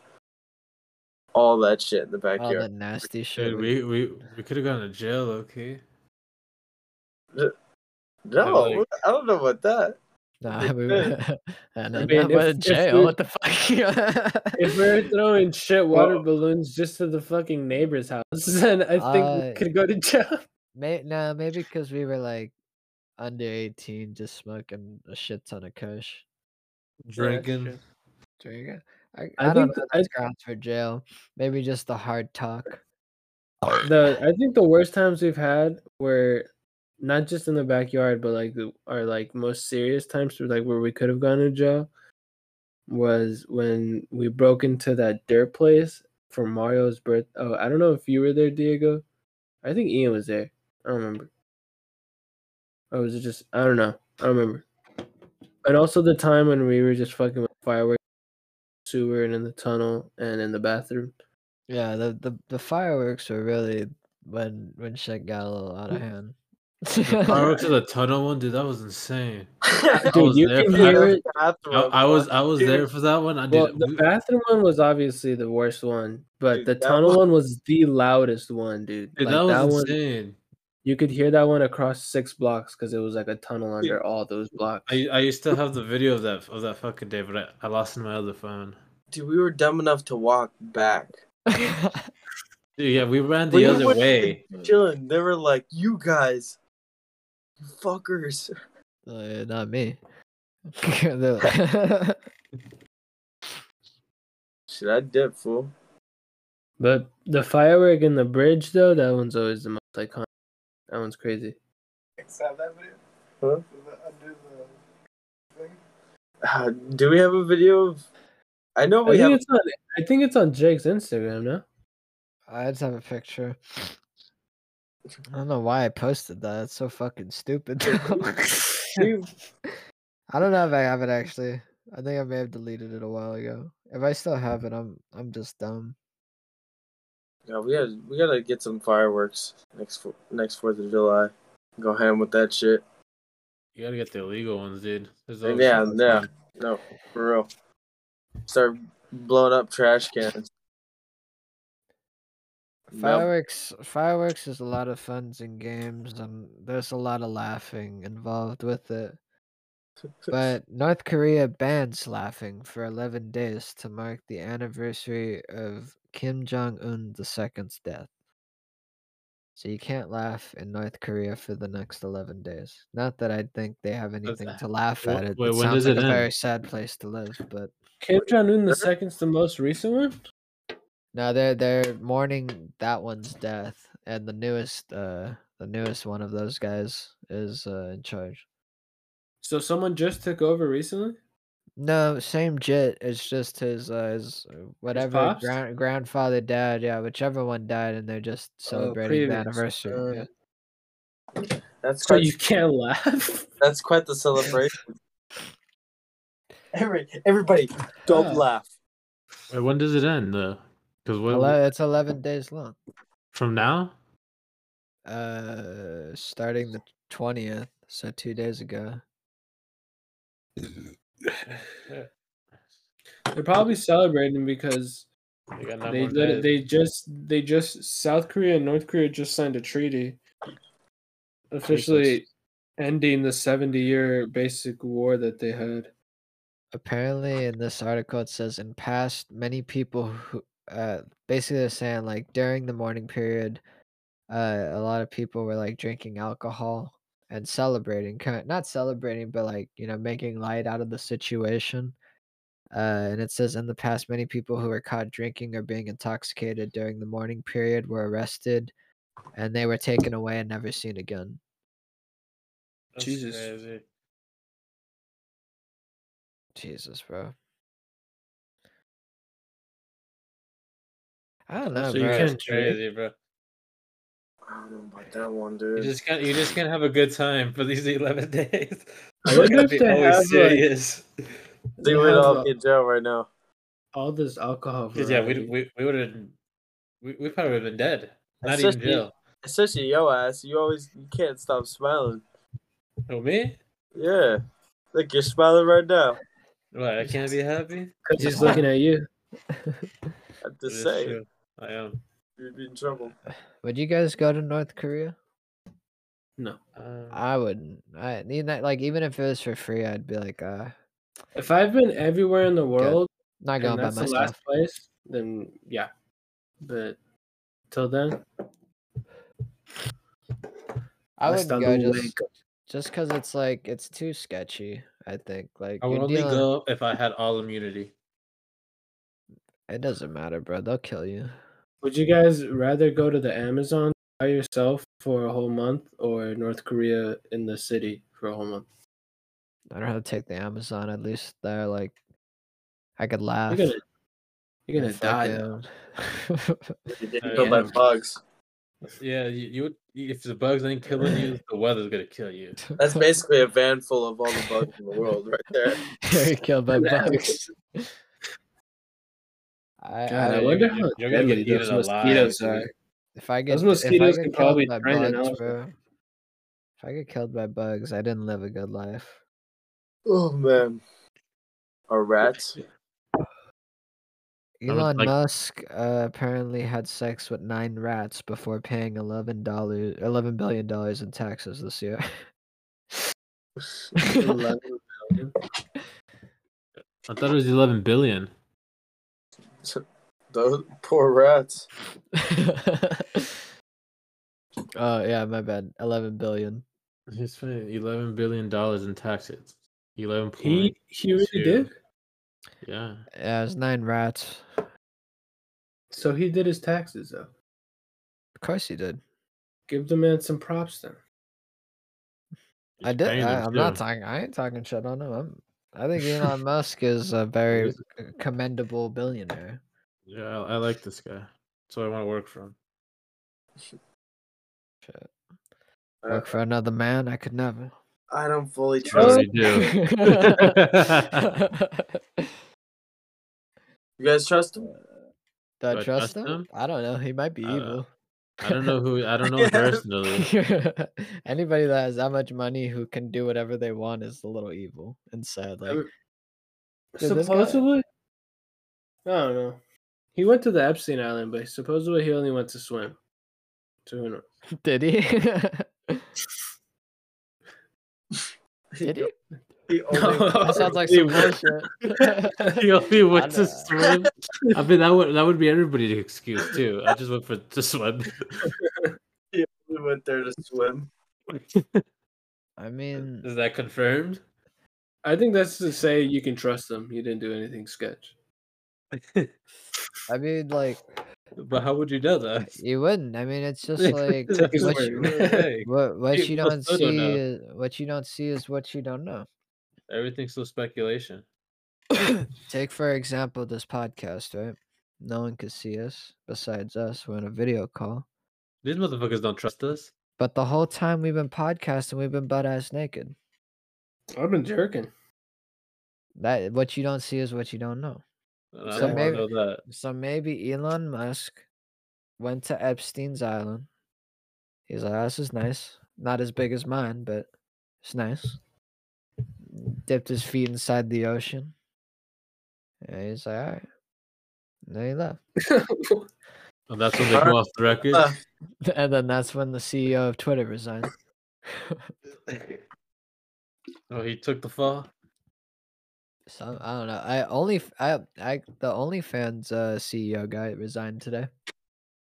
[SPEAKER 11] all that shit
[SPEAKER 10] Oh,
[SPEAKER 11] in the
[SPEAKER 9] All
[SPEAKER 11] backyard.
[SPEAKER 9] the nasty shit.
[SPEAKER 3] Dude,
[SPEAKER 9] we-
[SPEAKER 3] we we, we could have gone to jail, okay?
[SPEAKER 11] no,
[SPEAKER 3] Yeah, like-
[SPEAKER 11] I don't know about that.
[SPEAKER 9] Nah, we
[SPEAKER 11] did.
[SPEAKER 9] were, and
[SPEAKER 10] I
[SPEAKER 9] then
[SPEAKER 10] mean,
[SPEAKER 9] I went to
[SPEAKER 10] if- if
[SPEAKER 9] jail.
[SPEAKER 10] we-
[SPEAKER 9] What the fuck?
[SPEAKER 10] If we're throwing shit water
[SPEAKER 3] Well-
[SPEAKER 10] balloons just to the fucking neighbor's house, then I think we
[SPEAKER 9] Uh,
[SPEAKER 10] could go to jail.
[SPEAKER 9] May no, maybe because we were like under eighteen, just smoking a shit ton of kush.
[SPEAKER 3] Drinking.
[SPEAKER 10] shit.
[SPEAKER 9] Drinking. I,
[SPEAKER 10] I
[SPEAKER 9] I, don't know.
[SPEAKER 10] think th- I-
[SPEAKER 9] That's grounds for jail. Maybe just the hard talk.
[SPEAKER 10] The I think the worst times we've had were not just in the backyard, but like the, our like most serious times, were like where we could have gone to jail, was when we broke into that dirt place for Mario's birth. Oh, I don't know if you were there, Diego. I think Ian was there. I don't remember. Or was it just I don't know. I don't remember. And also the time when we were just fucking with fireworks, sewer, and in the tunnel and in the bathroom.
[SPEAKER 9] Yeah, the, the the fireworks were really when when shit got a little out of hand.
[SPEAKER 3] Fireworks to the tunnel one, dude. That was insane. I
[SPEAKER 10] Dude,
[SPEAKER 3] was
[SPEAKER 10] you
[SPEAKER 3] there
[SPEAKER 10] can
[SPEAKER 3] for that.
[SPEAKER 10] hear it.
[SPEAKER 3] I,
[SPEAKER 11] Oh,
[SPEAKER 3] I was I was there for that one. I
[SPEAKER 10] Well,
[SPEAKER 3] did.
[SPEAKER 10] the
[SPEAKER 3] we-
[SPEAKER 10] bathroom one was obviously the worst one, but
[SPEAKER 11] Dude,
[SPEAKER 10] the
[SPEAKER 11] that
[SPEAKER 10] tunnel
[SPEAKER 11] one-
[SPEAKER 10] one was the loudest one, dude.
[SPEAKER 3] dude,
[SPEAKER 10] Like,
[SPEAKER 3] that was
[SPEAKER 10] one,
[SPEAKER 3] insane.
[SPEAKER 10] you could hear that one across six blocks because it was like a tunnel under all those blocks.
[SPEAKER 3] I I used to have the video of that of that fucking day, but I, I lost it in my other phone.
[SPEAKER 11] Dude, we were dumb enough to walk back.
[SPEAKER 3] Dude, yeah, we ran the
[SPEAKER 11] We
[SPEAKER 3] other
[SPEAKER 11] would've
[SPEAKER 3] way.
[SPEAKER 11] been Chilling. They were like, "You guys, you fuckers."
[SPEAKER 9] Uh, not me. The-
[SPEAKER 11] Shit, I dip, fool.
[SPEAKER 10] but the firework in the bridge, though, that one's always the most iconic. That one's crazy.
[SPEAKER 7] Except that video.
[SPEAKER 11] Huh?
[SPEAKER 7] Under the thing.
[SPEAKER 11] Uh, do we have a video of? I know
[SPEAKER 10] I
[SPEAKER 11] we
[SPEAKER 10] think
[SPEAKER 11] have.
[SPEAKER 10] it's on. I think it's on Jake's Instagram now.
[SPEAKER 9] I just have a picture. I don't know why I posted that. It's so fucking stupid.
[SPEAKER 11] we-
[SPEAKER 9] I don't know if I have it actually. I think I may have deleted it a while ago. If I still have it, I'm I'm just dumb.
[SPEAKER 11] Yeah, we gotta we gotta get some fireworks next fo- next Fourth of July. Go ham with that shit.
[SPEAKER 3] You gotta get the illegal ones, dude. There's always
[SPEAKER 11] Yeah,
[SPEAKER 3] some-
[SPEAKER 11] yeah, no, for real. Start blowing up trash cans. Melt-
[SPEAKER 9] Fireworks fireworks is a lot of fun and games and there's a lot of laughing involved with it. But North Korea bans laughing for 11 days to mark the anniversary of Kim Jong Un II's death. So you can't laugh in North Korea for the next 11 days. Not that I think they have anything to laugh
[SPEAKER 3] wh-
[SPEAKER 9] at. It,
[SPEAKER 3] wait,
[SPEAKER 9] it
[SPEAKER 3] when
[SPEAKER 9] sounds
[SPEAKER 3] does it
[SPEAKER 9] like a very
[SPEAKER 3] end?
[SPEAKER 9] sad place to live, but
[SPEAKER 10] Kim Jong Un the second's the most recent one.
[SPEAKER 9] no, they're they're mourning that one's death, and the newest uh the newest one of those guys is uh, in charge.
[SPEAKER 10] So someone just took over recently.
[SPEAKER 11] Oh,
[SPEAKER 9] No, same jit. It's just his, uh, his uh, whatever
[SPEAKER 10] pops?
[SPEAKER 9] grand, grandfather died. Yeah, whichever one died, and they're just celebrating the
[SPEAKER 10] Oh, previous,
[SPEAKER 9] anniversary.
[SPEAKER 10] uh,
[SPEAKER 9] yeah.
[SPEAKER 11] That's
[SPEAKER 10] So
[SPEAKER 11] quite
[SPEAKER 10] you can't laugh.
[SPEAKER 11] that's quite the celebration. Every, everybody, don't laugh.
[SPEAKER 3] Wait, when does it end though? Because what
[SPEAKER 9] Ele- it's eleven days long.
[SPEAKER 3] from now?
[SPEAKER 9] Uh, starting the twentieth, so two days ago.
[SPEAKER 10] They're probably celebrating because
[SPEAKER 3] They got nine
[SPEAKER 10] they
[SPEAKER 3] more
[SPEAKER 10] lit-
[SPEAKER 3] days.
[SPEAKER 10] they just they just South Korea and North Korea just signed a treaty, officially ending the seventy year basic war that they had.
[SPEAKER 9] apparently in this article it says in past many people who uh basically they're saying like during the morning period uh a lot of people were like drinking alcohol and celebrating kind not celebrating but like you know making light out of the situation Uh, and it says in the past, many people who were caught drinking or being intoxicated during the morning period were arrested, and they were taken away and never seen again.
[SPEAKER 3] That's
[SPEAKER 10] Jesus.
[SPEAKER 3] crazy.
[SPEAKER 9] Jesus, bro. I don't know,
[SPEAKER 3] so you
[SPEAKER 9] bro.
[SPEAKER 3] can't
[SPEAKER 9] It's weird.
[SPEAKER 3] crazy, bro.
[SPEAKER 11] I don't know about that one,
[SPEAKER 3] You
[SPEAKER 11] dude.
[SPEAKER 3] just can't. You just can't have a good time for these eleven days.
[SPEAKER 10] I wonder
[SPEAKER 3] Gotta
[SPEAKER 10] if
[SPEAKER 3] be
[SPEAKER 10] they
[SPEAKER 3] always
[SPEAKER 10] have, like-
[SPEAKER 3] serious.
[SPEAKER 11] they
[SPEAKER 10] They
[SPEAKER 11] would
[SPEAKER 10] have
[SPEAKER 11] all
[SPEAKER 10] a-
[SPEAKER 11] be in jail right now.
[SPEAKER 10] all this alcohol.
[SPEAKER 3] 'Cause, yeah, we
[SPEAKER 10] variety.
[SPEAKER 3] we we would have. We, we probably would have been dead. Not
[SPEAKER 11] Especially-
[SPEAKER 3] even jail.
[SPEAKER 11] Especially yo ass, you always you can't stop smiling.
[SPEAKER 3] Oh me?
[SPEAKER 11] Yeah, look, you're smiling right now.
[SPEAKER 3] Right, I can't be happy.
[SPEAKER 10] 'Cause he's looking at you.
[SPEAKER 11] I'm
[SPEAKER 3] That
[SPEAKER 11] just
[SPEAKER 3] is
[SPEAKER 11] saying,
[SPEAKER 3] true. I am.
[SPEAKER 11] you'd be in trouble.
[SPEAKER 9] Would you guys go to North Korea?
[SPEAKER 10] No.
[SPEAKER 3] Um,
[SPEAKER 9] I wouldn't. I need that. Like, even if it was for free, I'd be like, uh,
[SPEAKER 10] If I've been everywhere in the world
[SPEAKER 9] not going by
[SPEAKER 10] and that's the last
[SPEAKER 9] myself.
[SPEAKER 10] place, then yeah. But till then,
[SPEAKER 9] I
[SPEAKER 10] hasta
[SPEAKER 9] wouldn't go
[SPEAKER 10] luego.
[SPEAKER 9] just just because it's like it's too sketchy. I think like
[SPEAKER 3] I would
[SPEAKER 9] you're
[SPEAKER 3] only
[SPEAKER 9] dealing-
[SPEAKER 3] go if I had all immunity.
[SPEAKER 9] It doesn't matter, bro. They'll kill you.
[SPEAKER 10] Would you guys rather go to the Amazon by yourself for a whole month or North Korea in the city for a whole month?
[SPEAKER 9] I don't have to take the Amazon. At least there, like, I could
[SPEAKER 3] Ah,
[SPEAKER 9] laugh.
[SPEAKER 10] You're gonna, you're
[SPEAKER 9] and
[SPEAKER 10] gonna die. though.
[SPEAKER 9] fucking-
[SPEAKER 11] You're getting
[SPEAKER 3] Uh,
[SPEAKER 11] killed by
[SPEAKER 3] yeah.
[SPEAKER 11] bugs.
[SPEAKER 3] Yeah, you, you would. If the bugs ain't killing you, the weather's gonna kill you.
[SPEAKER 11] That's basically a van full of all the bugs in the world right there.
[SPEAKER 9] You're killed by
[SPEAKER 10] Yeah.
[SPEAKER 9] bugs. I,
[SPEAKER 10] God, I
[SPEAKER 9] I-
[SPEAKER 3] you're
[SPEAKER 10] wonder
[SPEAKER 3] gonna-
[SPEAKER 10] how
[SPEAKER 3] you're gonna get
[SPEAKER 10] deadly
[SPEAKER 3] eaten
[SPEAKER 10] those
[SPEAKER 3] alive,
[SPEAKER 10] mosquitoes
[SPEAKER 3] dude.
[SPEAKER 10] are.
[SPEAKER 9] if I get
[SPEAKER 10] Those
[SPEAKER 9] if I
[SPEAKER 10] mosquitoes
[SPEAKER 9] get
[SPEAKER 10] can
[SPEAKER 9] killed
[SPEAKER 10] probably
[SPEAKER 9] by
[SPEAKER 10] drain an
[SPEAKER 9] bugs,
[SPEAKER 10] elephant.
[SPEAKER 9] bro, if I get killed by bugs, I didn't live a good life.
[SPEAKER 11] Oh man, or rats.
[SPEAKER 3] would
[SPEAKER 9] Elon
[SPEAKER 3] like-
[SPEAKER 9] Musk uh, apparently had sex with nine rats before paying eleven dollars, eleven billion dollars in taxes this year.
[SPEAKER 10] Eleven billion.
[SPEAKER 3] I thought it was eleven billion.
[SPEAKER 11] Those poor rats.
[SPEAKER 9] Oh yeah, my bad. Eleven billion.
[SPEAKER 3] He's paying eleven billion dollars in taxes. Eleven point.
[SPEAKER 10] He he really
[SPEAKER 3] Two.
[SPEAKER 10] did.
[SPEAKER 3] Yeah.
[SPEAKER 9] Yeah, it was nine rats.
[SPEAKER 10] So he did his taxes though.
[SPEAKER 9] Of course he did.
[SPEAKER 10] Give the man some props then.
[SPEAKER 9] I
[SPEAKER 3] He's
[SPEAKER 9] did.
[SPEAKER 3] paying
[SPEAKER 9] I,
[SPEAKER 3] them
[SPEAKER 9] I'm not
[SPEAKER 3] too.
[SPEAKER 9] talking. I ain't talking shit on him. I'm, I think Elon Musk is a very
[SPEAKER 3] is-
[SPEAKER 9] c- commendable billionaire.
[SPEAKER 3] Yeah, I, I like this guy. That's what I want to work for. him.
[SPEAKER 9] Shit.
[SPEAKER 11] Uh,
[SPEAKER 9] Work for another man, I could never.
[SPEAKER 11] I don't fully
[SPEAKER 3] I
[SPEAKER 11] trust.
[SPEAKER 3] already do.
[SPEAKER 11] You guys trust them?
[SPEAKER 9] Do I
[SPEAKER 3] Do I
[SPEAKER 9] trust
[SPEAKER 3] trust
[SPEAKER 9] him?
[SPEAKER 3] him?
[SPEAKER 9] I don't know. He might be
[SPEAKER 3] I don't-
[SPEAKER 9] evil.
[SPEAKER 3] I don't know who. I don't know him personally.
[SPEAKER 9] Anybody that has that much money who can do whatever they want is a little evil and sad. Like,
[SPEAKER 10] Every-
[SPEAKER 9] Dude, this guy-
[SPEAKER 10] supposedly, I don't know. He went to the Epstein Island, but supposedly he only went to swim. So who knows?
[SPEAKER 9] did he? did he?
[SPEAKER 11] The only-
[SPEAKER 9] That sounds like
[SPEAKER 3] He
[SPEAKER 9] some
[SPEAKER 3] went-
[SPEAKER 9] bullshit.
[SPEAKER 3] He only went
[SPEAKER 9] know.
[SPEAKER 3] to swim. I mean, that would that would be everybody's excuse too. I just went for to swim.
[SPEAKER 11] We went there to swim.
[SPEAKER 9] I mean,
[SPEAKER 3] Is that confirmed?
[SPEAKER 10] I think that's to say you can trust them. You didn't do anything sketch.
[SPEAKER 9] I mean, like
[SPEAKER 3] But how would you know that?
[SPEAKER 9] you wouldn't. I mean, it's just like
[SPEAKER 3] That's
[SPEAKER 10] his
[SPEAKER 9] what
[SPEAKER 10] word.
[SPEAKER 9] you,
[SPEAKER 3] Hey,
[SPEAKER 9] what, what
[SPEAKER 3] Dude,
[SPEAKER 9] you
[SPEAKER 3] we
[SPEAKER 9] don't
[SPEAKER 3] still don't
[SPEAKER 9] see.
[SPEAKER 3] know.
[SPEAKER 9] Is, what you don't see is what you don't know.
[SPEAKER 3] Everything's still speculation.
[SPEAKER 9] Take for example this podcast, right? No one could see us besides us. We're on a video call,
[SPEAKER 3] These motherfuckers don't trust us.
[SPEAKER 9] but the whole time we've been podcasting, we've been butt ass naked.
[SPEAKER 10] I've been jerking.
[SPEAKER 9] That what you don't see is what you don't know.
[SPEAKER 3] And I
[SPEAKER 10] So
[SPEAKER 3] don't want
[SPEAKER 9] maybe-
[SPEAKER 3] to know that.
[SPEAKER 9] So maybe Elon Musk went to Epstein's island. He's like, "Oh, this is nice. Not as big as mine, but it's nice. Dipped his feet inside the ocean. And he's like, all right. And then he left.
[SPEAKER 3] And that's when they go off the record.
[SPEAKER 11] Uh,
[SPEAKER 9] And then that's when the CEO of Twitter resigned.
[SPEAKER 3] Oh, he took the fall.
[SPEAKER 9] So I don't know. I only f- I I the OnlyFans uh, CEO guy resigned today.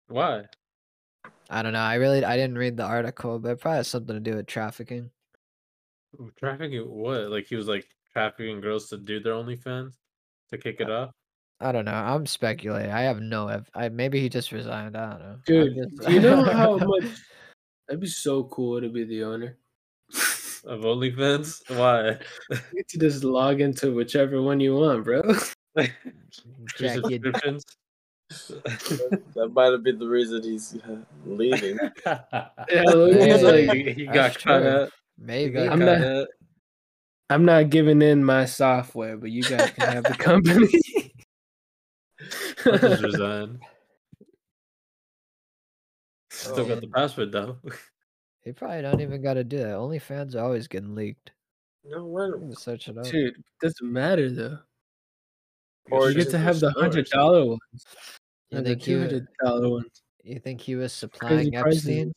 [SPEAKER 3] Why?
[SPEAKER 9] I don't know. I really I didn't read the article, but it probably has something to do with trafficking.
[SPEAKER 3] Trafficking what? Like he was like trafficking girls to do their OnlyFans to kick it
[SPEAKER 9] Uh,
[SPEAKER 3] off?
[SPEAKER 9] I don't know. I'm speculating. I have no. ev- I maybe he just resigned. I don't know. I'm
[SPEAKER 10] Dude,
[SPEAKER 9] just-
[SPEAKER 10] do you know how much? That'd be so cool to be the owner.
[SPEAKER 3] Of OnlyFans? Why?
[SPEAKER 10] You get to just log into whichever one you want, bro.
[SPEAKER 3] Your
[SPEAKER 9] Jack, you-
[SPEAKER 3] subscriptions?
[SPEAKER 11] that might have been the reason he's uh, leaving.
[SPEAKER 10] Yeah, look,
[SPEAKER 9] Yeah,
[SPEAKER 10] he's like,
[SPEAKER 3] he, he got
[SPEAKER 9] that's
[SPEAKER 3] caught
[SPEAKER 9] true.
[SPEAKER 3] up. He
[SPEAKER 9] maybe.
[SPEAKER 3] got
[SPEAKER 10] I'm
[SPEAKER 3] caught
[SPEAKER 10] not-
[SPEAKER 3] up.
[SPEAKER 10] I'm not giving in my software, but you guys can have the company.
[SPEAKER 3] I just resigned. Still got the password though.
[SPEAKER 9] He probably don't even got to do that. OnlyFans are always getting leaked.
[SPEAKER 11] No
[SPEAKER 9] You
[SPEAKER 11] one.
[SPEAKER 9] can search it up.
[SPEAKER 10] Dude, doesn't matter though.
[SPEAKER 11] Or
[SPEAKER 10] you get
[SPEAKER 11] just
[SPEAKER 10] to have the
[SPEAKER 3] stores.
[SPEAKER 10] hundred dollar one
[SPEAKER 9] You
[SPEAKER 10] and the
[SPEAKER 9] think he
[SPEAKER 10] two
[SPEAKER 9] wa-
[SPEAKER 10] hundred dollar one.
[SPEAKER 9] you think he was
[SPEAKER 10] Crazy
[SPEAKER 9] supplying
[SPEAKER 10] prices.
[SPEAKER 9] Epstein?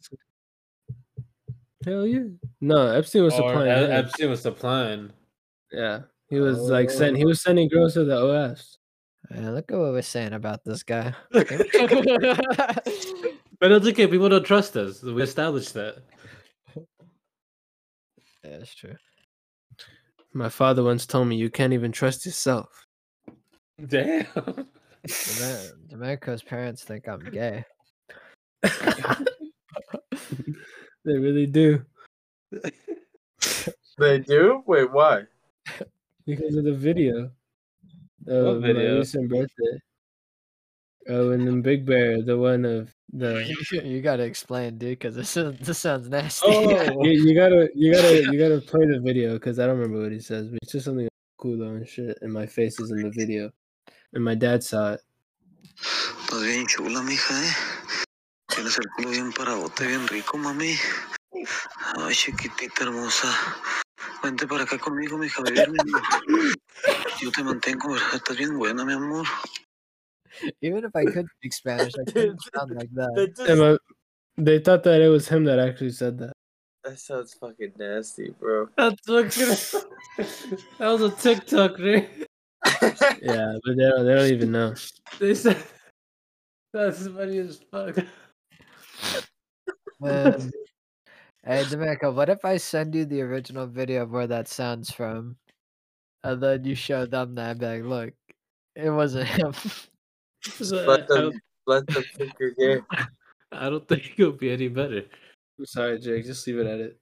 [SPEAKER 10] Hell yeah! No, Epstein was
[SPEAKER 3] Or
[SPEAKER 10] supplying.
[SPEAKER 3] Ep-
[SPEAKER 10] her.
[SPEAKER 3] Epstein Oh. was supplying.
[SPEAKER 10] yeah, he was like sending. He was sending girls to the OFs.
[SPEAKER 9] Man, look at what we're saying about this guy.
[SPEAKER 3] But that's okay. People don't trust us. We established that.
[SPEAKER 9] Yeah, that's true.
[SPEAKER 10] My father once told me you can't even trust yourself.
[SPEAKER 3] Damn.
[SPEAKER 9] Deme- Domenico's parents think I'm gay.
[SPEAKER 10] They really do
[SPEAKER 11] They do? Wait, why?
[SPEAKER 10] because of the video of
[SPEAKER 3] video?
[SPEAKER 10] my recent birthday. Oh, and then Big Bear, the one of the.
[SPEAKER 9] you gotta explain, dude, because this is, this sounds nasty.
[SPEAKER 10] Oh, you, you gotta, you gotta, you gotta play the video because I don't remember what he says, but it's just something cool though and shit. And my face is in the video, and my dad saw it.
[SPEAKER 7] Estás bien chula, mija, ¿eh? Tienes el culo bien parado, te bien rico, mami. Ay, chiquitita hermosa. Vente para acá conmigo, mija, a vivir, mi amor. Yo te mantengo, ¿verdad? Estás bien buena, mi amor.
[SPEAKER 9] Even if I could speak Spanish, I couldn't sound like that.
[SPEAKER 11] That,
[SPEAKER 10] And my, they thought that it was him that actually said that.
[SPEAKER 11] that sounds fucking nasty, bro.
[SPEAKER 3] That's what That was a TikTok, right?
[SPEAKER 10] Yeah, but they don't, they don't even know.
[SPEAKER 3] They said that's funny as fuck.
[SPEAKER 9] Man. Hey, Domenico, what if I send you the original video of where that sounds from, and then you show them that and be like, "Look, it wasn't him."
[SPEAKER 11] Let them, let them think you're gay.
[SPEAKER 3] I don't think it'll be any better.
[SPEAKER 10] I'm sorry, Jake. Just leave it at it.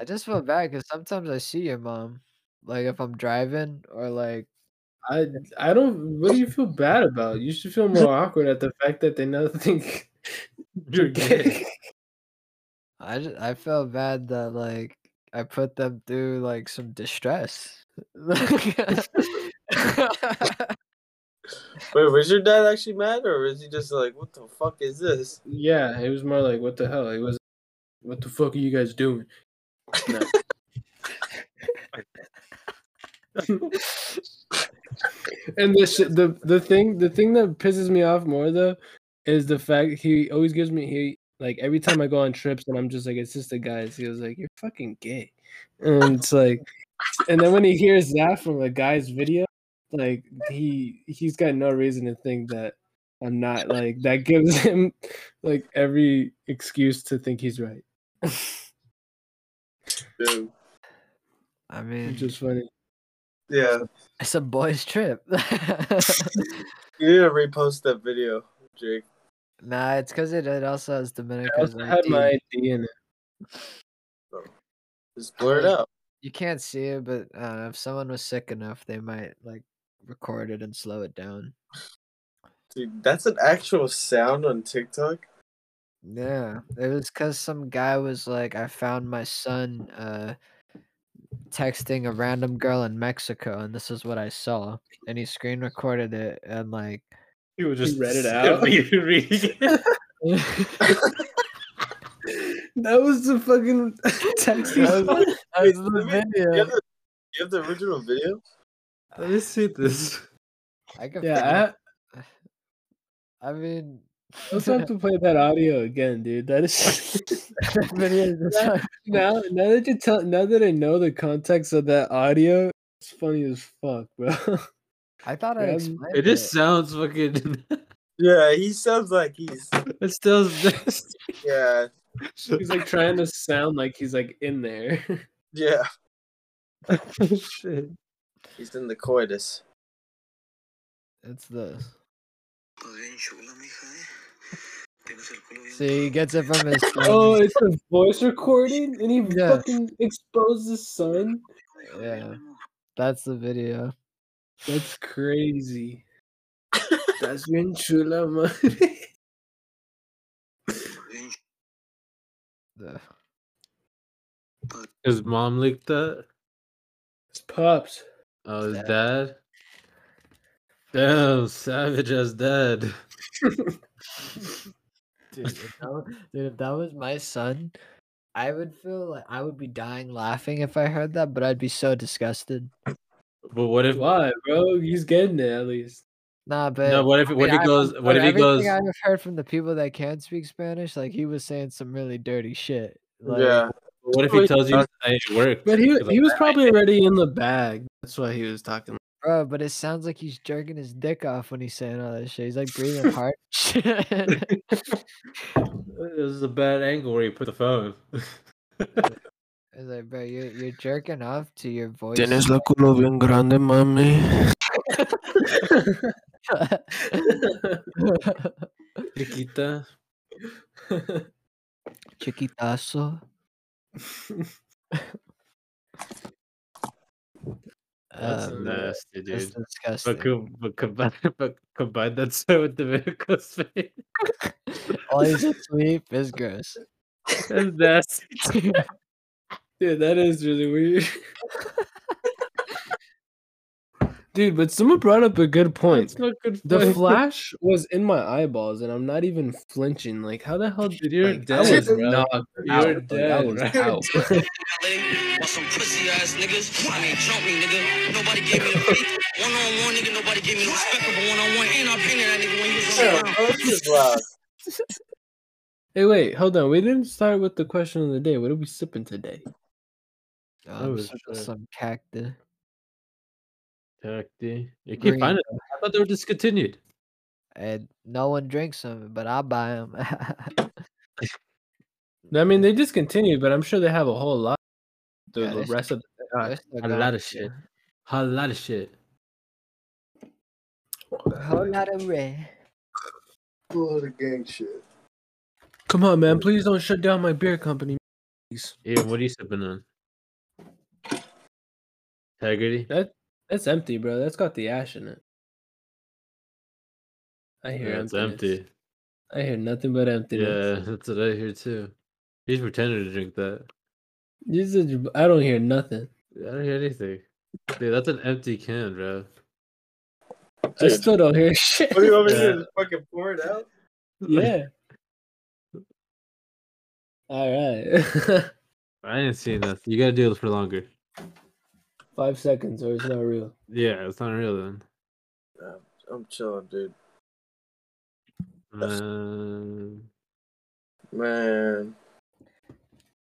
[SPEAKER 9] I just feel bad because sometimes I see your mom, like if I'm driving or like
[SPEAKER 10] I I don't. What do you feel bad about? You should feel more awkward at the fact that they now think
[SPEAKER 3] You're gay.
[SPEAKER 9] I ju- I feel bad that like I put them through like some distress. Like-
[SPEAKER 11] Wait, was your dad actually mad, or is he just like, what the fuck is this?
[SPEAKER 10] Yeah, it was more like, "What the hell?" It was, "What the fuck are you guys doing?" No. and the sh- the the thing the thing that pisses me off more though is the fact he always gives me he like every time I go on trips and I'm just like, "It's just the guys." He was like, "You're fucking gay," and it's like, and then when he hears that from a guy's video, like he he's got no reason to think that. I'm not like that gives him like every excuse to think he's right,
[SPEAKER 11] Dude.
[SPEAKER 9] I mean,
[SPEAKER 10] which is funny.
[SPEAKER 11] Yeah,
[SPEAKER 9] it's a boys' trip.
[SPEAKER 11] you need to repost that video, Jake.
[SPEAKER 9] nah, it's because it, it also has
[SPEAKER 10] I
[SPEAKER 9] Dominica's
[SPEAKER 10] also had
[SPEAKER 9] ID.
[SPEAKER 10] my ID in it.
[SPEAKER 11] Just blur it out.
[SPEAKER 9] You can't see it, but uh, if someone was sick enough, they might like record it and slow it down.
[SPEAKER 11] Dude, that's an actual sound on TikTok.
[SPEAKER 9] Yeah, it was because some guy was like, I found my son uh, texting a random girl in Mexico, and this is what I saw. And he screen recorded it, and like,
[SPEAKER 3] You were just
[SPEAKER 10] read it out.
[SPEAKER 3] You read it.
[SPEAKER 9] that
[SPEAKER 10] That was the fucking text. he
[SPEAKER 9] was,
[SPEAKER 10] sent.
[SPEAKER 9] that was the
[SPEAKER 11] Dominic, You
[SPEAKER 9] video.
[SPEAKER 11] have the, you have the original video?
[SPEAKER 3] Let me see this.
[SPEAKER 9] I could
[SPEAKER 10] yeah,
[SPEAKER 9] I, I mean,
[SPEAKER 10] I also have to play that audio again, dude. That is
[SPEAKER 9] that video is just like-
[SPEAKER 10] now now that you tell now that I know the context of that audio, it's funny as fuck, bro.
[SPEAKER 9] I thought I
[SPEAKER 10] Yeah,
[SPEAKER 9] explained
[SPEAKER 3] It just sounds fucking.
[SPEAKER 11] Yeah, he sounds like he's.
[SPEAKER 3] It still just.
[SPEAKER 11] Yeah,
[SPEAKER 10] he's like trying to sound like he's like in there.
[SPEAKER 11] yeah.
[SPEAKER 3] Shit.
[SPEAKER 11] He's in the coitus.
[SPEAKER 9] It's this.
[SPEAKER 7] ¿eh? See,
[SPEAKER 9] he gets it from his phone.
[SPEAKER 10] Oh, it's a voice recording, and he fucking exposed his son.
[SPEAKER 9] Yeah, that's the video.
[SPEAKER 10] That's crazy. That's been chula, man.
[SPEAKER 3] His mom leaked that.
[SPEAKER 10] His pops.
[SPEAKER 3] Oh, his dad. Damn, savage as dad.
[SPEAKER 9] dude, if that, wa- dude, if that was my son, I would feel like I would be dying laughing if I heard that, but I'd be so disgusted.
[SPEAKER 3] But what if
[SPEAKER 10] why, bro? He's getting it at least.
[SPEAKER 9] Nah, but
[SPEAKER 3] what if-
[SPEAKER 9] I
[SPEAKER 3] what if he
[SPEAKER 9] I've-
[SPEAKER 3] goes- what
[SPEAKER 9] from
[SPEAKER 3] if he
[SPEAKER 9] everything
[SPEAKER 3] goes-
[SPEAKER 9] I've heard from the people that can speak Spanish, like he was saying some really dirty shit. Like,
[SPEAKER 3] What if he tells you "Hey, it worked?
[SPEAKER 10] But he
[SPEAKER 3] He's like,
[SPEAKER 10] he was probably already in the bag. That's why he was talking.
[SPEAKER 9] Bro, but it sounds like he's jerking his dick off when he's saying all that shit. He's like breathing hard. Shit.
[SPEAKER 3] This is a bad angle where you put the phone.
[SPEAKER 9] It's like, bro, you're, you're jerking off to your voice.
[SPEAKER 10] culo bien grande, mami.
[SPEAKER 3] Chiquita.
[SPEAKER 9] Chiquitazo.
[SPEAKER 3] That's
[SPEAKER 9] Um,
[SPEAKER 3] nasty, dude.
[SPEAKER 9] that's disgusting.
[SPEAKER 3] But, co- but, combine, but combine that shit with the Miracle's face.
[SPEAKER 9] While he's asleep is gross.
[SPEAKER 3] That's nasty.
[SPEAKER 10] Dude, that is really weird. Dude, but someone brought up a good point.
[SPEAKER 3] not good
[SPEAKER 10] The
[SPEAKER 3] point.
[SPEAKER 10] flash was in my eyeballs, and I'm not even flinching. Like, how the hell did you? Like,
[SPEAKER 3] dead,
[SPEAKER 10] I was
[SPEAKER 3] bro.
[SPEAKER 10] knocked
[SPEAKER 3] You're
[SPEAKER 10] out. Like,
[SPEAKER 3] dead, bro.
[SPEAKER 10] I was out.
[SPEAKER 12] Want some pussy ass niggas? I mean, jump me, nigga. Nobody gave me the beat. One on one, nigga. Nobody gave me the respect of a one on one. And I painted that nigga when he was on the ground.
[SPEAKER 10] hey, wait, hold on. We didn't start with the question of the day. What are we sipping today?
[SPEAKER 3] Oh,
[SPEAKER 9] Um, so- some cactus.
[SPEAKER 3] Cacti. You can't
[SPEAKER 9] Green,
[SPEAKER 3] find it. I thought they were discontinued.
[SPEAKER 9] And no one drinks them, but I buy them.
[SPEAKER 10] I mean, they discontinued, but I'm sure they have a whole lot. The,
[SPEAKER 9] Yeah,
[SPEAKER 10] the
[SPEAKER 9] they're
[SPEAKER 10] rest of the, uh,
[SPEAKER 3] A lot of shit. A lot of shit.
[SPEAKER 9] whole lot of red.
[SPEAKER 11] A lot of gang shit.
[SPEAKER 10] Come on, man. Please don't shut down my beer company. Please.
[SPEAKER 3] Ian, what are you sipping on? Integrity.
[SPEAKER 10] That that's empty, bro. That's got the ash in it. I hear
[SPEAKER 3] Yeah, it's
[SPEAKER 10] emptiness.
[SPEAKER 3] empty.
[SPEAKER 10] I hear nothing but emptiness.
[SPEAKER 3] Yeah, that's what I hear too. He's pretending to drink that.
[SPEAKER 10] This is, I don't hear nothing.
[SPEAKER 3] I don't hear anything. Dude, that's an empty can, bro.
[SPEAKER 10] I still don't hear shit.
[SPEAKER 11] What do you want me to
[SPEAKER 3] Yeah.
[SPEAKER 11] do? Fucking pour it out?
[SPEAKER 10] Yeah. All right.
[SPEAKER 3] I didn't see enough. You gotta do it for longer.
[SPEAKER 10] Five seconds, or it's not real.
[SPEAKER 3] Yeah, it's not real then.
[SPEAKER 11] Nah, I'm chilling, dude.
[SPEAKER 3] Um,
[SPEAKER 11] Man.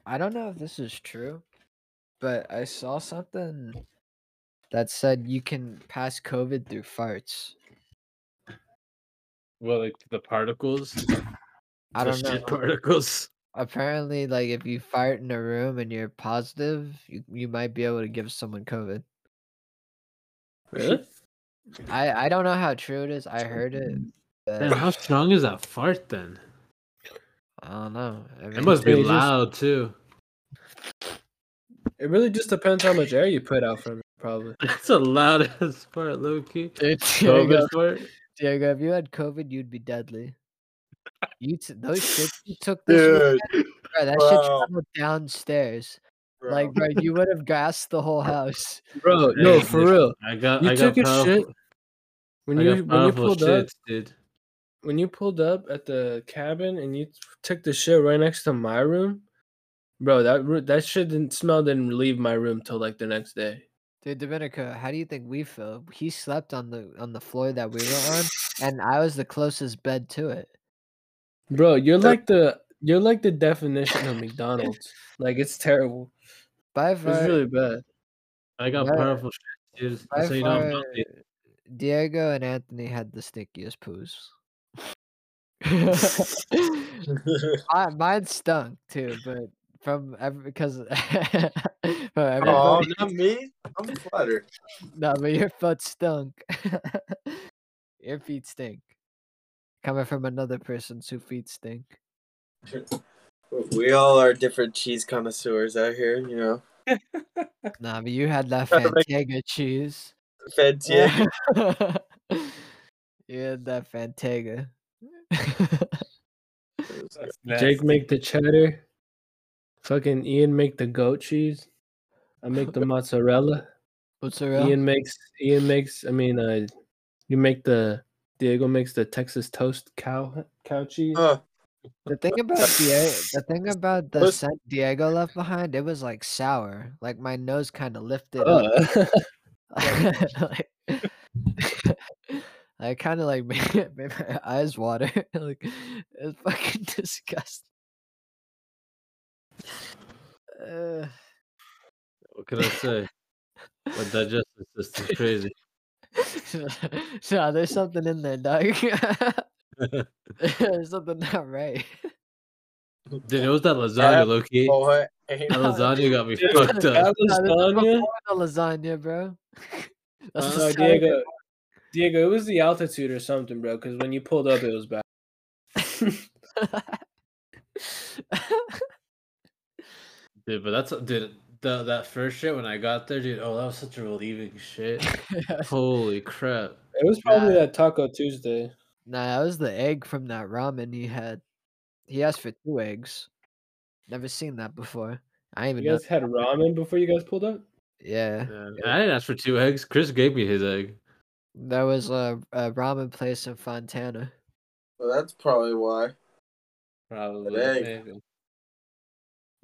[SPEAKER 9] I don't know if this is true, but I saw something that said you can pass COVID through farts.
[SPEAKER 3] well, like the particles.
[SPEAKER 9] I
[SPEAKER 3] The
[SPEAKER 9] don't know.
[SPEAKER 3] shit Particles.
[SPEAKER 9] Apparently, like if you fart in a room and you're positive, you, you might be able to give someone COVID.
[SPEAKER 3] Really?
[SPEAKER 9] I I don't know how true it is. I heard it. but
[SPEAKER 3] Damn, how strong is that fart then?
[SPEAKER 9] I don't know. I
[SPEAKER 3] It
[SPEAKER 9] mean,
[SPEAKER 3] must be
[SPEAKER 10] they just-
[SPEAKER 3] loud too.
[SPEAKER 10] It really just depends how much air you put out from it, probably.
[SPEAKER 3] That's a loud ass fart, low key.
[SPEAKER 9] Dude,
[SPEAKER 3] Low
[SPEAKER 9] Diego,
[SPEAKER 3] ass fart.
[SPEAKER 9] Diego, if you had COVID, you'd be deadly. You t- those shits you took this
[SPEAKER 11] Dude.
[SPEAKER 9] weekend, bro, that shit
[SPEAKER 11] Bro.
[SPEAKER 9] traveled downstairs. Like,
[SPEAKER 11] Bro.
[SPEAKER 9] bro, you would have gassed the whole house.
[SPEAKER 10] Bro,
[SPEAKER 3] Hey,
[SPEAKER 10] no, for
[SPEAKER 3] dude,
[SPEAKER 10] real.
[SPEAKER 3] I got.
[SPEAKER 10] You
[SPEAKER 3] I
[SPEAKER 10] took
[SPEAKER 3] got
[SPEAKER 10] a
[SPEAKER 3] powerful,
[SPEAKER 10] shit when
[SPEAKER 3] I
[SPEAKER 10] you
[SPEAKER 3] got
[SPEAKER 10] when you
[SPEAKER 3] powerful
[SPEAKER 10] pulled up.
[SPEAKER 3] shits, dude.
[SPEAKER 10] when you pulled up at the cabin and you t- took the shit right next to my room, bro, that roo- that shit didn't smell didn't leave my room till like the next day.
[SPEAKER 9] Dude, Domenico, how do you think we feel? He slept on the on the floor that we were on, and I was the closest bed to it.
[SPEAKER 10] Bro, you're like the you're like the definition of McDonald's. Like it's terrible.
[SPEAKER 9] By
[SPEAKER 10] It's
[SPEAKER 9] far,
[SPEAKER 10] really bad.
[SPEAKER 3] I got
[SPEAKER 9] Where-
[SPEAKER 3] powerful shits, dude. That's
[SPEAKER 9] by
[SPEAKER 3] how you know I'm
[SPEAKER 9] far,
[SPEAKER 3] healthy.
[SPEAKER 9] Diego and Anthony had the stinkiest poos. I, mine stunk too, but from every because from
[SPEAKER 11] Oh,
[SPEAKER 9] everybody,
[SPEAKER 11] not me. I'm flattered.
[SPEAKER 9] no, but your foot stunk. Your feet stink. Coming from another person's who feet stink.
[SPEAKER 11] We all are different cheese connoisseurs out here, you know.
[SPEAKER 9] Nah, but you had that
[SPEAKER 11] Gotta make-
[SPEAKER 9] Fantaga cheese.
[SPEAKER 11] Fantaga.
[SPEAKER 9] you had that Fantaga.
[SPEAKER 10] Jake make the cheddar. Fucking Ian make the goat cheese. I make the mozzarella.
[SPEAKER 9] Mozzarella.
[SPEAKER 10] Ian makes. Ian makes. I mean, uh, you make the. Diego makes the Texas toast cow cow cheese.
[SPEAKER 9] The thing about Diego, the thing about the
[SPEAKER 10] Let's-
[SPEAKER 9] scent Diego left behind, it was like sour. Like my nose kind of lifted.
[SPEAKER 10] Uh.
[SPEAKER 9] Up. like, I kind of like made, made my eyes water. like it's fucking disgusting. Uh,
[SPEAKER 3] What can I say? My digestive system's crazy.
[SPEAKER 9] nah, there's something in there, dog. there's something not right.
[SPEAKER 3] Dude, it was that lasagna, Loki.
[SPEAKER 11] Oh, That
[SPEAKER 3] lasagna got me
[SPEAKER 10] Dude,
[SPEAKER 3] fucked up.
[SPEAKER 9] Nah, this was
[SPEAKER 10] lasagna?
[SPEAKER 9] before the lasagna, bro. That's the
[SPEAKER 10] Oh,
[SPEAKER 9] side
[SPEAKER 10] Diego. Diego, it was the altitude or something, bro. Because when you pulled up, it was bad.
[SPEAKER 3] Dude, but that's dude. The, that first shit when I got there, dude. Oh, that was such a relieving shit. Holy crap!
[SPEAKER 10] It was probably that Taco Tuesday.
[SPEAKER 9] Nah, that was the egg from that ramen he had. He asked for two eggs. Never seen that before. I ain't even
[SPEAKER 10] You
[SPEAKER 9] know.
[SPEAKER 10] guys had ramen before you guys pulled up.
[SPEAKER 9] Yeah.
[SPEAKER 3] And I didn't ask for two eggs. Chris gave me his egg.
[SPEAKER 9] There was a, a ramen place in Fontana.
[SPEAKER 11] Well, that's probably why.
[SPEAKER 3] Probably.
[SPEAKER 11] egg.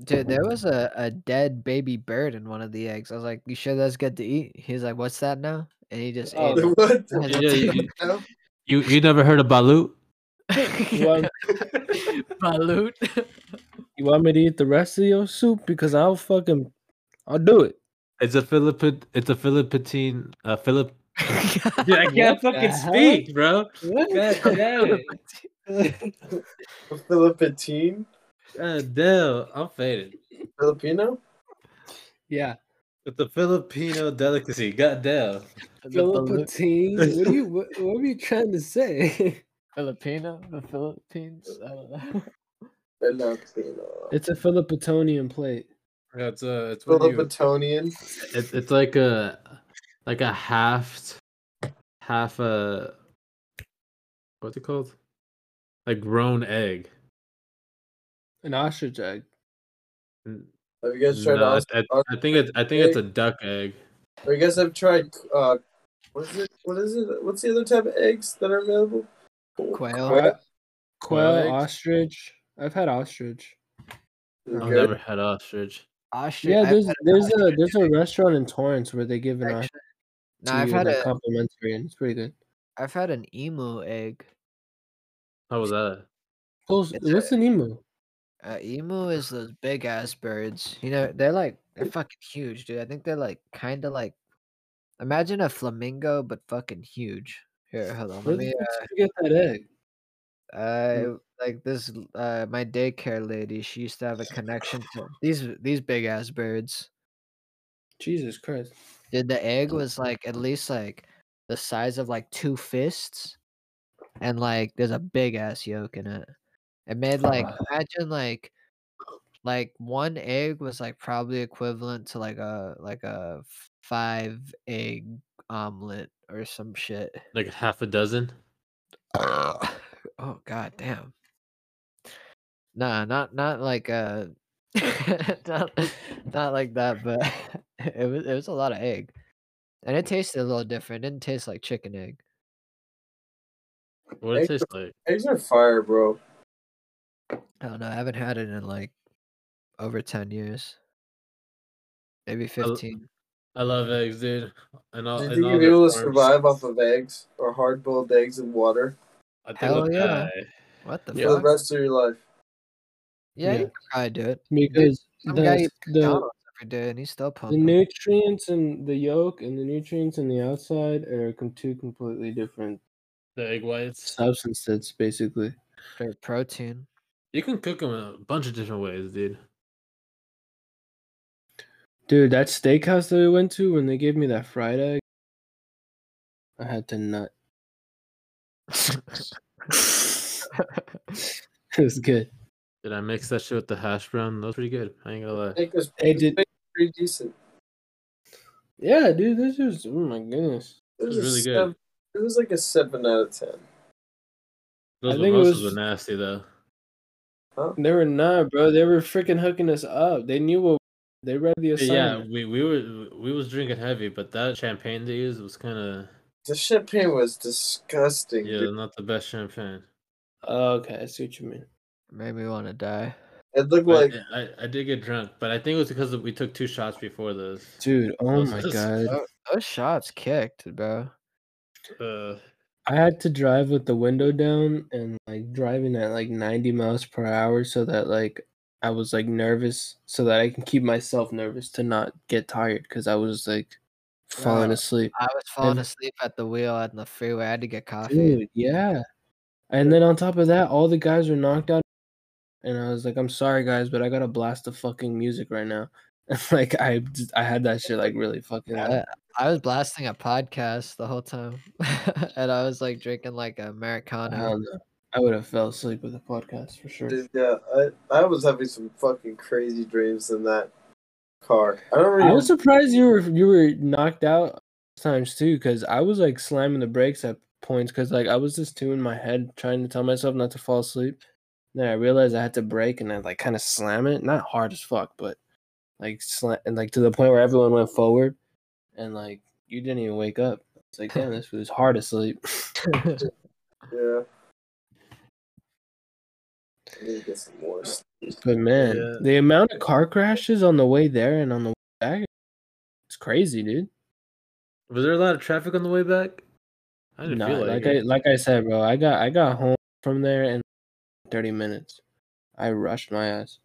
[SPEAKER 9] Dude, there was a, a dead baby bird in one of the eggs. I was like, You sure that's good to eat? He's like, What's that now? And he just ate it.
[SPEAKER 11] What
[SPEAKER 9] I was
[SPEAKER 3] Yeah,
[SPEAKER 9] like,
[SPEAKER 3] you, you- you you never heard of balut?
[SPEAKER 10] You want,
[SPEAKER 9] Balut.
[SPEAKER 10] you want me to eat the rest of your soup? Because I'll fucking, I'll do it.
[SPEAKER 3] It's a Philippine. It's a Philippine. Uh, Philip.
[SPEAKER 10] Dude,
[SPEAKER 3] I can't fucking speak, bro. God damn it.
[SPEAKER 11] Philippine?
[SPEAKER 3] God damn, I'm faded.
[SPEAKER 11] Filipino?
[SPEAKER 10] Yeah.
[SPEAKER 3] It's a Filipino delicacy. God damn.
[SPEAKER 10] Philippines. What are you? What, what were you trying to say?
[SPEAKER 9] Filipino? The Philippines? I don't know.
[SPEAKER 11] Uh, Filipino.
[SPEAKER 10] It's a Philippitonian plate.
[SPEAKER 3] Yeah, it's a. It's when you,
[SPEAKER 11] Filipitonian.
[SPEAKER 3] it's it's like a like a half half a what's it called? A grown egg.
[SPEAKER 10] An ostrich egg.
[SPEAKER 11] Have you guys tried
[SPEAKER 3] No,
[SPEAKER 11] os-
[SPEAKER 3] I, I- I think it's I think it's a duck egg.
[SPEAKER 11] Or you guys have tried uh what is it what is it what's the other type of eggs that are available?
[SPEAKER 9] Quail.
[SPEAKER 10] Quail,
[SPEAKER 3] eggs?
[SPEAKER 10] ostrich. I've had ostrich.
[SPEAKER 3] I've never had ostrich.
[SPEAKER 9] Ostrich.
[SPEAKER 10] Yeah,
[SPEAKER 9] I've
[SPEAKER 10] there's
[SPEAKER 9] had an
[SPEAKER 10] there's a there's a restaurant in Torrance where they give an ostrich.
[SPEAKER 9] No, I've
[SPEAKER 10] to you,
[SPEAKER 9] had
[SPEAKER 10] like,
[SPEAKER 9] a-
[SPEAKER 10] complimentary, and it's pretty good.
[SPEAKER 9] I've had an emu egg.
[SPEAKER 3] How was that?
[SPEAKER 10] Those-
[SPEAKER 9] It's
[SPEAKER 10] what's an emu?
[SPEAKER 9] Uh, emu is those big ass birds. You know, they're like they're fucking huge, dude. I think they're like kind of like imagine a flamingo but fucking huge. Here, hold on.
[SPEAKER 10] Where
[SPEAKER 9] Let
[SPEAKER 10] the
[SPEAKER 9] me
[SPEAKER 10] fuck did you get that egg?
[SPEAKER 9] uh, uh like this l- uh my daycare lady, she used to have a connection to these these big ass birds.
[SPEAKER 10] Jesus Christ!
[SPEAKER 9] Dude, the egg was like at least like the size of like two fists and like there's a big ass yolk in it. It made like imagine like like one egg was like probably equivalent to like a like a five egg omelet or some shit.
[SPEAKER 3] Like half a dozen?
[SPEAKER 9] Oh god damn. Nah, not not like uh not not like that, but it was it was a lot of egg. And it tasted a little different. It didn't taste like chicken egg.
[SPEAKER 3] What it
[SPEAKER 11] Eggs
[SPEAKER 3] taste
[SPEAKER 11] are-
[SPEAKER 3] like?
[SPEAKER 11] Eggs are fire, bro.
[SPEAKER 9] I don't know. I haven't had it in like over 10 years. Maybe
[SPEAKER 3] I l-
[SPEAKER 9] 15.
[SPEAKER 3] I love eggs, dude. And all,
[SPEAKER 11] Do you
[SPEAKER 3] and
[SPEAKER 11] think
[SPEAKER 3] all
[SPEAKER 11] you'll be
[SPEAKER 3] their
[SPEAKER 11] able to
[SPEAKER 3] forms.
[SPEAKER 11] survive off of eggs or hard boiled eggs and water
[SPEAKER 3] I think
[SPEAKER 9] Hell
[SPEAKER 3] I'll
[SPEAKER 9] yeah.
[SPEAKER 3] die.
[SPEAKER 9] What the
[SPEAKER 11] for the
[SPEAKER 9] fuck?
[SPEAKER 11] rest of your life?
[SPEAKER 9] Yeah,
[SPEAKER 10] Yeah.
[SPEAKER 9] you I do it.
[SPEAKER 10] Because
[SPEAKER 9] Some guy
[SPEAKER 10] the
[SPEAKER 9] eats
[SPEAKER 10] the,
[SPEAKER 9] McDonald's every day and he's still
[SPEAKER 10] the
[SPEAKER 9] pumping.
[SPEAKER 10] nutrients and the yolk and the nutrients in the outside are com- two completely different
[SPEAKER 3] The egg whites.
[SPEAKER 10] substances, basically.
[SPEAKER 9] Their protein.
[SPEAKER 3] You can cook them in a bunch of different ways, dude.
[SPEAKER 10] Dude, that steakhouse that we went to when they gave me that fried egg, I had to nut.
[SPEAKER 3] it was good. Did I mix that shit with the hash brown? That was pretty good. I ain't gonna lie.
[SPEAKER 10] It was- Hey, did-
[SPEAKER 11] pretty decent.
[SPEAKER 10] Yeah, dude, this is oh my goodness.
[SPEAKER 11] It was,
[SPEAKER 3] was really
[SPEAKER 11] a
[SPEAKER 3] good.
[SPEAKER 11] Seven, it was like a seven out of ten.
[SPEAKER 3] Those
[SPEAKER 10] think it
[SPEAKER 3] mimosas
[SPEAKER 10] was-
[SPEAKER 3] were nasty though.
[SPEAKER 10] They were not, bro. They were freaking hooking us up. They knew what they read the
[SPEAKER 3] Yeah,
[SPEAKER 10] assignment.
[SPEAKER 3] we, we were we was drinking heavy, but that champagne they used was kind of
[SPEAKER 11] The champagne was disgusting.
[SPEAKER 3] yeah,
[SPEAKER 11] dude.
[SPEAKER 3] not the best champagne.
[SPEAKER 10] Oh, Okay, I see what you mean.
[SPEAKER 9] Made me want to die.
[SPEAKER 11] It looked
[SPEAKER 3] like I, I, did get drunk, but I think it was because we took two shots before this.
[SPEAKER 10] Dude, oh my
[SPEAKER 3] Mimosas.
[SPEAKER 10] god.
[SPEAKER 9] Tho- Those shots kicked, bro.
[SPEAKER 3] Uh,
[SPEAKER 10] I had to drive with the window down and like driving at like 90 miles per hour so that like I was like nervous so that I can keep myself nervous to not get tired because I was like falling
[SPEAKER 9] Wow.
[SPEAKER 10] asleep.
[SPEAKER 9] I was falling
[SPEAKER 10] And-
[SPEAKER 9] asleep at the wheel on the freeway. I had to get coffee.
[SPEAKER 10] Dude, yeah. And then on top of that, all the guys were knocked out. And I was like, I'm sorry, guys, but I gotta blast the fucking music right now. like I, just- I had that shit like really fucking.
[SPEAKER 9] I, I was blasting a podcast the whole time, and I was like drinking like
[SPEAKER 10] I,
[SPEAKER 9] Americano.
[SPEAKER 10] don't know. I would have fell asleep with the podcast for sure.
[SPEAKER 11] Dude, yeah, I, I was having some fucking crazy dreams in that car. I don't really.
[SPEAKER 10] I was surprised you were you were knocked out times too, because I was like slamming the brakes at points, because like I was just too in my head trying to tell myself not to fall asleep. Then I realized I had to brake and I like kind of slam it, not hard as fuck, but like slam and like to the point where everyone went forward, and like you didn't even wake up. It's like damn, this was hard asleep.
[SPEAKER 11] yeah. I need to get some more. s-
[SPEAKER 10] But man,
[SPEAKER 11] Yeah.
[SPEAKER 10] the amount of car crashes on the way there and on the way back, it's crazy, dude.
[SPEAKER 3] was there a lot of traffic on the way back? I didn't
[SPEAKER 10] Nah,
[SPEAKER 3] feel like,
[SPEAKER 10] like
[SPEAKER 3] it.
[SPEAKER 10] I like I said, bro. I got I got home from there in thirty minutes. I rushed my ass.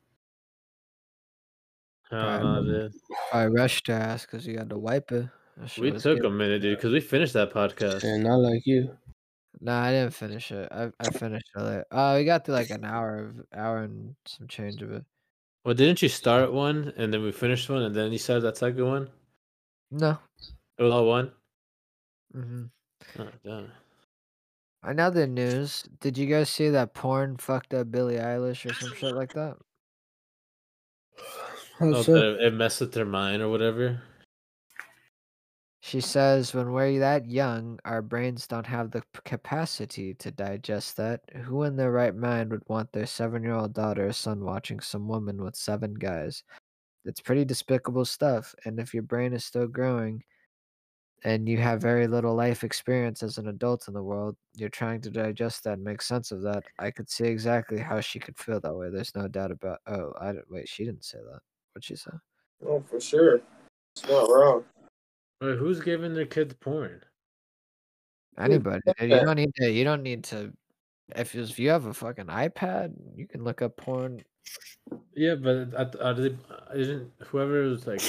[SPEAKER 3] I don't know, Oh, dude.
[SPEAKER 9] I rushed your ass because you had to wipe it.
[SPEAKER 3] We took a minute, dude, because we finished that podcast.
[SPEAKER 10] And not like you.
[SPEAKER 9] No, I didn't finish it. I, I finished it. Later. Uh, we got through like an hour of hour and some change of it.
[SPEAKER 3] Well, didn't you start one and then we finished one and then you started that second one?
[SPEAKER 9] No.
[SPEAKER 3] It was all one.
[SPEAKER 9] Mm-hmm.
[SPEAKER 3] Oh, damn.
[SPEAKER 9] Another news. Did you guys see that porn fucked up Billie Eilish or some shit like that?
[SPEAKER 3] Oh, that it messed with their mind or whatever.
[SPEAKER 9] She says, when we're that young, our brains don't have the p- capacity to digest that. Who in their right mind would want their seven year old daughter or son watching some woman with seven guys? It's pretty despicable stuff. And if your brain is still growing and you have very little life experience as an adult in the world, you're trying to digest that and make sense of that. I could see exactly how she could feel that way. There's no doubt about. Oh, I don't, wait, she didn't say that. What'd she say?
[SPEAKER 11] Oh, for sure. It's not wrong.
[SPEAKER 3] Wait, who's giving their kids porn?
[SPEAKER 9] anybody.
[SPEAKER 3] fuck
[SPEAKER 9] dude.
[SPEAKER 3] that.
[SPEAKER 9] You don't need to. You don't need to. If you- if you have a fucking iPad, you can look up porn.
[SPEAKER 3] Yeah, but at- are they, isn't whoever was like,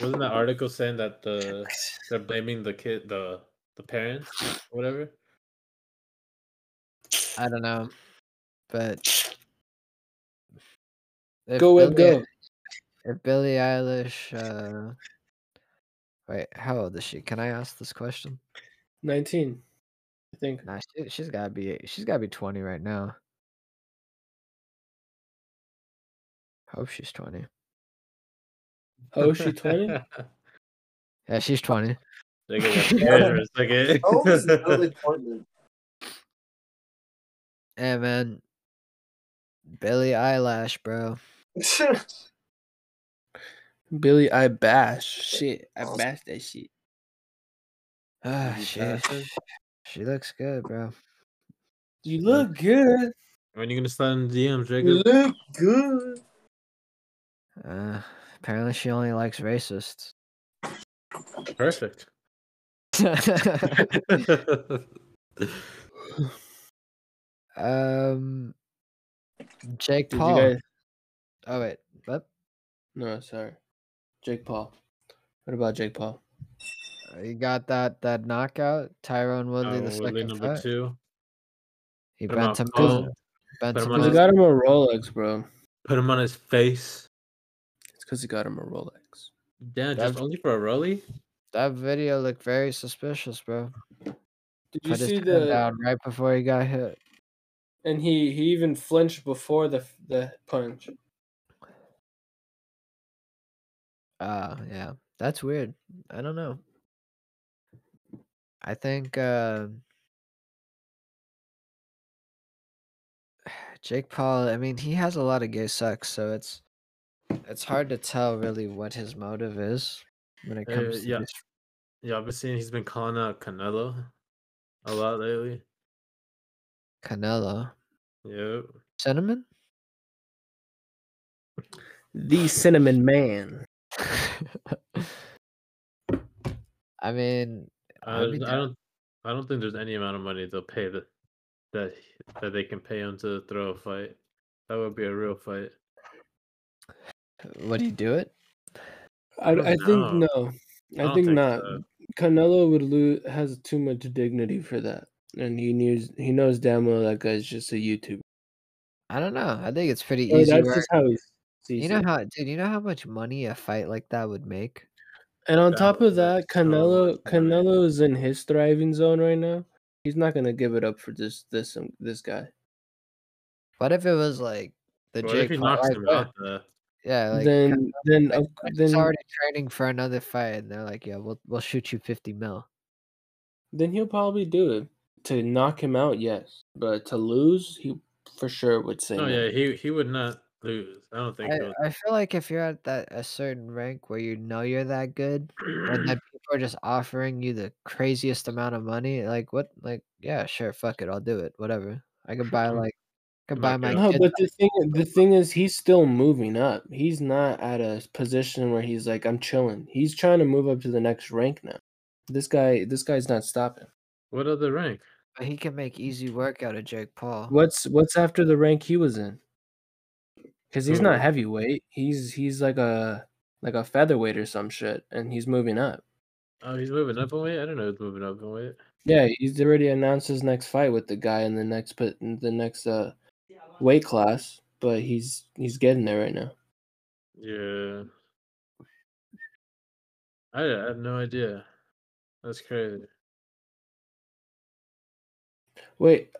[SPEAKER 3] wasn't that article saying that the they're blaming the kid, the the parents, or whatever?
[SPEAKER 9] I don't know, but if
[SPEAKER 10] Go web
[SPEAKER 9] Billie-
[SPEAKER 10] go.
[SPEAKER 9] If Billie Eilish, uh, wait, how old is she? Can I ask this question?
[SPEAKER 10] Nineteen, I think.
[SPEAKER 9] Nah, she, she's gotta be. She's gotta be twenty right now. Hope she's twenty.
[SPEAKER 10] Oh, she twenty.
[SPEAKER 9] Yeah, she's twenty.
[SPEAKER 3] They get scared for a second.
[SPEAKER 10] Oh,
[SPEAKER 11] How old is Billy Portman?
[SPEAKER 9] Hey man, Billie Eyelash, bro.
[SPEAKER 10] Billy, I bash shit. I bash that shit.
[SPEAKER 9] Ah,
[SPEAKER 10] Billie
[SPEAKER 9] shit.
[SPEAKER 10] Eilish.
[SPEAKER 9] Ah, She looks good, bro.
[SPEAKER 10] You look good.
[SPEAKER 3] When you gonna slide in the DMs,
[SPEAKER 10] You
[SPEAKER 3] Jacob?
[SPEAKER 10] look good.
[SPEAKER 9] Uh, apparently, she only likes racists.
[SPEAKER 3] Perfect.
[SPEAKER 9] um, Jake
[SPEAKER 10] Did you
[SPEAKER 9] Paul.
[SPEAKER 10] guys-
[SPEAKER 9] Oh wait, what?
[SPEAKER 10] No, sorry. Jake Paul. What about Jake Paul?
[SPEAKER 9] You Oh, got that that knockout, Tyrone Woodley
[SPEAKER 3] Oh,
[SPEAKER 9] the
[SPEAKER 3] Woodley
[SPEAKER 9] second
[SPEAKER 3] number
[SPEAKER 9] fight.
[SPEAKER 3] two.
[SPEAKER 9] He
[SPEAKER 3] Put him
[SPEAKER 9] bent
[SPEAKER 3] on
[SPEAKER 9] him
[SPEAKER 3] phone,
[SPEAKER 9] out. Bent
[SPEAKER 3] put him
[SPEAKER 9] him
[SPEAKER 3] on
[SPEAKER 10] Because he
[SPEAKER 9] out.
[SPEAKER 3] his-
[SPEAKER 10] got him a Rolex, bro.
[SPEAKER 3] Put him on his face.
[SPEAKER 10] It's because he got him a Rolex.
[SPEAKER 3] Damn, just
[SPEAKER 9] That's-
[SPEAKER 3] only for a rolly?
[SPEAKER 9] That video looked very suspicious, bro.
[SPEAKER 10] Did you
[SPEAKER 9] put his
[SPEAKER 10] see
[SPEAKER 9] hand
[SPEAKER 10] the-
[SPEAKER 9] down right before he got hit.
[SPEAKER 10] and he he even flinched before the the punch.
[SPEAKER 9] Uh yeah. That's weird. I don't know. I think uh Jake Paul, I mean, he has a lot of gay sex, so it's it's hard to tell really what his motive is when it
[SPEAKER 3] Uh,
[SPEAKER 9] comes to
[SPEAKER 3] yeah.
[SPEAKER 9] these-
[SPEAKER 3] Yeah, I've been seeing he's been calling out Canelo a lot lately.
[SPEAKER 9] Canelo.
[SPEAKER 3] Yep.
[SPEAKER 9] Cinnamon?
[SPEAKER 13] The Cinnamon Man.
[SPEAKER 9] I mean,
[SPEAKER 3] I,
[SPEAKER 9] I'd be
[SPEAKER 3] I
[SPEAKER 9] down-
[SPEAKER 3] don't. I don't think there's any amount of money they'll pay that that he- that they can pay him to throw a fight. That would be a real fight.
[SPEAKER 9] would he do it?
[SPEAKER 10] I,
[SPEAKER 3] don't
[SPEAKER 10] I
[SPEAKER 9] Oh.
[SPEAKER 10] think
[SPEAKER 3] know.
[SPEAKER 10] no.
[SPEAKER 3] I
[SPEAKER 10] I,
[SPEAKER 3] don't
[SPEAKER 10] think
[SPEAKER 3] think
[SPEAKER 10] not. Canelo would lose has too much dignity for that, and he knows he knows damn well that guy's just a YouTuber.
[SPEAKER 9] I don't know. I think it's pretty
[SPEAKER 10] Or
[SPEAKER 9] easy.
[SPEAKER 10] that's
[SPEAKER 9] work.
[SPEAKER 10] just how he sees
[SPEAKER 9] you know
[SPEAKER 10] it.
[SPEAKER 9] how, dude? You know how much money a fight like that would make?
[SPEAKER 10] And on top of that, Canelo Canelo's in his thriving zone right now. He's not gonna give it up for this this um, this guy.
[SPEAKER 9] What if it was like the
[SPEAKER 3] What
[SPEAKER 9] Jake
[SPEAKER 3] if he
[SPEAKER 9] Paul
[SPEAKER 3] knocks
[SPEAKER 9] fight,
[SPEAKER 3] him
[SPEAKER 9] but-
[SPEAKER 3] out? uh, though?
[SPEAKER 9] Yeah, like
[SPEAKER 10] Then-
[SPEAKER 9] Canelo-
[SPEAKER 10] then
[SPEAKER 9] like,
[SPEAKER 10] of-
[SPEAKER 9] what if he's
[SPEAKER 10] then-
[SPEAKER 9] already training for another fight, and they're like, "Yeah, we'll we'll shoot you fifty mil."
[SPEAKER 10] Then he'll probably do it to knock him out. Yes, but to lose, he for sure would
[SPEAKER 9] Oh,
[SPEAKER 10] say.
[SPEAKER 3] No,
[SPEAKER 10] no.
[SPEAKER 3] oh, yeah, he he would not lose. I don't think.
[SPEAKER 9] I,
[SPEAKER 3] he would.
[SPEAKER 9] I feel like if you're at that a certain rank where you know you're that good, and then people are just offering you the craziest amount of money, like what? Like yeah, sure, fuck it, I'll do it, whatever. I could buy like, I could buy my
[SPEAKER 10] no,
[SPEAKER 9] kid
[SPEAKER 10] but the thing the thing is, he's still moving up. He's not at a position where he's like, I'm chilling. He's trying to move up to the next rank now. This guy, this guy's not stopping.
[SPEAKER 3] What other rank?
[SPEAKER 9] But he can make easy work out of Jake Paul.
[SPEAKER 10] What's what's after the rank he was in? Because he's
[SPEAKER 9] Who?
[SPEAKER 10] not heavyweight. He's he's like a like a featherweight or some shit, and he's moving up.
[SPEAKER 3] Oh, he's moving up in weight. I don't know. He's moving up in weight.
[SPEAKER 10] Yeah, he's already announced his next fight with the guy in the next put the next uh weight class, but he's he's getting there right now.
[SPEAKER 3] Yeah. I, I have no idea. That's crazy.
[SPEAKER 10] Wait,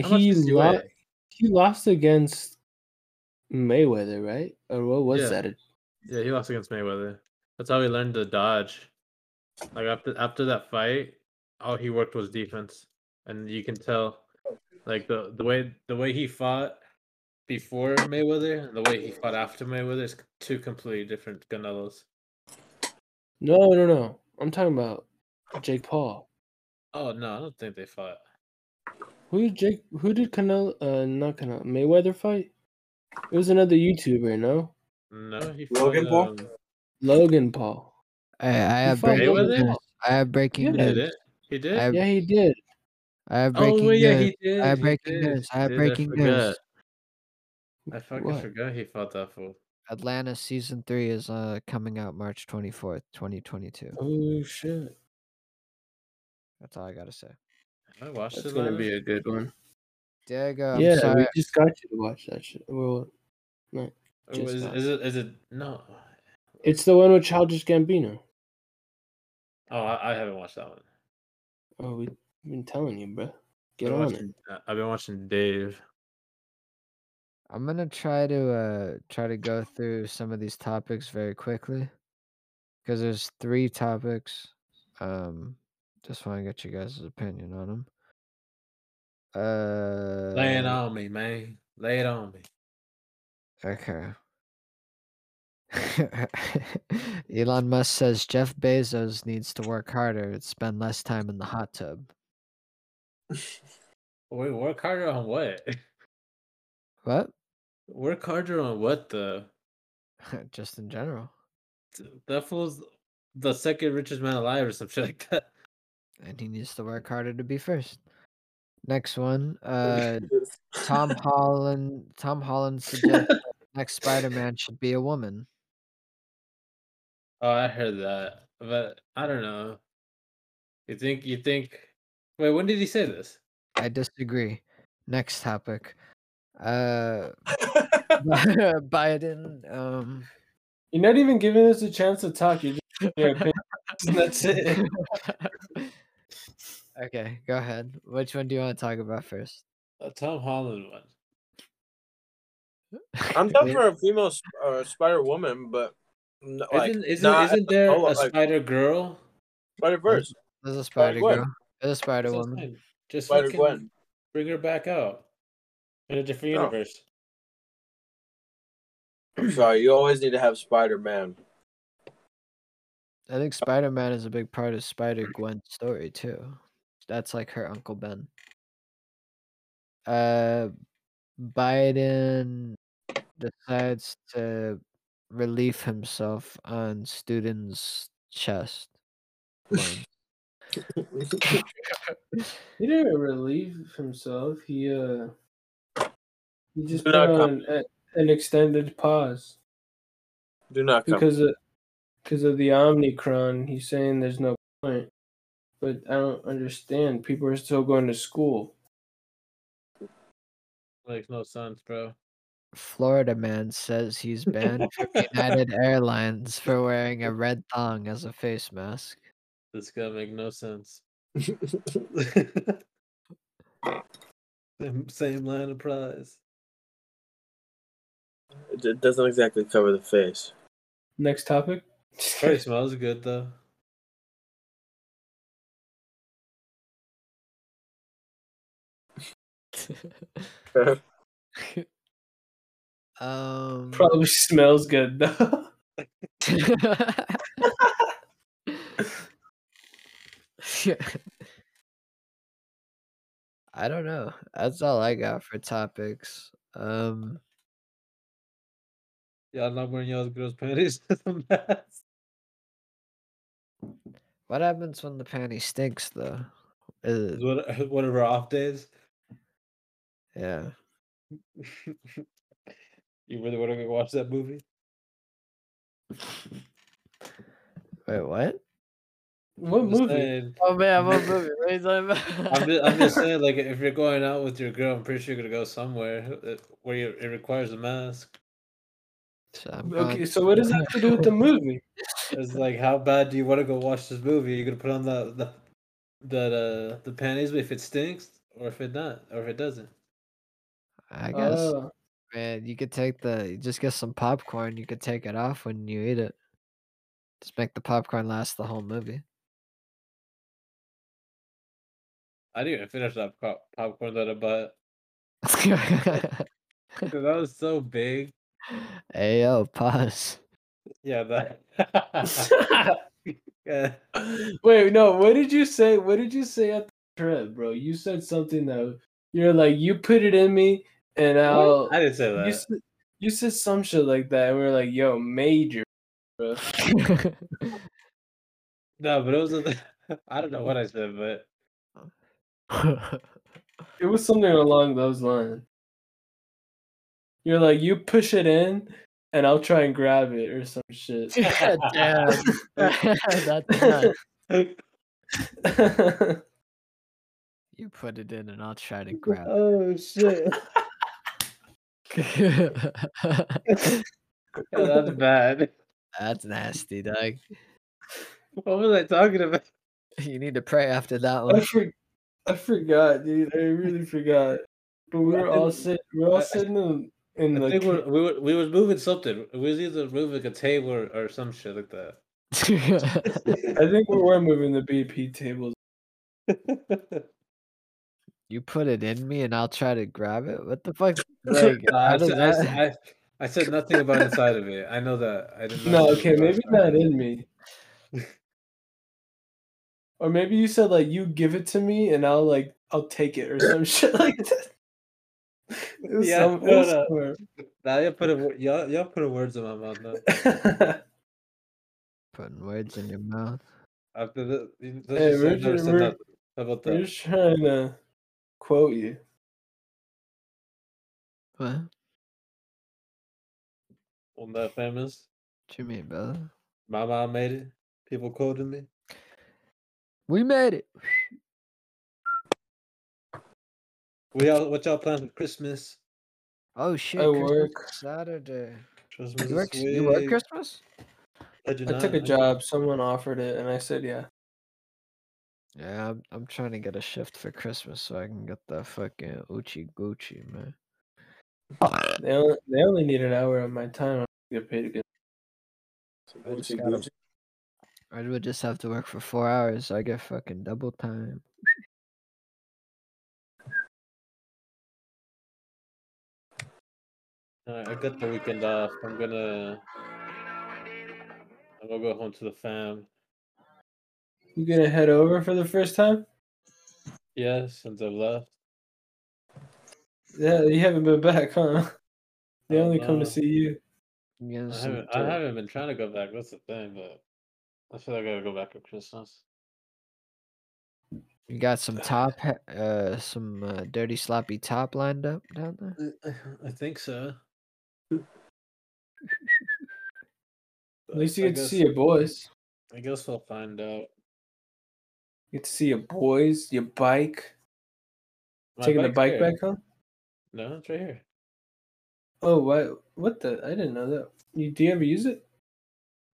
[SPEAKER 3] How much
[SPEAKER 10] he
[SPEAKER 3] does he
[SPEAKER 10] lost.
[SPEAKER 3] weigh?
[SPEAKER 10] He lost against Mayweather, right? Or what was
[SPEAKER 3] Yeah.
[SPEAKER 10] that?
[SPEAKER 3] Yeah, he lost against Mayweather. That's how he learned to dodge. Like after after that fight, all he worked was defense, and you can tell, like the the way the way he fought before Mayweather and the way he fought after Mayweather is two completely different Canelos.
[SPEAKER 10] No, no, no. I'm talking about Jake Paul.
[SPEAKER 3] Oh no, I don't think they fought.
[SPEAKER 10] Who did Jake? Who did Canelo? Uh, not Canelo. Mayweather fight? It was another YouTuber, no?
[SPEAKER 3] No, he
[SPEAKER 10] Logan
[SPEAKER 3] fought,
[SPEAKER 10] Paul?
[SPEAKER 3] um,
[SPEAKER 10] Logan Paul.
[SPEAKER 9] I, I have
[SPEAKER 10] fought
[SPEAKER 9] breaking
[SPEAKER 10] Logan
[SPEAKER 9] news.
[SPEAKER 10] Paul.
[SPEAKER 9] I have breaking
[SPEAKER 10] Yeah. He
[SPEAKER 9] news.
[SPEAKER 10] did?
[SPEAKER 3] He
[SPEAKER 9] I have,
[SPEAKER 10] Yeah, he did.
[SPEAKER 9] I have
[SPEAKER 10] Oh, wait,
[SPEAKER 9] breaking
[SPEAKER 10] yeah,
[SPEAKER 9] news.
[SPEAKER 10] he did,
[SPEAKER 9] I have
[SPEAKER 10] he
[SPEAKER 9] breaking
[SPEAKER 10] did.
[SPEAKER 9] news. I have
[SPEAKER 3] Dude, I
[SPEAKER 9] breaking
[SPEAKER 3] forgot.
[SPEAKER 9] news.
[SPEAKER 3] I fucking
[SPEAKER 9] What?
[SPEAKER 3] forgot he fought that fool.
[SPEAKER 9] Atlanta season three is uh coming out March twenty fourth, twenty twenty two.
[SPEAKER 10] Oh shit!
[SPEAKER 9] That's all I gotta say.
[SPEAKER 3] Have I watched
[SPEAKER 10] That's
[SPEAKER 3] it
[SPEAKER 10] gonna
[SPEAKER 3] live?
[SPEAKER 10] be a good one.
[SPEAKER 9] Diego, I'm
[SPEAKER 10] yeah,
[SPEAKER 9] sorry.
[SPEAKER 10] we just got you to watch that shit. Well, no,
[SPEAKER 3] Or
[SPEAKER 10] just
[SPEAKER 3] was-
[SPEAKER 10] got-
[SPEAKER 3] is it? Is it? No.
[SPEAKER 10] It's the one with Childish Gambino.
[SPEAKER 3] Oh, I, I haven't watched that one.
[SPEAKER 10] Oh, we've been telling you, bro.
[SPEAKER 3] I've been
[SPEAKER 10] Get on it.
[SPEAKER 3] watching- I- I've been watching Dave.
[SPEAKER 9] I'm gonna try to uh try to go through some of these topics very quickly because there's three topics. Um, just want to get you guys' opinion on them. Uh,
[SPEAKER 3] Lay it on me, man. Lay it on me.
[SPEAKER 9] Okay. Elon Musk says Jeff Bezos needs to work harder and spend less time in the hot tub.
[SPEAKER 3] Wait, work harder on what?
[SPEAKER 9] What?
[SPEAKER 3] Work harder on what the
[SPEAKER 9] Just in general.
[SPEAKER 3] that fool's the second richest man alive or some shit like that.
[SPEAKER 9] and he needs to
[SPEAKER 11] Mm.
[SPEAKER 9] work harder to be first. Next one, uh, Tom Holland. Tom Holland suggests that next Spider-Man should be a woman.
[SPEAKER 3] Oh, I heard that, but I don't know. You think? You think? Wait, when did he say this?
[SPEAKER 9] I disagree. Next topic, uh, Biden. Um,
[SPEAKER 10] You're not even giving us a chance to talk. You're just giving your opinion. That's it.
[SPEAKER 9] Okay, go ahead. Which one do you want to talk about first?
[SPEAKER 3] A Tom Holland one.
[SPEAKER 11] I'm down for a female sp- uh, Spider Woman, but n- like,
[SPEAKER 3] isn't isn't,
[SPEAKER 11] not
[SPEAKER 3] isn't there
[SPEAKER 11] solo,
[SPEAKER 3] a
[SPEAKER 11] like,
[SPEAKER 3] Spider Girl?
[SPEAKER 11] Spider Verse?
[SPEAKER 9] There's a Spider
[SPEAKER 3] Gwen.
[SPEAKER 9] Girl. There's a Spider Woman.
[SPEAKER 3] Just
[SPEAKER 11] Spider
[SPEAKER 3] fucking
[SPEAKER 11] Gwen.
[SPEAKER 3] bring her back out in a different
[SPEAKER 11] No.
[SPEAKER 3] universe.
[SPEAKER 11] I'm sorry, you always need to have Spider Man.
[SPEAKER 9] I think Spider Man is a big part of Spider Gwen's story too. That's like her Uncle Ben. Uh Biden decides to relieve himself on students' chest. loans.
[SPEAKER 10] He didn't relieve himself. He uh, he just
[SPEAKER 11] Do
[SPEAKER 10] put
[SPEAKER 11] not
[SPEAKER 10] on a, an extended pause
[SPEAKER 11] Do not come.
[SPEAKER 10] because of because of the Omicron. He's saying there's no point, but I don't understand. People are still going to school.
[SPEAKER 3] Like no sense, bro.
[SPEAKER 9] Florida man says he's banned from United Airlines for wearing a red thong as a face mask.
[SPEAKER 3] This guy make no sense. same, same line of prize.
[SPEAKER 11] It- it doesn't exactly cover the face.
[SPEAKER 10] Next topic.
[SPEAKER 3] Probably smells good though.
[SPEAKER 9] Um
[SPEAKER 10] Probably smells good though.
[SPEAKER 9] I don't know. That's all I got for topics. Um
[SPEAKER 3] Y'all not wearing y'all's girls' panties as a mask.
[SPEAKER 9] what happens when the panty stinks though? Is-
[SPEAKER 3] What- One of our off days.
[SPEAKER 9] yeah.
[SPEAKER 3] You really want to go watch that movie?
[SPEAKER 9] Wait, what?
[SPEAKER 10] What
[SPEAKER 3] I'm just saying-
[SPEAKER 9] Oh man, what movie? What are you talking about?
[SPEAKER 3] I'm just, I'm just saying, like, if you're going out with your girl, I'm pretty sure you're gonna go somewhere uh, where you, it requires a mask.
[SPEAKER 9] So I'm
[SPEAKER 10] Okay,
[SPEAKER 9] going-
[SPEAKER 10] so what does that have to do with the movie?
[SPEAKER 3] It's like, how bad do you want to go watch this movie? You're gonna put on the the that uh the panties if it stinks or if it not or if it doesn't.
[SPEAKER 9] I guess
[SPEAKER 10] Oh.
[SPEAKER 9] man, you could take the you just get some popcorn, you could take it off when you eat it. Just make the popcorn last the whole movie.
[SPEAKER 3] I didn't even finish that pop- popcorn that I bought because that was so big.
[SPEAKER 9] hey yo, pause.
[SPEAKER 3] Yeah, that. yeah.
[SPEAKER 10] Wait, no. What did you say? What did you say at the trip, bro? You said something that you're like, you put it in me, and I'll.
[SPEAKER 3] I didn't say
[SPEAKER 10] You
[SPEAKER 3] that.
[SPEAKER 10] said, you said some shit like that, and we were like, yo, major, bro.
[SPEAKER 3] No, but it was. A, I don't know what I said, but
[SPEAKER 10] It was something along those lines. You're like, you push it in, and I'll try and grab it or some shit.
[SPEAKER 9] God damn. That's nuts. You put it in and I'll try to grab
[SPEAKER 3] oh shit.
[SPEAKER 9] it.
[SPEAKER 3] Yeah, that's bad.
[SPEAKER 9] That's nasty, dog.
[SPEAKER 3] What was I talking about?
[SPEAKER 9] You need to pray after that
[SPEAKER 10] I,
[SPEAKER 9] one.
[SPEAKER 10] for, I forgot, dude. I really forgot. But we were all
[SPEAKER 3] didn't-
[SPEAKER 10] sitting. We are all sitting in, in
[SPEAKER 3] I
[SPEAKER 10] the.
[SPEAKER 3] think
[SPEAKER 10] ca-
[SPEAKER 3] we're, we were we was moving something. We was either moving a table or, or some shit like that.
[SPEAKER 10] I think we were moving the BP tables.
[SPEAKER 9] you put it in me and I'll try to grab it. What the fuck? Like,
[SPEAKER 3] No,
[SPEAKER 9] how
[SPEAKER 3] Oh I,
[SPEAKER 9] does
[SPEAKER 3] said, I,
[SPEAKER 9] that-
[SPEAKER 3] said- I, I said nothing about inside of it. I know that. I didn't.
[SPEAKER 10] No, okay, maybe not in me. Or maybe you said like you give it to me and I'll like I'll take it or some shit like that. It was
[SPEAKER 3] Yeah,
[SPEAKER 10] some- it
[SPEAKER 3] no,
[SPEAKER 10] was
[SPEAKER 3] no.
[SPEAKER 10] somewhere.
[SPEAKER 3] Now y'all put a, y'all y'all put words in my mouth now.
[SPEAKER 9] Putting words in your mouth.
[SPEAKER 3] After the, uh, you- that's
[SPEAKER 10] Hey,
[SPEAKER 3] just-
[SPEAKER 10] we're
[SPEAKER 3] I've never
[SPEAKER 10] ju-
[SPEAKER 3] said
[SPEAKER 10] we're-
[SPEAKER 3] nothing. How about
[SPEAKER 10] You're
[SPEAKER 3] that?
[SPEAKER 10] just trying to quote you.
[SPEAKER 9] What? What
[SPEAKER 3] I'm not famous.
[SPEAKER 9] you mean, brother?
[SPEAKER 3] My mom made it. People quoted me.
[SPEAKER 9] We made it.
[SPEAKER 3] We all what y'all plan for Christmas?
[SPEAKER 9] Oh shit!
[SPEAKER 10] I
[SPEAKER 9] Christmas
[SPEAKER 10] work.
[SPEAKER 9] is Saturday.
[SPEAKER 3] Christmas.
[SPEAKER 9] You
[SPEAKER 3] is
[SPEAKER 9] work, you work
[SPEAKER 3] sweet.
[SPEAKER 9] Christmas?
[SPEAKER 3] I do
[SPEAKER 10] I took
[SPEAKER 3] not.
[SPEAKER 10] a job. Someone offered it, and I said yeah.
[SPEAKER 9] Yeah, I'm, I'm trying to get a shift for Christmas so I can get that fucking Uchi Gucci, man.
[SPEAKER 10] They only, they only need an hour of my time. I'm gonna get paid again.
[SPEAKER 9] I just gotta- I would just have to work for four hours, so I get fucking double time.
[SPEAKER 3] Uh, I got the weekend off. I'm gonna. I'm gonna go home to the fam.
[SPEAKER 10] You gonna head over for the first time?
[SPEAKER 3] Yeah, since I've left.
[SPEAKER 10] Yeah, you haven't been back, huh? They only come
[SPEAKER 3] know.
[SPEAKER 10] to see you.
[SPEAKER 3] I
[SPEAKER 9] Yes,
[SPEAKER 3] haven't, I haven't been trying to go back. That's the thing, but I feel like I gotta go back at Christmas.
[SPEAKER 9] You got some top, he- uh, some uh, dirty sloppy top lined up down there.
[SPEAKER 3] I think so.
[SPEAKER 10] At least you
[SPEAKER 3] I
[SPEAKER 10] get to see
[SPEAKER 3] guess-
[SPEAKER 10] your boys.
[SPEAKER 3] I guess we'll find out.
[SPEAKER 10] You get to see your boys, your bike.
[SPEAKER 3] My
[SPEAKER 10] Taking the
[SPEAKER 3] bike's
[SPEAKER 10] bike
[SPEAKER 3] here.
[SPEAKER 10] back home.
[SPEAKER 3] No, it's right here.
[SPEAKER 10] Oh, what? What the? I didn't know that. You do you ever use it?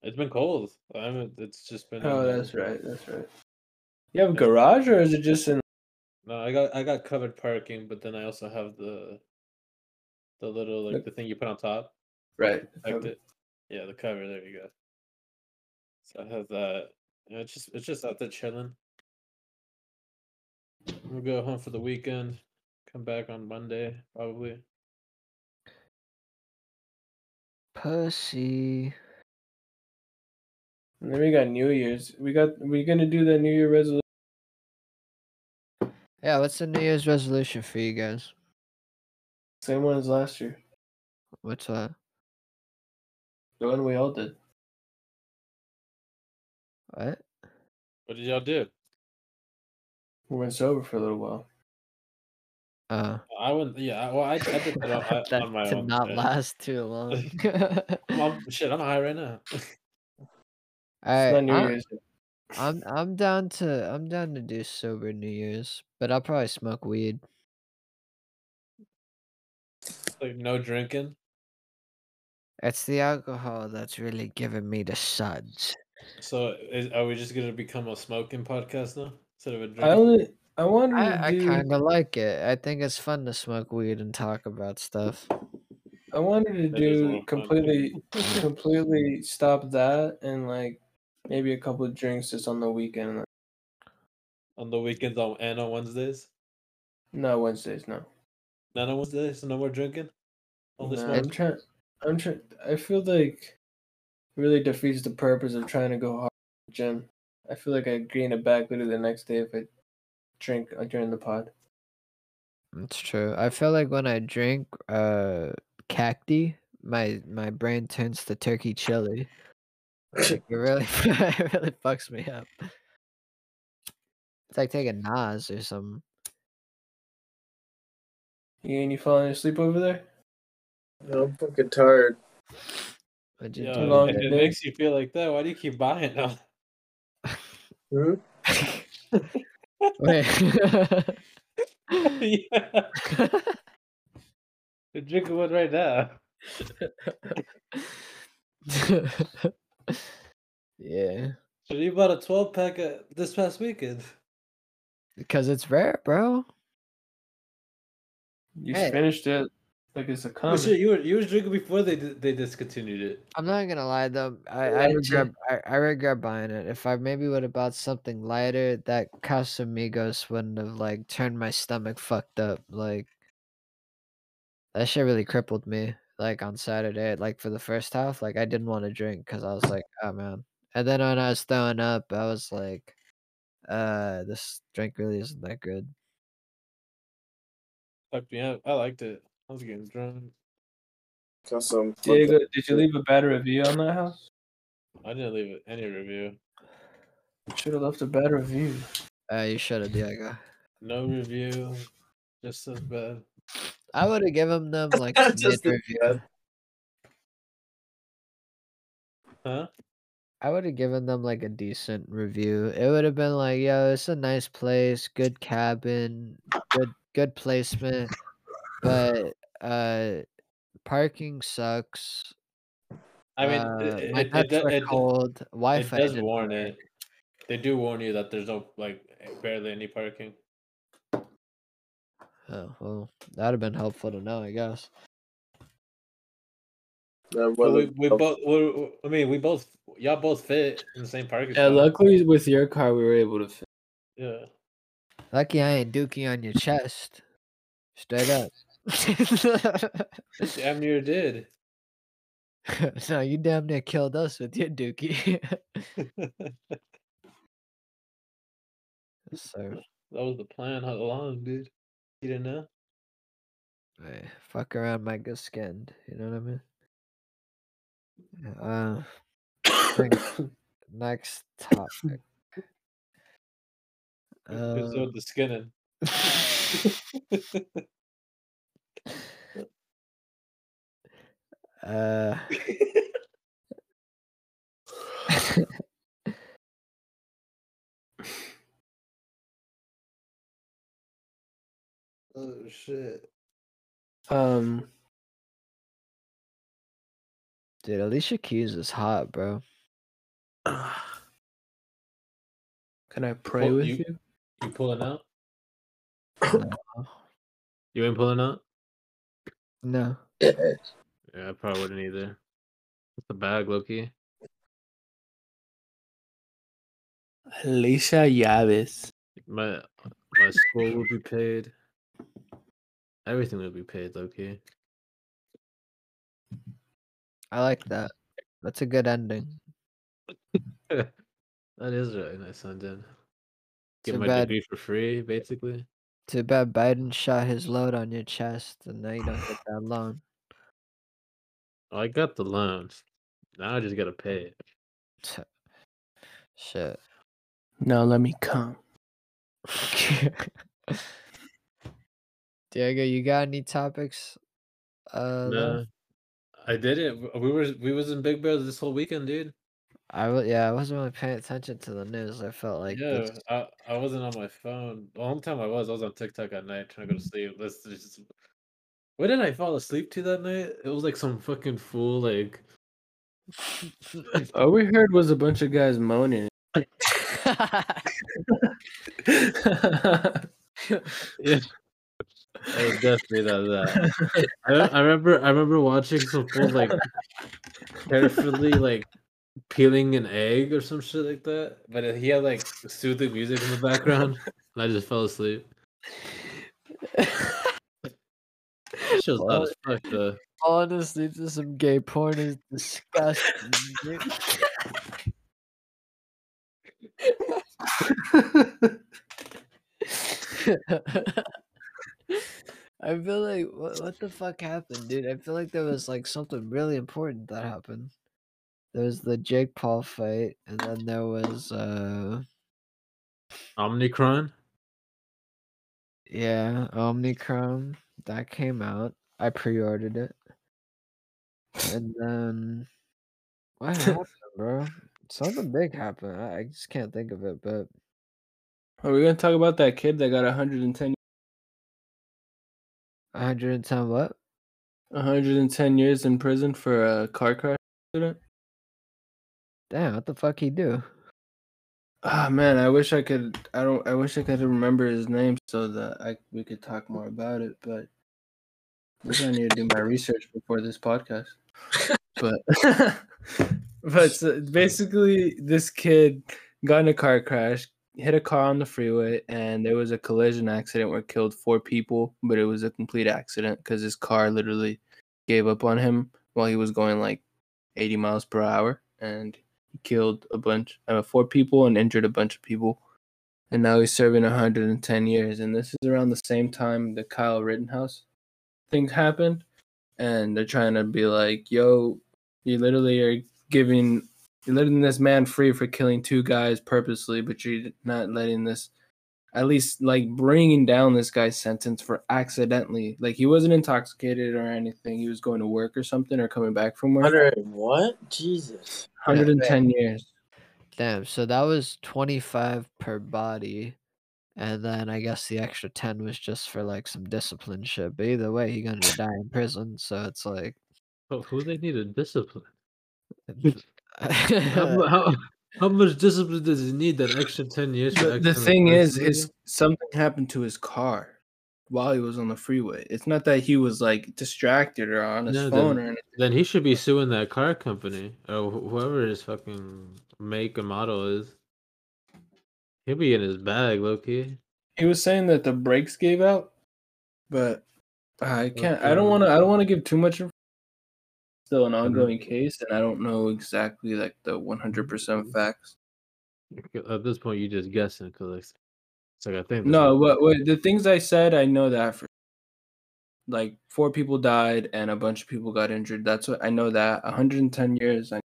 [SPEAKER 3] It's been cold. I haven't. It's just been.
[SPEAKER 10] Oh,
[SPEAKER 3] uh,
[SPEAKER 10] that's right. That's right. You have a garage, or is it just in?
[SPEAKER 3] No, I got I got covered parking, but then I also have the the little like
[SPEAKER 10] Like-
[SPEAKER 3] the thing you put on top.
[SPEAKER 10] Right, the
[SPEAKER 3] Protect
[SPEAKER 10] cover.
[SPEAKER 3] it. Yeah, the cover. There you go. So I have that. And it's just it's just out there chilling. We'll go home for the weekend. Come back on Monday probably.
[SPEAKER 9] Pussy.
[SPEAKER 10] And then we got New Year's. We got. We're gonna do the New Year resolution.
[SPEAKER 9] Yeah, what's the New Year's resolution for you guys?
[SPEAKER 10] Same one as last year.
[SPEAKER 9] What's that?
[SPEAKER 10] The one we all did.
[SPEAKER 9] What?
[SPEAKER 3] What did y'all do?
[SPEAKER 10] We went sober for a little while.
[SPEAKER 9] Uh,
[SPEAKER 3] I wouldn't. Yeah. I- Well, I, I did that on, I-
[SPEAKER 9] that
[SPEAKER 3] on my
[SPEAKER 9] did
[SPEAKER 3] own.
[SPEAKER 9] not
[SPEAKER 3] yeah.
[SPEAKER 9] last too long.
[SPEAKER 3] Well, shit, I'm high right now.
[SPEAKER 9] All
[SPEAKER 10] not
[SPEAKER 9] right,
[SPEAKER 10] New
[SPEAKER 9] I'm,
[SPEAKER 10] Year's.
[SPEAKER 9] I'm I'm down to I'm down to do sober New Year's, but I'll probably smoke weed.
[SPEAKER 3] like no drinking.
[SPEAKER 9] It's the alcohol that's really giving me the suds.
[SPEAKER 3] So is, are we just gonna become a smoking podcast now instead of a drinking?
[SPEAKER 10] I only. I wanted to
[SPEAKER 9] I, I
[SPEAKER 10] do.
[SPEAKER 9] kind of like it. I think it's fun to smoke weed and talk about stuff.
[SPEAKER 10] I wanted to
[SPEAKER 9] That is a
[SPEAKER 10] do
[SPEAKER 9] lot of fun,
[SPEAKER 10] completely, completely stop that and like maybe a couple of drinks just on the weekend. like-
[SPEAKER 3] on the weekends on and on Wednesdays.
[SPEAKER 10] No Wednesdays, no.
[SPEAKER 3] Not on Wednesdays. No more drinking. Only
[SPEAKER 10] No, I'm
[SPEAKER 3] smoking.
[SPEAKER 10] trying. I'm trying. I feel like it really defeats the purpose of trying to go hard at the gym. I feel like I gain it back literally the next day if I drink uh, during the pod.
[SPEAKER 9] It's true. I feel like when I drink uh cacti, my my brain turns to turkey chili. Like, it really it really fucks me up. It's like taking Nas or something.
[SPEAKER 10] You and you falling asleep over there?
[SPEAKER 11] No, I'm fucking tired.
[SPEAKER 9] What'd you
[SPEAKER 3] Yo,
[SPEAKER 9] do?
[SPEAKER 10] long
[SPEAKER 3] if
[SPEAKER 10] it
[SPEAKER 3] it
[SPEAKER 10] is.
[SPEAKER 3] makes you feel like that, why do you keep buying them?
[SPEAKER 9] Wait.
[SPEAKER 3] yeah. You're drinking one right now.
[SPEAKER 9] yeah.
[SPEAKER 3] So you bought a 12 pack uh, this past weekend.
[SPEAKER 9] Because it's rare, bro.
[SPEAKER 10] You
[SPEAKER 9] Hey.
[SPEAKER 10] finished it like it's a
[SPEAKER 3] Oh,
[SPEAKER 10] comment.
[SPEAKER 3] shit, you were you were drinking before they di- they discontinued it.
[SPEAKER 9] I'm not gonna lie though. I,
[SPEAKER 10] Yeah,
[SPEAKER 9] I
[SPEAKER 10] it's
[SPEAKER 9] regret
[SPEAKER 10] just-
[SPEAKER 9] I, I regret buying it. If I maybe would have bought something lighter, that Casamigos wouldn't have like turned my stomach fucked up. Like that shit really crippled me. Like on Saturday, like for the first half, like I didn't want to drink because I was like, oh man. And then when I was throwing up, I was like, uh, this drink really isn't that good.
[SPEAKER 3] Fucked me up. I liked it. I was getting drunk.
[SPEAKER 11] Got some.
[SPEAKER 10] Diego, did you leave a bad review on that house?
[SPEAKER 3] I didn't leave any review.
[SPEAKER 10] Should have left a bad review.
[SPEAKER 9] Uh, you should have, Diego.
[SPEAKER 3] No review. Just as bad.
[SPEAKER 9] I would have given them like a mid
[SPEAKER 3] Just as
[SPEAKER 9] review.
[SPEAKER 3] Huh?
[SPEAKER 9] I would have given them like a decent review. It would have been like, yo, it's a nice place, good cabin, good good placement, but uh parking sucks.
[SPEAKER 3] I mean,
[SPEAKER 9] uh,
[SPEAKER 3] it,
[SPEAKER 9] my
[SPEAKER 3] it, it,
[SPEAKER 9] nuts
[SPEAKER 3] do-
[SPEAKER 9] were
[SPEAKER 3] it,
[SPEAKER 9] cold. Wi
[SPEAKER 3] it
[SPEAKER 9] Fi
[SPEAKER 3] does warn it. They do warn you that there's no like barely any parking.
[SPEAKER 9] Oh well, that'd have been helpful to know, I guess.
[SPEAKER 3] But we we both. we- we- I mean, we both. Y'all both fit in the same parking.
[SPEAKER 10] Yeah,
[SPEAKER 3] spot.
[SPEAKER 10] luckily with your car we were able to. Fit.
[SPEAKER 3] Yeah.
[SPEAKER 9] Lucky I ain't dookie on your chest. Straight up.
[SPEAKER 3] Damn near did.
[SPEAKER 9] no, you damn near killed us with your dookie. so
[SPEAKER 3] That was the plan all along, dude. You didn't know.
[SPEAKER 9] eh, fuck around might get skinned, you know what I mean? Uh I think next topic.
[SPEAKER 3] Because
[SPEAKER 9] Uh,
[SPEAKER 3] of the skinning.
[SPEAKER 9] Uh,
[SPEAKER 3] Oh shit.
[SPEAKER 10] Um,
[SPEAKER 9] dude, Alicia Keys is hot, bro.
[SPEAKER 10] Can I pray
[SPEAKER 3] Pull-
[SPEAKER 10] with
[SPEAKER 3] you-
[SPEAKER 10] you?
[SPEAKER 3] You pulling out? You ain't pulling out?
[SPEAKER 9] No.
[SPEAKER 3] Yeah, I probably wouldn't either. It's the bag, Loki.
[SPEAKER 10] Alicia Yavis.
[SPEAKER 3] My my school will be paid. Everything will be paid, Loki.
[SPEAKER 9] I like that. That's a good ending.
[SPEAKER 3] that is really nice, London. Get
[SPEAKER 9] Too
[SPEAKER 3] my
[SPEAKER 9] bad.
[SPEAKER 3] degree for free, basically.
[SPEAKER 9] Too bad Biden shot his load on your chest and now you don't get that loan.
[SPEAKER 3] I got the loans. Now I just gotta pay it.
[SPEAKER 9] Shit.
[SPEAKER 10] Now let me come.
[SPEAKER 9] Diego, you got any topics? Uh,
[SPEAKER 3] No,
[SPEAKER 9] no.
[SPEAKER 3] I did it. We were we was in Big Bears this whole weekend, dude.
[SPEAKER 9] I w- yeah, I wasn't really paying attention to the news. I felt like
[SPEAKER 3] yeah,
[SPEAKER 9] this-
[SPEAKER 3] I, I wasn't on my phone. The only time I was, I was on TikTok at night trying to go to sleep. That's just what did I fall asleep to that night? It was like some fucking fool, like
[SPEAKER 10] All we heard was a bunch of guys moaning.
[SPEAKER 3] yeah. I was definitely not that. I, re- I remember, I remember watching some fool like carefully like peeling an egg or some shit like that. But he had like soothing music in the background, and I just fell asleep. That shit was loud as fuck though.
[SPEAKER 9] falling asleep to some gay porn is disgusting. dude. I feel like what, what the fuck happened, dude? I feel like there was like something really important that happened. There was the Jake Paul fight, and then there was uh
[SPEAKER 3] Omnicron.
[SPEAKER 9] yeah, Omnicron that came out. I pre-ordered it, and then what happened, bro? Something big happened. I, I just can't think of it, but
[SPEAKER 10] Are we gonna talk about that kid that got 110,
[SPEAKER 9] 110 what?
[SPEAKER 10] 110 years in prison for a car crash accident?
[SPEAKER 9] Damn, what the fuck he do?
[SPEAKER 10] Ah man, I wish I could. I don't. I wish I could remember his name so that I we could talk more about it. But which I need to do my research before this podcast. But but so basically, this kid got in a car crash, hit a car on the freeway, and there was a collision accident where it killed four people. But it was a complete accident because his car literally gave up on him while he was going like 80 miles per hour, and killed a bunch uh, four people and injured a bunch of people and now he's serving 110 years and this is around the same time the kyle rittenhouse thing happened and they're trying to be like yo you literally are giving you're letting this man free for killing two guys purposely but you're not letting this at least like bringing down this guy's sentence for accidentally like he wasn't intoxicated or anything he was going to work or something or coming back from work
[SPEAKER 11] Hundred and what? Jesus.
[SPEAKER 10] 110 years
[SPEAKER 9] Damn, so that was 25 per body. And then I guess the extra 10 was just for like some discipline shit. But either way, he gonna die in prison. So it's like,
[SPEAKER 3] But who they need to discipline?
[SPEAKER 9] uh,
[SPEAKER 3] How, how, How much discipline does he need? That extra ten years. for
[SPEAKER 13] The, the
[SPEAKER 3] excellent
[SPEAKER 13] thing is,
[SPEAKER 3] personality?
[SPEAKER 13] is something happened to his car while he was on the freeway. It's not that he was like distracted or on his
[SPEAKER 3] No,
[SPEAKER 13] phone or
[SPEAKER 3] then,
[SPEAKER 13] anything.
[SPEAKER 3] then he should be suing that car company or wh- whoever his fucking make and model is. He'll be in his bag, low key.
[SPEAKER 10] He was saying that the brakes gave out, but I can't. I don't want to. I don't want to give too much. inf- Still
[SPEAKER 3] Mm-hmm.
[SPEAKER 10] an ongoing case, and I don't know exactly like the one hundred percent facts.
[SPEAKER 3] At this point, you're just guessing because it's, it's like I think. this
[SPEAKER 10] No,
[SPEAKER 3] is-
[SPEAKER 10] what, what the things I said, I know that for like four people died and a bunch of people got injured. That's what I know that 110 years. I,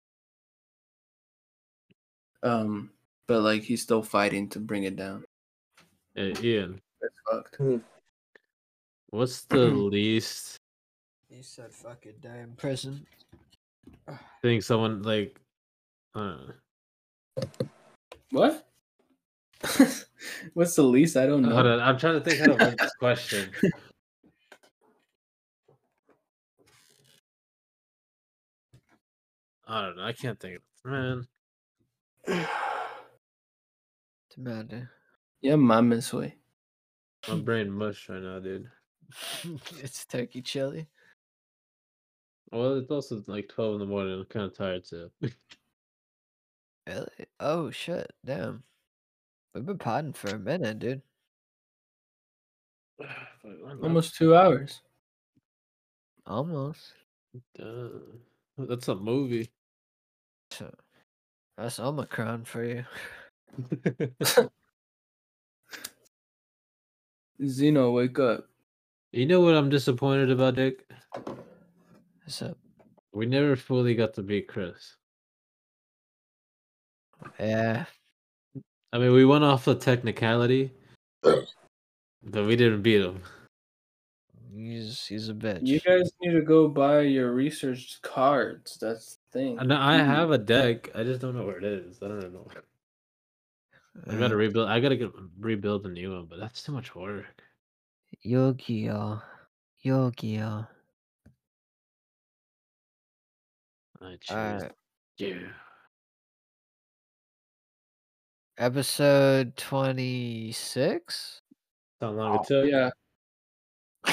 [SPEAKER 10] um, but like he's still fighting to bring it down.
[SPEAKER 3] Hey, eh, Ian,
[SPEAKER 10] That's fucked.
[SPEAKER 3] what's the least
[SPEAKER 9] You said fucking die in prison.
[SPEAKER 3] thing someone like? Uh,
[SPEAKER 10] What? What's the least? I don't know.
[SPEAKER 3] hold on, I'm trying to think how to word this question. I don't know. I can't think. of Man,
[SPEAKER 9] Matter.
[SPEAKER 10] Yeah, mama's way.
[SPEAKER 3] my brain mush right now, dude.
[SPEAKER 9] it's turkey chili.
[SPEAKER 3] Well, it's also like 12 in the morning. I'm kind of tired too.
[SPEAKER 9] Really? Oh shit! Damn. We've been potting for a minute, dude.
[SPEAKER 10] Almost two hours.
[SPEAKER 9] Almost.
[SPEAKER 3] Damn. That's a movie.
[SPEAKER 9] That's Omicron for you.
[SPEAKER 10] Zeno, wake up.
[SPEAKER 3] You know what I'm disappointed about, Dick?
[SPEAKER 9] What's up?
[SPEAKER 3] We never fully got to beat Chris.
[SPEAKER 9] Yeah.
[SPEAKER 3] I mean, we went off the technicality, but we didn't beat him.
[SPEAKER 9] He's he's a bitch.
[SPEAKER 10] You guys need to go buy your research cards. That's the thing.
[SPEAKER 3] And I have a deck. I just don't know where it is. I don't know.
[SPEAKER 9] Uh,
[SPEAKER 3] I gotta rebuild. I gotta get rebuild a new one, but that's too much work.
[SPEAKER 9] Yu-Gi-Oh. Yu-Gi-Oh.
[SPEAKER 3] I choose.
[SPEAKER 9] Alright.
[SPEAKER 3] Yeah.
[SPEAKER 9] Episode twenty six.
[SPEAKER 3] How long it took?
[SPEAKER 10] Yeah.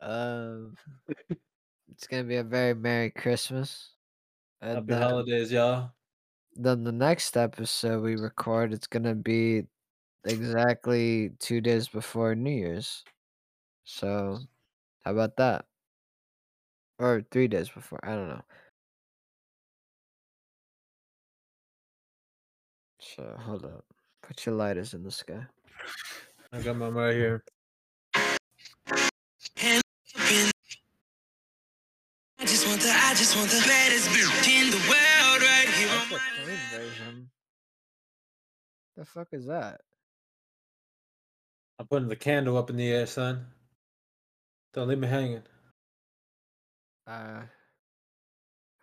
[SPEAKER 9] um, it's gonna be a very merry Christmas. And
[SPEAKER 3] Happy
[SPEAKER 9] then-
[SPEAKER 3] holidays, y'all.
[SPEAKER 9] then the next episode we record, it's gonna be exactly two days before New Year's. So, how about that? Or three days before? I don't know. So hold up, put your lighters in the sky.
[SPEAKER 3] I got mine right here.
[SPEAKER 12] I just want the, I just want the baddest bitch in the world right here on my
[SPEAKER 9] Clean version. The fuck is that?
[SPEAKER 3] I'm putting the candle up in the air, son. Don't leave me hanging.
[SPEAKER 9] Uh,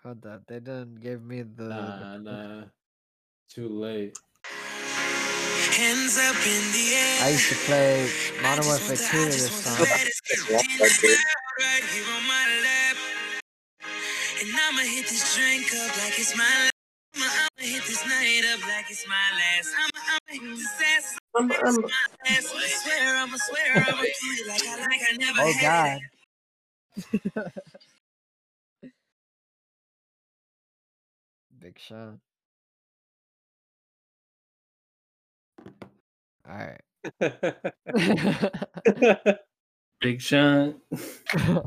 [SPEAKER 9] hold up, they didn't give me the.
[SPEAKER 3] Nah, nah. Too late.
[SPEAKER 12] hands up in the air.
[SPEAKER 9] I used to play Modern Warfare 2 to this song.
[SPEAKER 12] right here on my lap. And I'ma hit this drink up like it's my last. I'ma, I'ma hit this night up like it's my last. I'ma, I'ma hit this ass up like it's my last. I swear, I'ma swear, I'ma do it like I like I never
[SPEAKER 9] Oh
[SPEAKER 12] had
[SPEAKER 9] god.
[SPEAKER 12] it.
[SPEAKER 9] Big shot. Alright.
[SPEAKER 10] Big Sean.
[SPEAKER 9] Uh,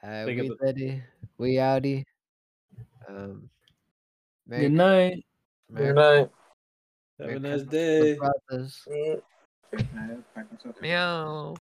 [SPEAKER 10] Think of
[SPEAKER 9] we
[SPEAKER 10] the-
[SPEAKER 9] ready. We outie. Um,
[SPEAKER 10] Good night.
[SPEAKER 9] Merry-
[SPEAKER 11] night.
[SPEAKER 3] Have
[SPEAKER 9] Merry
[SPEAKER 3] a nice
[SPEAKER 9] Christmas,
[SPEAKER 3] day.
[SPEAKER 9] brothers.
[SPEAKER 11] Yeah.
[SPEAKER 9] Meow.